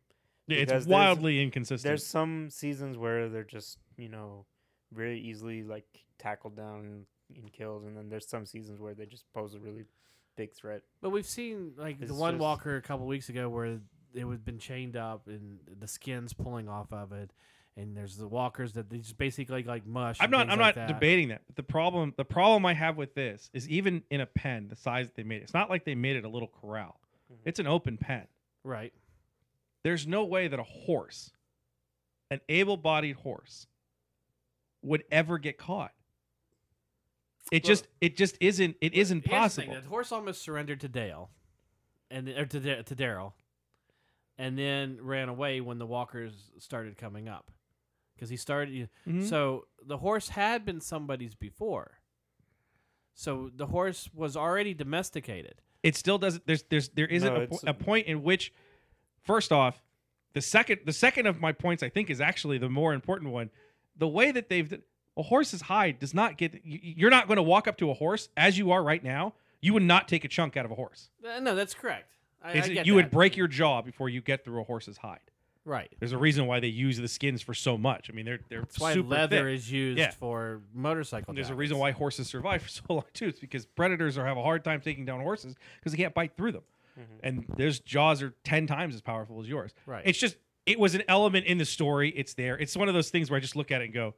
[SPEAKER 6] Yeah,
[SPEAKER 8] because
[SPEAKER 6] it's
[SPEAKER 8] there's-
[SPEAKER 6] wildly inconsistent.
[SPEAKER 8] There's some seasons where they're just, you know, very easily like tackled down and killed, and then there's some seasons where they just pose a really big threat.
[SPEAKER 1] But we've seen like the
[SPEAKER 8] It's
[SPEAKER 1] one
[SPEAKER 8] just-
[SPEAKER 1] walker a couple weeks ago where it was been chained up and the skin's pulling off of it, and there's the walkers that they just basically like mush.
[SPEAKER 6] I'm
[SPEAKER 1] and
[SPEAKER 6] not.
[SPEAKER 1] things
[SPEAKER 6] I'm
[SPEAKER 1] like
[SPEAKER 6] not
[SPEAKER 1] that.
[SPEAKER 6] debating that. But the problem, the problem I have with this is even in a pen, the size that they made it, it's not like they made it a little corral. It's an open pen.
[SPEAKER 1] Right.
[SPEAKER 6] There's no way that a horse, an able-bodied horse, would ever get caught. It
[SPEAKER 1] Well-
[SPEAKER 6] just it just isn't it isn't
[SPEAKER 1] Here's the thing,
[SPEAKER 6] possible.
[SPEAKER 1] The horse almost surrendered to Dale, and or to Da- to Daryl, and then ran away when the walkers started coming up, because he started.
[SPEAKER 6] Mhm.
[SPEAKER 1] So the horse had been somebody's before. So the horse was already domesticated.
[SPEAKER 6] It still doesn't. There's there's there isn't
[SPEAKER 8] No,
[SPEAKER 6] a, po-
[SPEAKER 8] it's-
[SPEAKER 6] a point in which, first off, the second the second of my points I think is actually the more important one. The way that they've a horse's hide does not get. you- You're not going to walk up to a horse as you are right now. You would not take a chunk out of a horse.
[SPEAKER 1] Uh, no, that's correct. I, I
[SPEAKER 6] It's-
[SPEAKER 1] get
[SPEAKER 6] you
[SPEAKER 1] that.
[SPEAKER 6] would break your jaw before you get through a horse's hide.
[SPEAKER 1] right.
[SPEAKER 6] There's a reason why they use the skins for so much. I mean, they're they're
[SPEAKER 1] That's why
[SPEAKER 6] super
[SPEAKER 1] leather
[SPEAKER 6] thick.
[SPEAKER 1] is used
[SPEAKER 6] Yeah.
[SPEAKER 1] for motorcycle.
[SPEAKER 6] There's a
[SPEAKER 1] jackets.
[SPEAKER 6] reason why horses survive for so long too. It's because predators are have a hard time taking down horses because they can't bite through them,
[SPEAKER 1] Mm-hmm.
[SPEAKER 6] and their jaws are ten times as powerful as yours.
[SPEAKER 1] Right.
[SPEAKER 6] It's just it was an element in the story. It's there. It's one of those things where I just look at it and go,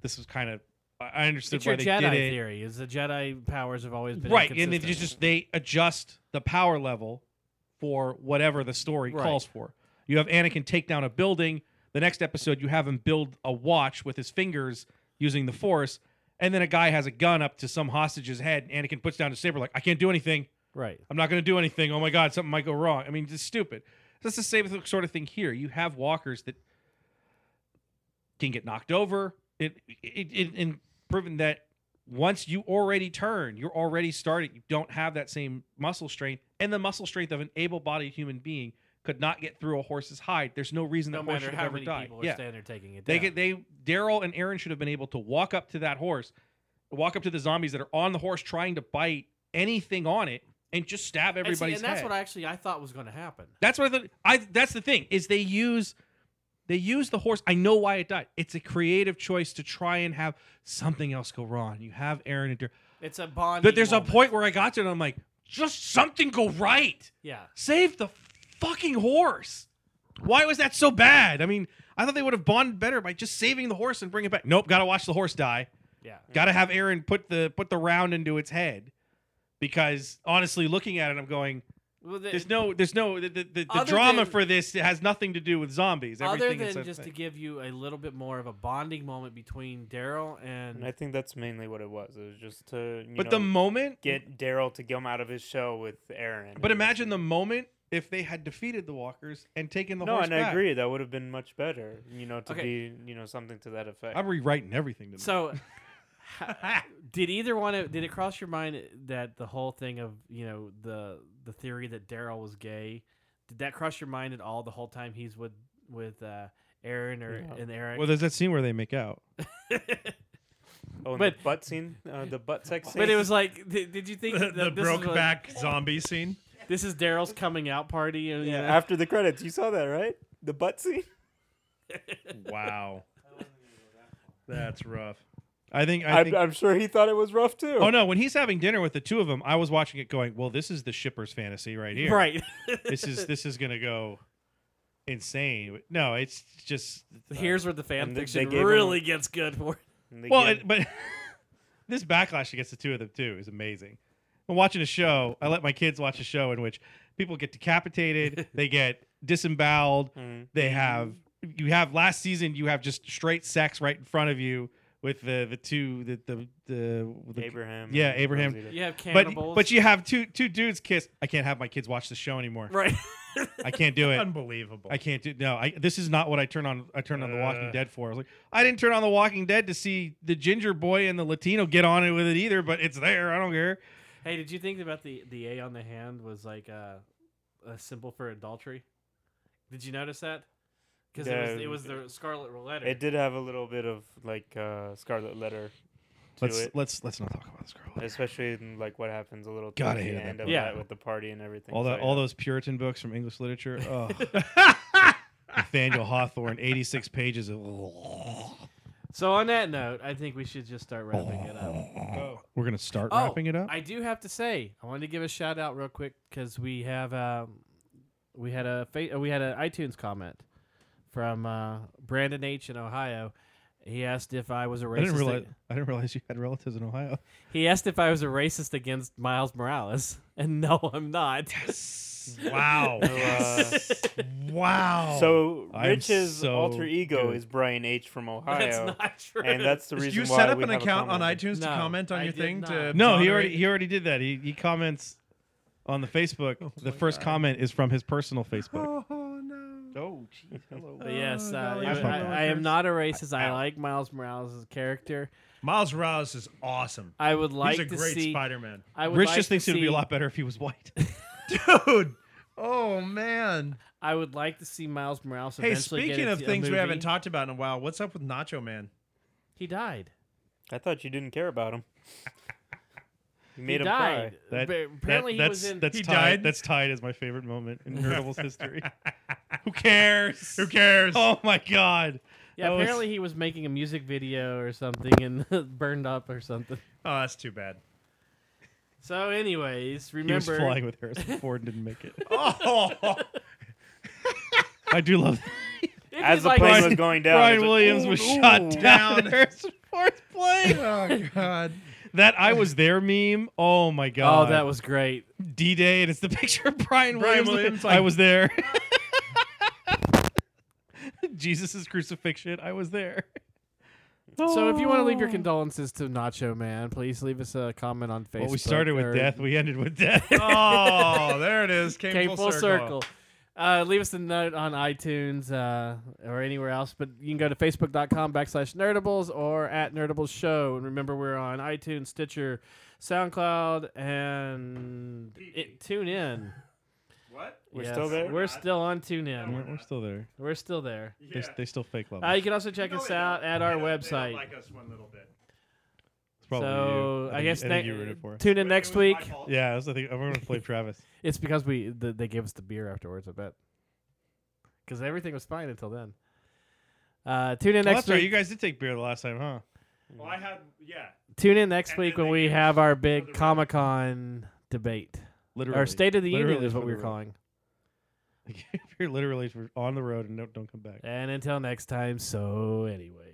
[SPEAKER 6] "This was kind of." I I understood
[SPEAKER 1] It's
[SPEAKER 6] why
[SPEAKER 1] your
[SPEAKER 6] they
[SPEAKER 1] Jedi
[SPEAKER 6] did it.
[SPEAKER 1] theory. Is the Jedi powers have always been
[SPEAKER 6] Right, and they
[SPEAKER 1] inconsistent.
[SPEAKER 6] just just- they adjust the power level for whatever the story
[SPEAKER 1] Right.
[SPEAKER 6] calls for. You have Anakin take down a building. The next episode, you have him build a watch with his fingers using the Force, and then a guy has a gun up to some hostage's head. And Anakin puts down his saber, like, "I can't do anything.
[SPEAKER 1] right.
[SPEAKER 6] I'm not going to do anything. Oh my God, something might go wrong." I mean, it's stupid. That's the same th- sort of thing here. You have walkers that can get knocked over. It, it, it and proven that once you already turn, you're already starting. You don't have that same muscle strength, and the muscle strength of an able-bodied human being could not get through a horse's hide. There's no reason
[SPEAKER 1] No
[SPEAKER 6] that horse
[SPEAKER 1] matter
[SPEAKER 6] should
[SPEAKER 1] how
[SPEAKER 6] have ever
[SPEAKER 1] many
[SPEAKER 6] died.
[SPEAKER 1] people are
[SPEAKER 6] Yeah,
[SPEAKER 1] standing there taking it down.
[SPEAKER 6] they could, they Daryl and Aaron should have been able to walk up to that horse, walk up to the zombies that are on the horse trying to bite anything on it, and just stab
[SPEAKER 1] And see,
[SPEAKER 6] everybody's
[SPEAKER 1] and that's
[SPEAKER 6] head.
[SPEAKER 1] what I actually I thought was going to happen.
[SPEAKER 6] That's what I, thought- I. That's the thing is they use, they use the horse. I know why it died. It's a creative choice to try and have something else go wrong. You have Aaron and Dar-
[SPEAKER 1] It's a bond.
[SPEAKER 6] but there's a point where I got to it. and I'm like, just something go right.
[SPEAKER 1] Yeah.
[SPEAKER 6] Save the fucking horse. Why was that so bad? I mean, I thought they would have bonded better by just saving the horse and bringing it back. Nope, got to watch the horse die.
[SPEAKER 1] Yeah.
[SPEAKER 6] Got to have Aaron put the put the round into its head. Because honestly, looking at it, I'm going,
[SPEAKER 1] Well, the-
[SPEAKER 6] there's no, there's no, the, the, the, the
[SPEAKER 1] Other
[SPEAKER 6] drama
[SPEAKER 8] Uh,
[SPEAKER 1] than-
[SPEAKER 6] for this has nothing to do with zombies.
[SPEAKER 1] other
[SPEAKER 6] Everything is
[SPEAKER 1] than
[SPEAKER 6] a
[SPEAKER 1] just to
[SPEAKER 6] thing.
[SPEAKER 1] give you a little bit more of a bonding moment between Daryl and
[SPEAKER 8] And I think that's mainly what it was. It was just to you
[SPEAKER 6] Mm. but
[SPEAKER 8] know,
[SPEAKER 6] the moment,
[SPEAKER 8] get Daryl to come out of his shell with Aaron.
[SPEAKER 6] but
[SPEAKER 8] and-
[SPEAKER 6] imagine the moment if they had defeated the walkers and taken the
[SPEAKER 8] no,
[SPEAKER 6] horse
[SPEAKER 8] and I
[SPEAKER 6] back.
[SPEAKER 8] agree that would have been much better. You know, to
[SPEAKER 1] Okay.
[SPEAKER 8] be you know something to that effect.
[SPEAKER 6] I'm rewriting everything. Tonight.
[SPEAKER 1] so. ha- did either one of did it cross your mind that the whole thing of you know the the theory that Daryl was gay? Did that cross your mind at all the whole time he's with with uh, Aaron or
[SPEAKER 8] No.
[SPEAKER 1] and Eric?
[SPEAKER 6] well, there's that scene where they make out.
[SPEAKER 8] oh, and
[SPEAKER 1] but-
[SPEAKER 8] the butt scene, uh, the butt sex scene.
[SPEAKER 1] but it was like, did, did you think
[SPEAKER 7] The,
[SPEAKER 1] that
[SPEAKER 7] the
[SPEAKER 1] this is
[SPEAKER 7] broke
[SPEAKER 1] what-
[SPEAKER 7] back zombie scene.
[SPEAKER 1] This is Daryl's coming out party, and you
[SPEAKER 8] yeah,
[SPEAKER 1] know?
[SPEAKER 8] after the credits. You saw that, right? The butt scene.
[SPEAKER 6] Wow.
[SPEAKER 7] That's rough.
[SPEAKER 6] I think I
[SPEAKER 8] I
[SPEAKER 6] think.
[SPEAKER 8] am I'm sure he thought it was rough too.
[SPEAKER 6] oh no! When he's having dinner with the two of them, I was watching it, going, "Well, this is the shipper's fantasy right here.
[SPEAKER 1] right.
[SPEAKER 6] This is this is gonna go insane." But No, it's just
[SPEAKER 1] Here's where the fan
[SPEAKER 8] And they- they
[SPEAKER 1] fiction
[SPEAKER 8] gave him-
[SPEAKER 1] really gets good for. it.
[SPEAKER 8] And they
[SPEAKER 6] well,
[SPEAKER 8] gave-
[SPEAKER 6] it, but this backlash against the two of them too is amazing. I'm watching a show. I let my kids watch a show in which people get decapitated, they get disemboweled,
[SPEAKER 8] Mhm.
[SPEAKER 6] they have you have last season you have just straight sex right in front of you with the the two the the the, the
[SPEAKER 8] Abraham.
[SPEAKER 6] yeah
[SPEAKER 8] and
[SPEAKER 6] Abraham
[SPEAKER 8] Rosita.
[SPEAKER 1] You have
[SPEAKER 6] but
[SPEAKER 1] cannibals,
[SPEAKER 6] but you have two two dudes kiss. I can't have my kids watch the show anymore.
[SPEAKER 1] right.
[SPEAKER 6] I can't do it.
[SPEAKER 7] Unbelievable.
[SPEAKER 6] I can't do no. I this is not what I turn on. I turned on The Walking
[SPEAKER 7] Uh.
[SPEAKER 6] Dead for. I was like, I didn't turn on The Walking Dead to see the ginger boy and the Latino get on it with it either. But it's there. I don't care.
[SPEAKER 1] hey, did you think about the the A on the hand was like a, a symbol for adultery? Did you notice that? Because it was
[SPEAKER 8] No.
[SPEAKER 1] it was the scarlet letter.
[SPEAKER 8] It did have a little bit of like uh, Scarlet Letter to
[SPEAKER 6] Let's
[SPEAKER 8] it,
[SPEAKER 6] let's let's not talk about this girl.
[SPEAKER 8] especially in, like what happens a little
[SPEAKER 6] Gotta
[SPEAKER 8] towards the
[SPEAKER 6] hate that
[SPEAKER 8] end of
[SPEAKER 1] book. Yeah.
[SPEAKER 8] that with the party and everything.
[SPEAKER 6] All
[SPEAKER 8] so,
[SPEAKER 6] that all
[SPEAKER 8] yeah.
[SPEAKER 6] those Puritan books from English literature. Oh. Nathaniel Hawthorne, eighty six pages of.
[SPEAKER 1] So on that note, I think we should just start wrapping it up.
[SPEAKER 6] We're gonna start
[SPEAKER 1] Oh,
[SPEAKER 6] wrapping it up.
[SPEAKER 1] I do have to say, I wanted to give a shout out real quick because we have um, we had a fa- uh, we had an iTunes comment from uh, Brandon H in Ohio. He asked if I was a racist.
[SPEAKER 6] I didn't realize
[SPEAKER 1] ag-
[SPEAKER 6] I didn't realize you had relatives in Ohio.
[SPEAKER 1] he asked if I was a racist against Miles Morales, and no, I'm not. Yes.
[SPEAKER 7] Wow.
[SPEAKER 8] uh,
[SPEAKER 7] wow.
[SPEAKER 8] So
[SPEAKER 9] Oh, I'm
[SPEAKER 8] Rich's
[SPEAKER 9] so
[SPEAKER 8] alter ego
[SPEAKER 9] good.
[SPEAKER 8] is Brian H from Ohio,
[SPEAKER 1] That's not true.
[SPEAKER 8] and that's the reason
[SPEAKER 7] you
[SPEAKER 8] why
[SPEAKER 7] set up
[SPEAKER 8] we
[SPEAKER 7] an
[SPEAKER 8] have a
[SPEAKER 7] account on
[SPEAKER 8] comment.
[SPEAKER 7] iTunes
[SPEAKER 1] No,
[SPEAKER 7] to comment on
[SPEAKER 1] I
[SPEAKER 7] your
[SPEAKER 1] did
[SPEAKER 7] thing
[SPEAKER 1] not.
[SPEAKER 7] to
[SPEAKER 9] No, he
[SPEAKER 7] moderate?
[SPEAKER 9] already he already did that. He he comments on the Facebook. the first comment is from his personal Facebook.
[SPEAKER 7] Oh, no.
[SPEAKER 9] Oh, jeez, hello.
[SPEAKER 1] But yes,
[SPEAKER 7] Oh,
[SPEAKER 1] uh,
[SPEAKER 7] golly,
[SPEAKER 1] I,
[SPEAKER 9] I'm
[SPEAKER 1] I-
[SPEAKER 7] really
[SPEAKER 1] I am
[SPEAKER 7] cursed.
[SPEAKER 1] not a racist. I like Miles Morales' character.
[SPEAKER 7] Miles Morales is awesome.
[SPEAKER 1] I would like
[SPEAKER 7] He's a
[SPEAKER 1] to
[SPEAKER 7] great
[SPEAKER 1] see.
[SPEAKER 7] Spider-Man.
[SPEAKER 1] I would
[SPEAKER 9] Rich
[SPEAKER 1] like
[SPEAKER 9] just
[SPEAKER 1] to
[SPEAKER 9] thinks it would be
[SPEAKER 1] see-
[SPEAKER 9] a lot better if he was white.
[SPEAKER 7] Dude. Oh man.
[SPEAKER 1] I would like to see Miles Morales.
[SPEAKER 7] Hey,
[SPEAKER 1] eventually get
[SPEAKER 7] speaking
[SPEAKER 1] a-
[SPEAKER 7] of
[SPEAKER 1] a
[SPEAKER 7] things we haven't
[SPEAKER 1] movie.
[SPEAKER 7] talked about in a while, what's up with Nacho Man?
[SPEAKER 1] he died.
[SPEAKER 8] I thought you didn't care about him. You made
[SPEAKER 1] He
[SPEAKER 8] him
[SPEAKER 1] died.
[SPEAKER 8] cry.
[SPEAKER 9] That-
[SPEAKER 1] But apparently, he
[SPEAKER 9] that's,
[SPEAKER 1] was in.
[SPEAKER 9] that's
[SPEAKER 7] He
[SPEAKER 9] tied,
[SPEAKER 7] died?
[SPEAKER 9] That's tied as my favorite moment in Nerdables history. Who cares?
[SPEAKER 7] Who cares?
[SPEAKER 9] Oh my god!
[SPEAKER 1] yeah,
[SPEAKER 9] that was-
[SPEAKER 1] apparently he was making a music video or something and burned up or something.
[SPEAKER 7] Oh, that's too bad.
[SPEAKER 1] So, anyways,
[SPEAKER 9] He was
[SPEAKER 1] remember
[SPEAKER 9] flying with Harrison Ford and didn't make it.
[SPEAKER 7] Oh,
[SPEAKER 9] I do love that.
[SPEAKER 1] If
[SPEAKER 8] As
[SPEAKER 1] you'd
[SPEAKER 8] the
[SPEAKER 1] like-
[SPEAKER 8] plane was going down,
[SPEAKER 9] Brian
[SPEAKER 8] he's like,
[SPEAKER 9] Williams
[SPEAKER 8] "Ooh,
[SPEAKER 9] was
[SPEAKER 8] ooh."
[SPEAKER 9] shot down.
[SPEAKER 7] down.
[SPEAKER 9] in Harrison Ford's plane.
[SPEAKER 7] oh God.
[SPEAKER 9] That I was there meme. Oh my
[SPEAKER 1] Oh,
[SPEAKER 9] god!
[SPEAKER 1] that was great.
[SPEAKER 9] D Day, and it's the picture of Brian,
[SPEAKER 7] Brian
[SPEAKER 9] Williams.
[SPEAKER 7] Williams,
[SPEAKER 9] I
[SPEAKER 7] like-
[SPEAKER 9] was there. Jesus' crucifixion. I was there.
[SPEAKER 1] So, if you want to leave your condolences to Nacho Man, please leave us a comment on Facebook.
[SPEAKER 9] Well, we started with
[SPEAKER 1] or-
[SPEAKER 9] death. We ended with death.
[SPEAKER 7] Oh, there it is. Came,
[SPEAKER 1] Came full, circle. Uh, leave us a note on iTunes uh, or anywhere else, but you can go to facebook.com backslash nerdables or at nerdables show. And remember, we're on iTunes, Stitcher, SoundCloud, and it, tune in.
[SPEAKER 7] What?
[SPEAKER 8] We're still there?
[SPEAKER 1] We're still on tune in.
[SPEAKER 9] We're, Oh. we're still there.
[SPEAKER 1] We're still there.
[SPEAKER 9] They, they still fake love.
[SPEAKER 1] Uh,
[SPEAKER 9] us.
[SPEAKER 1] you can also check
[SPEAKER 7] No,
[SPEAKER 1] us
[SPEAKER 7] they don't.
[SPEAKER 1] out at
[SPEAKER 7] They
[SPEAKER 1] our
[SPEAKER 7] don't- they don't
[SPEAKER 1] website.
[SPEAKER 7] like us one little bit.
[SPEAKER 9] It's probably
[SPEAKER 1] so
[SPEAKER 9] you.
[SPEAKER 1] I
[SPEAKER 9] think-
[SPEAKER 1] guess
[SPEAKER 9] I
[SPEAKER 1] ne-
[SPEAKER 9] think you were in it for. us.
[SPEAKER 1] tune in next week.
[SPEAKER 9] Yeah, that's the thing. I'm gonna play Travis.
[SPEAKER 1] It's because we th- they gave us the beer afterwards. I bet because everything was fine until then. Uh, tune in
[SPEAKER 9] Oh,
[SPEAKER 1] next
[SPEAKER 9] that's right.
[SPEAKER 1] week.
[SPEAKER 9] You guys did take beer the last time, huh?
[SPEAKER 7] Well, I had yeah.
[SPEAKER 1] Tune in next
[SPEAKER 7] And
[SPEAKER 1] week
[SPEAKER 7] then
[SPEAKER 1] when
[SPEAKER 7] they
[SPEAKER 1] we
[SPEAKER 7] gave us
[SPEAKER 1] have our
[SPEAKER 7] for the
[SPEAKER 1] big
[SPEAKER 7] road.
[SPEAKER 1] Comic Con debate
[SPEAKER 9] Literally.
[SPEAKER 1] or State of the Union
[SPEAKER 9] Literally
[SPEAKER 1] is what
[SPEAKER 9] for
[SPEAKER 1] we
[SPEAKER 9] the
[SPEAKER 1] were
[SPEAKER 9] road.
[SPEAKER 1] calling.
[SPEAKER 9] You're literally on the road and don't, don't come back.
[SPEAKER 1] And until next time. So, anyways.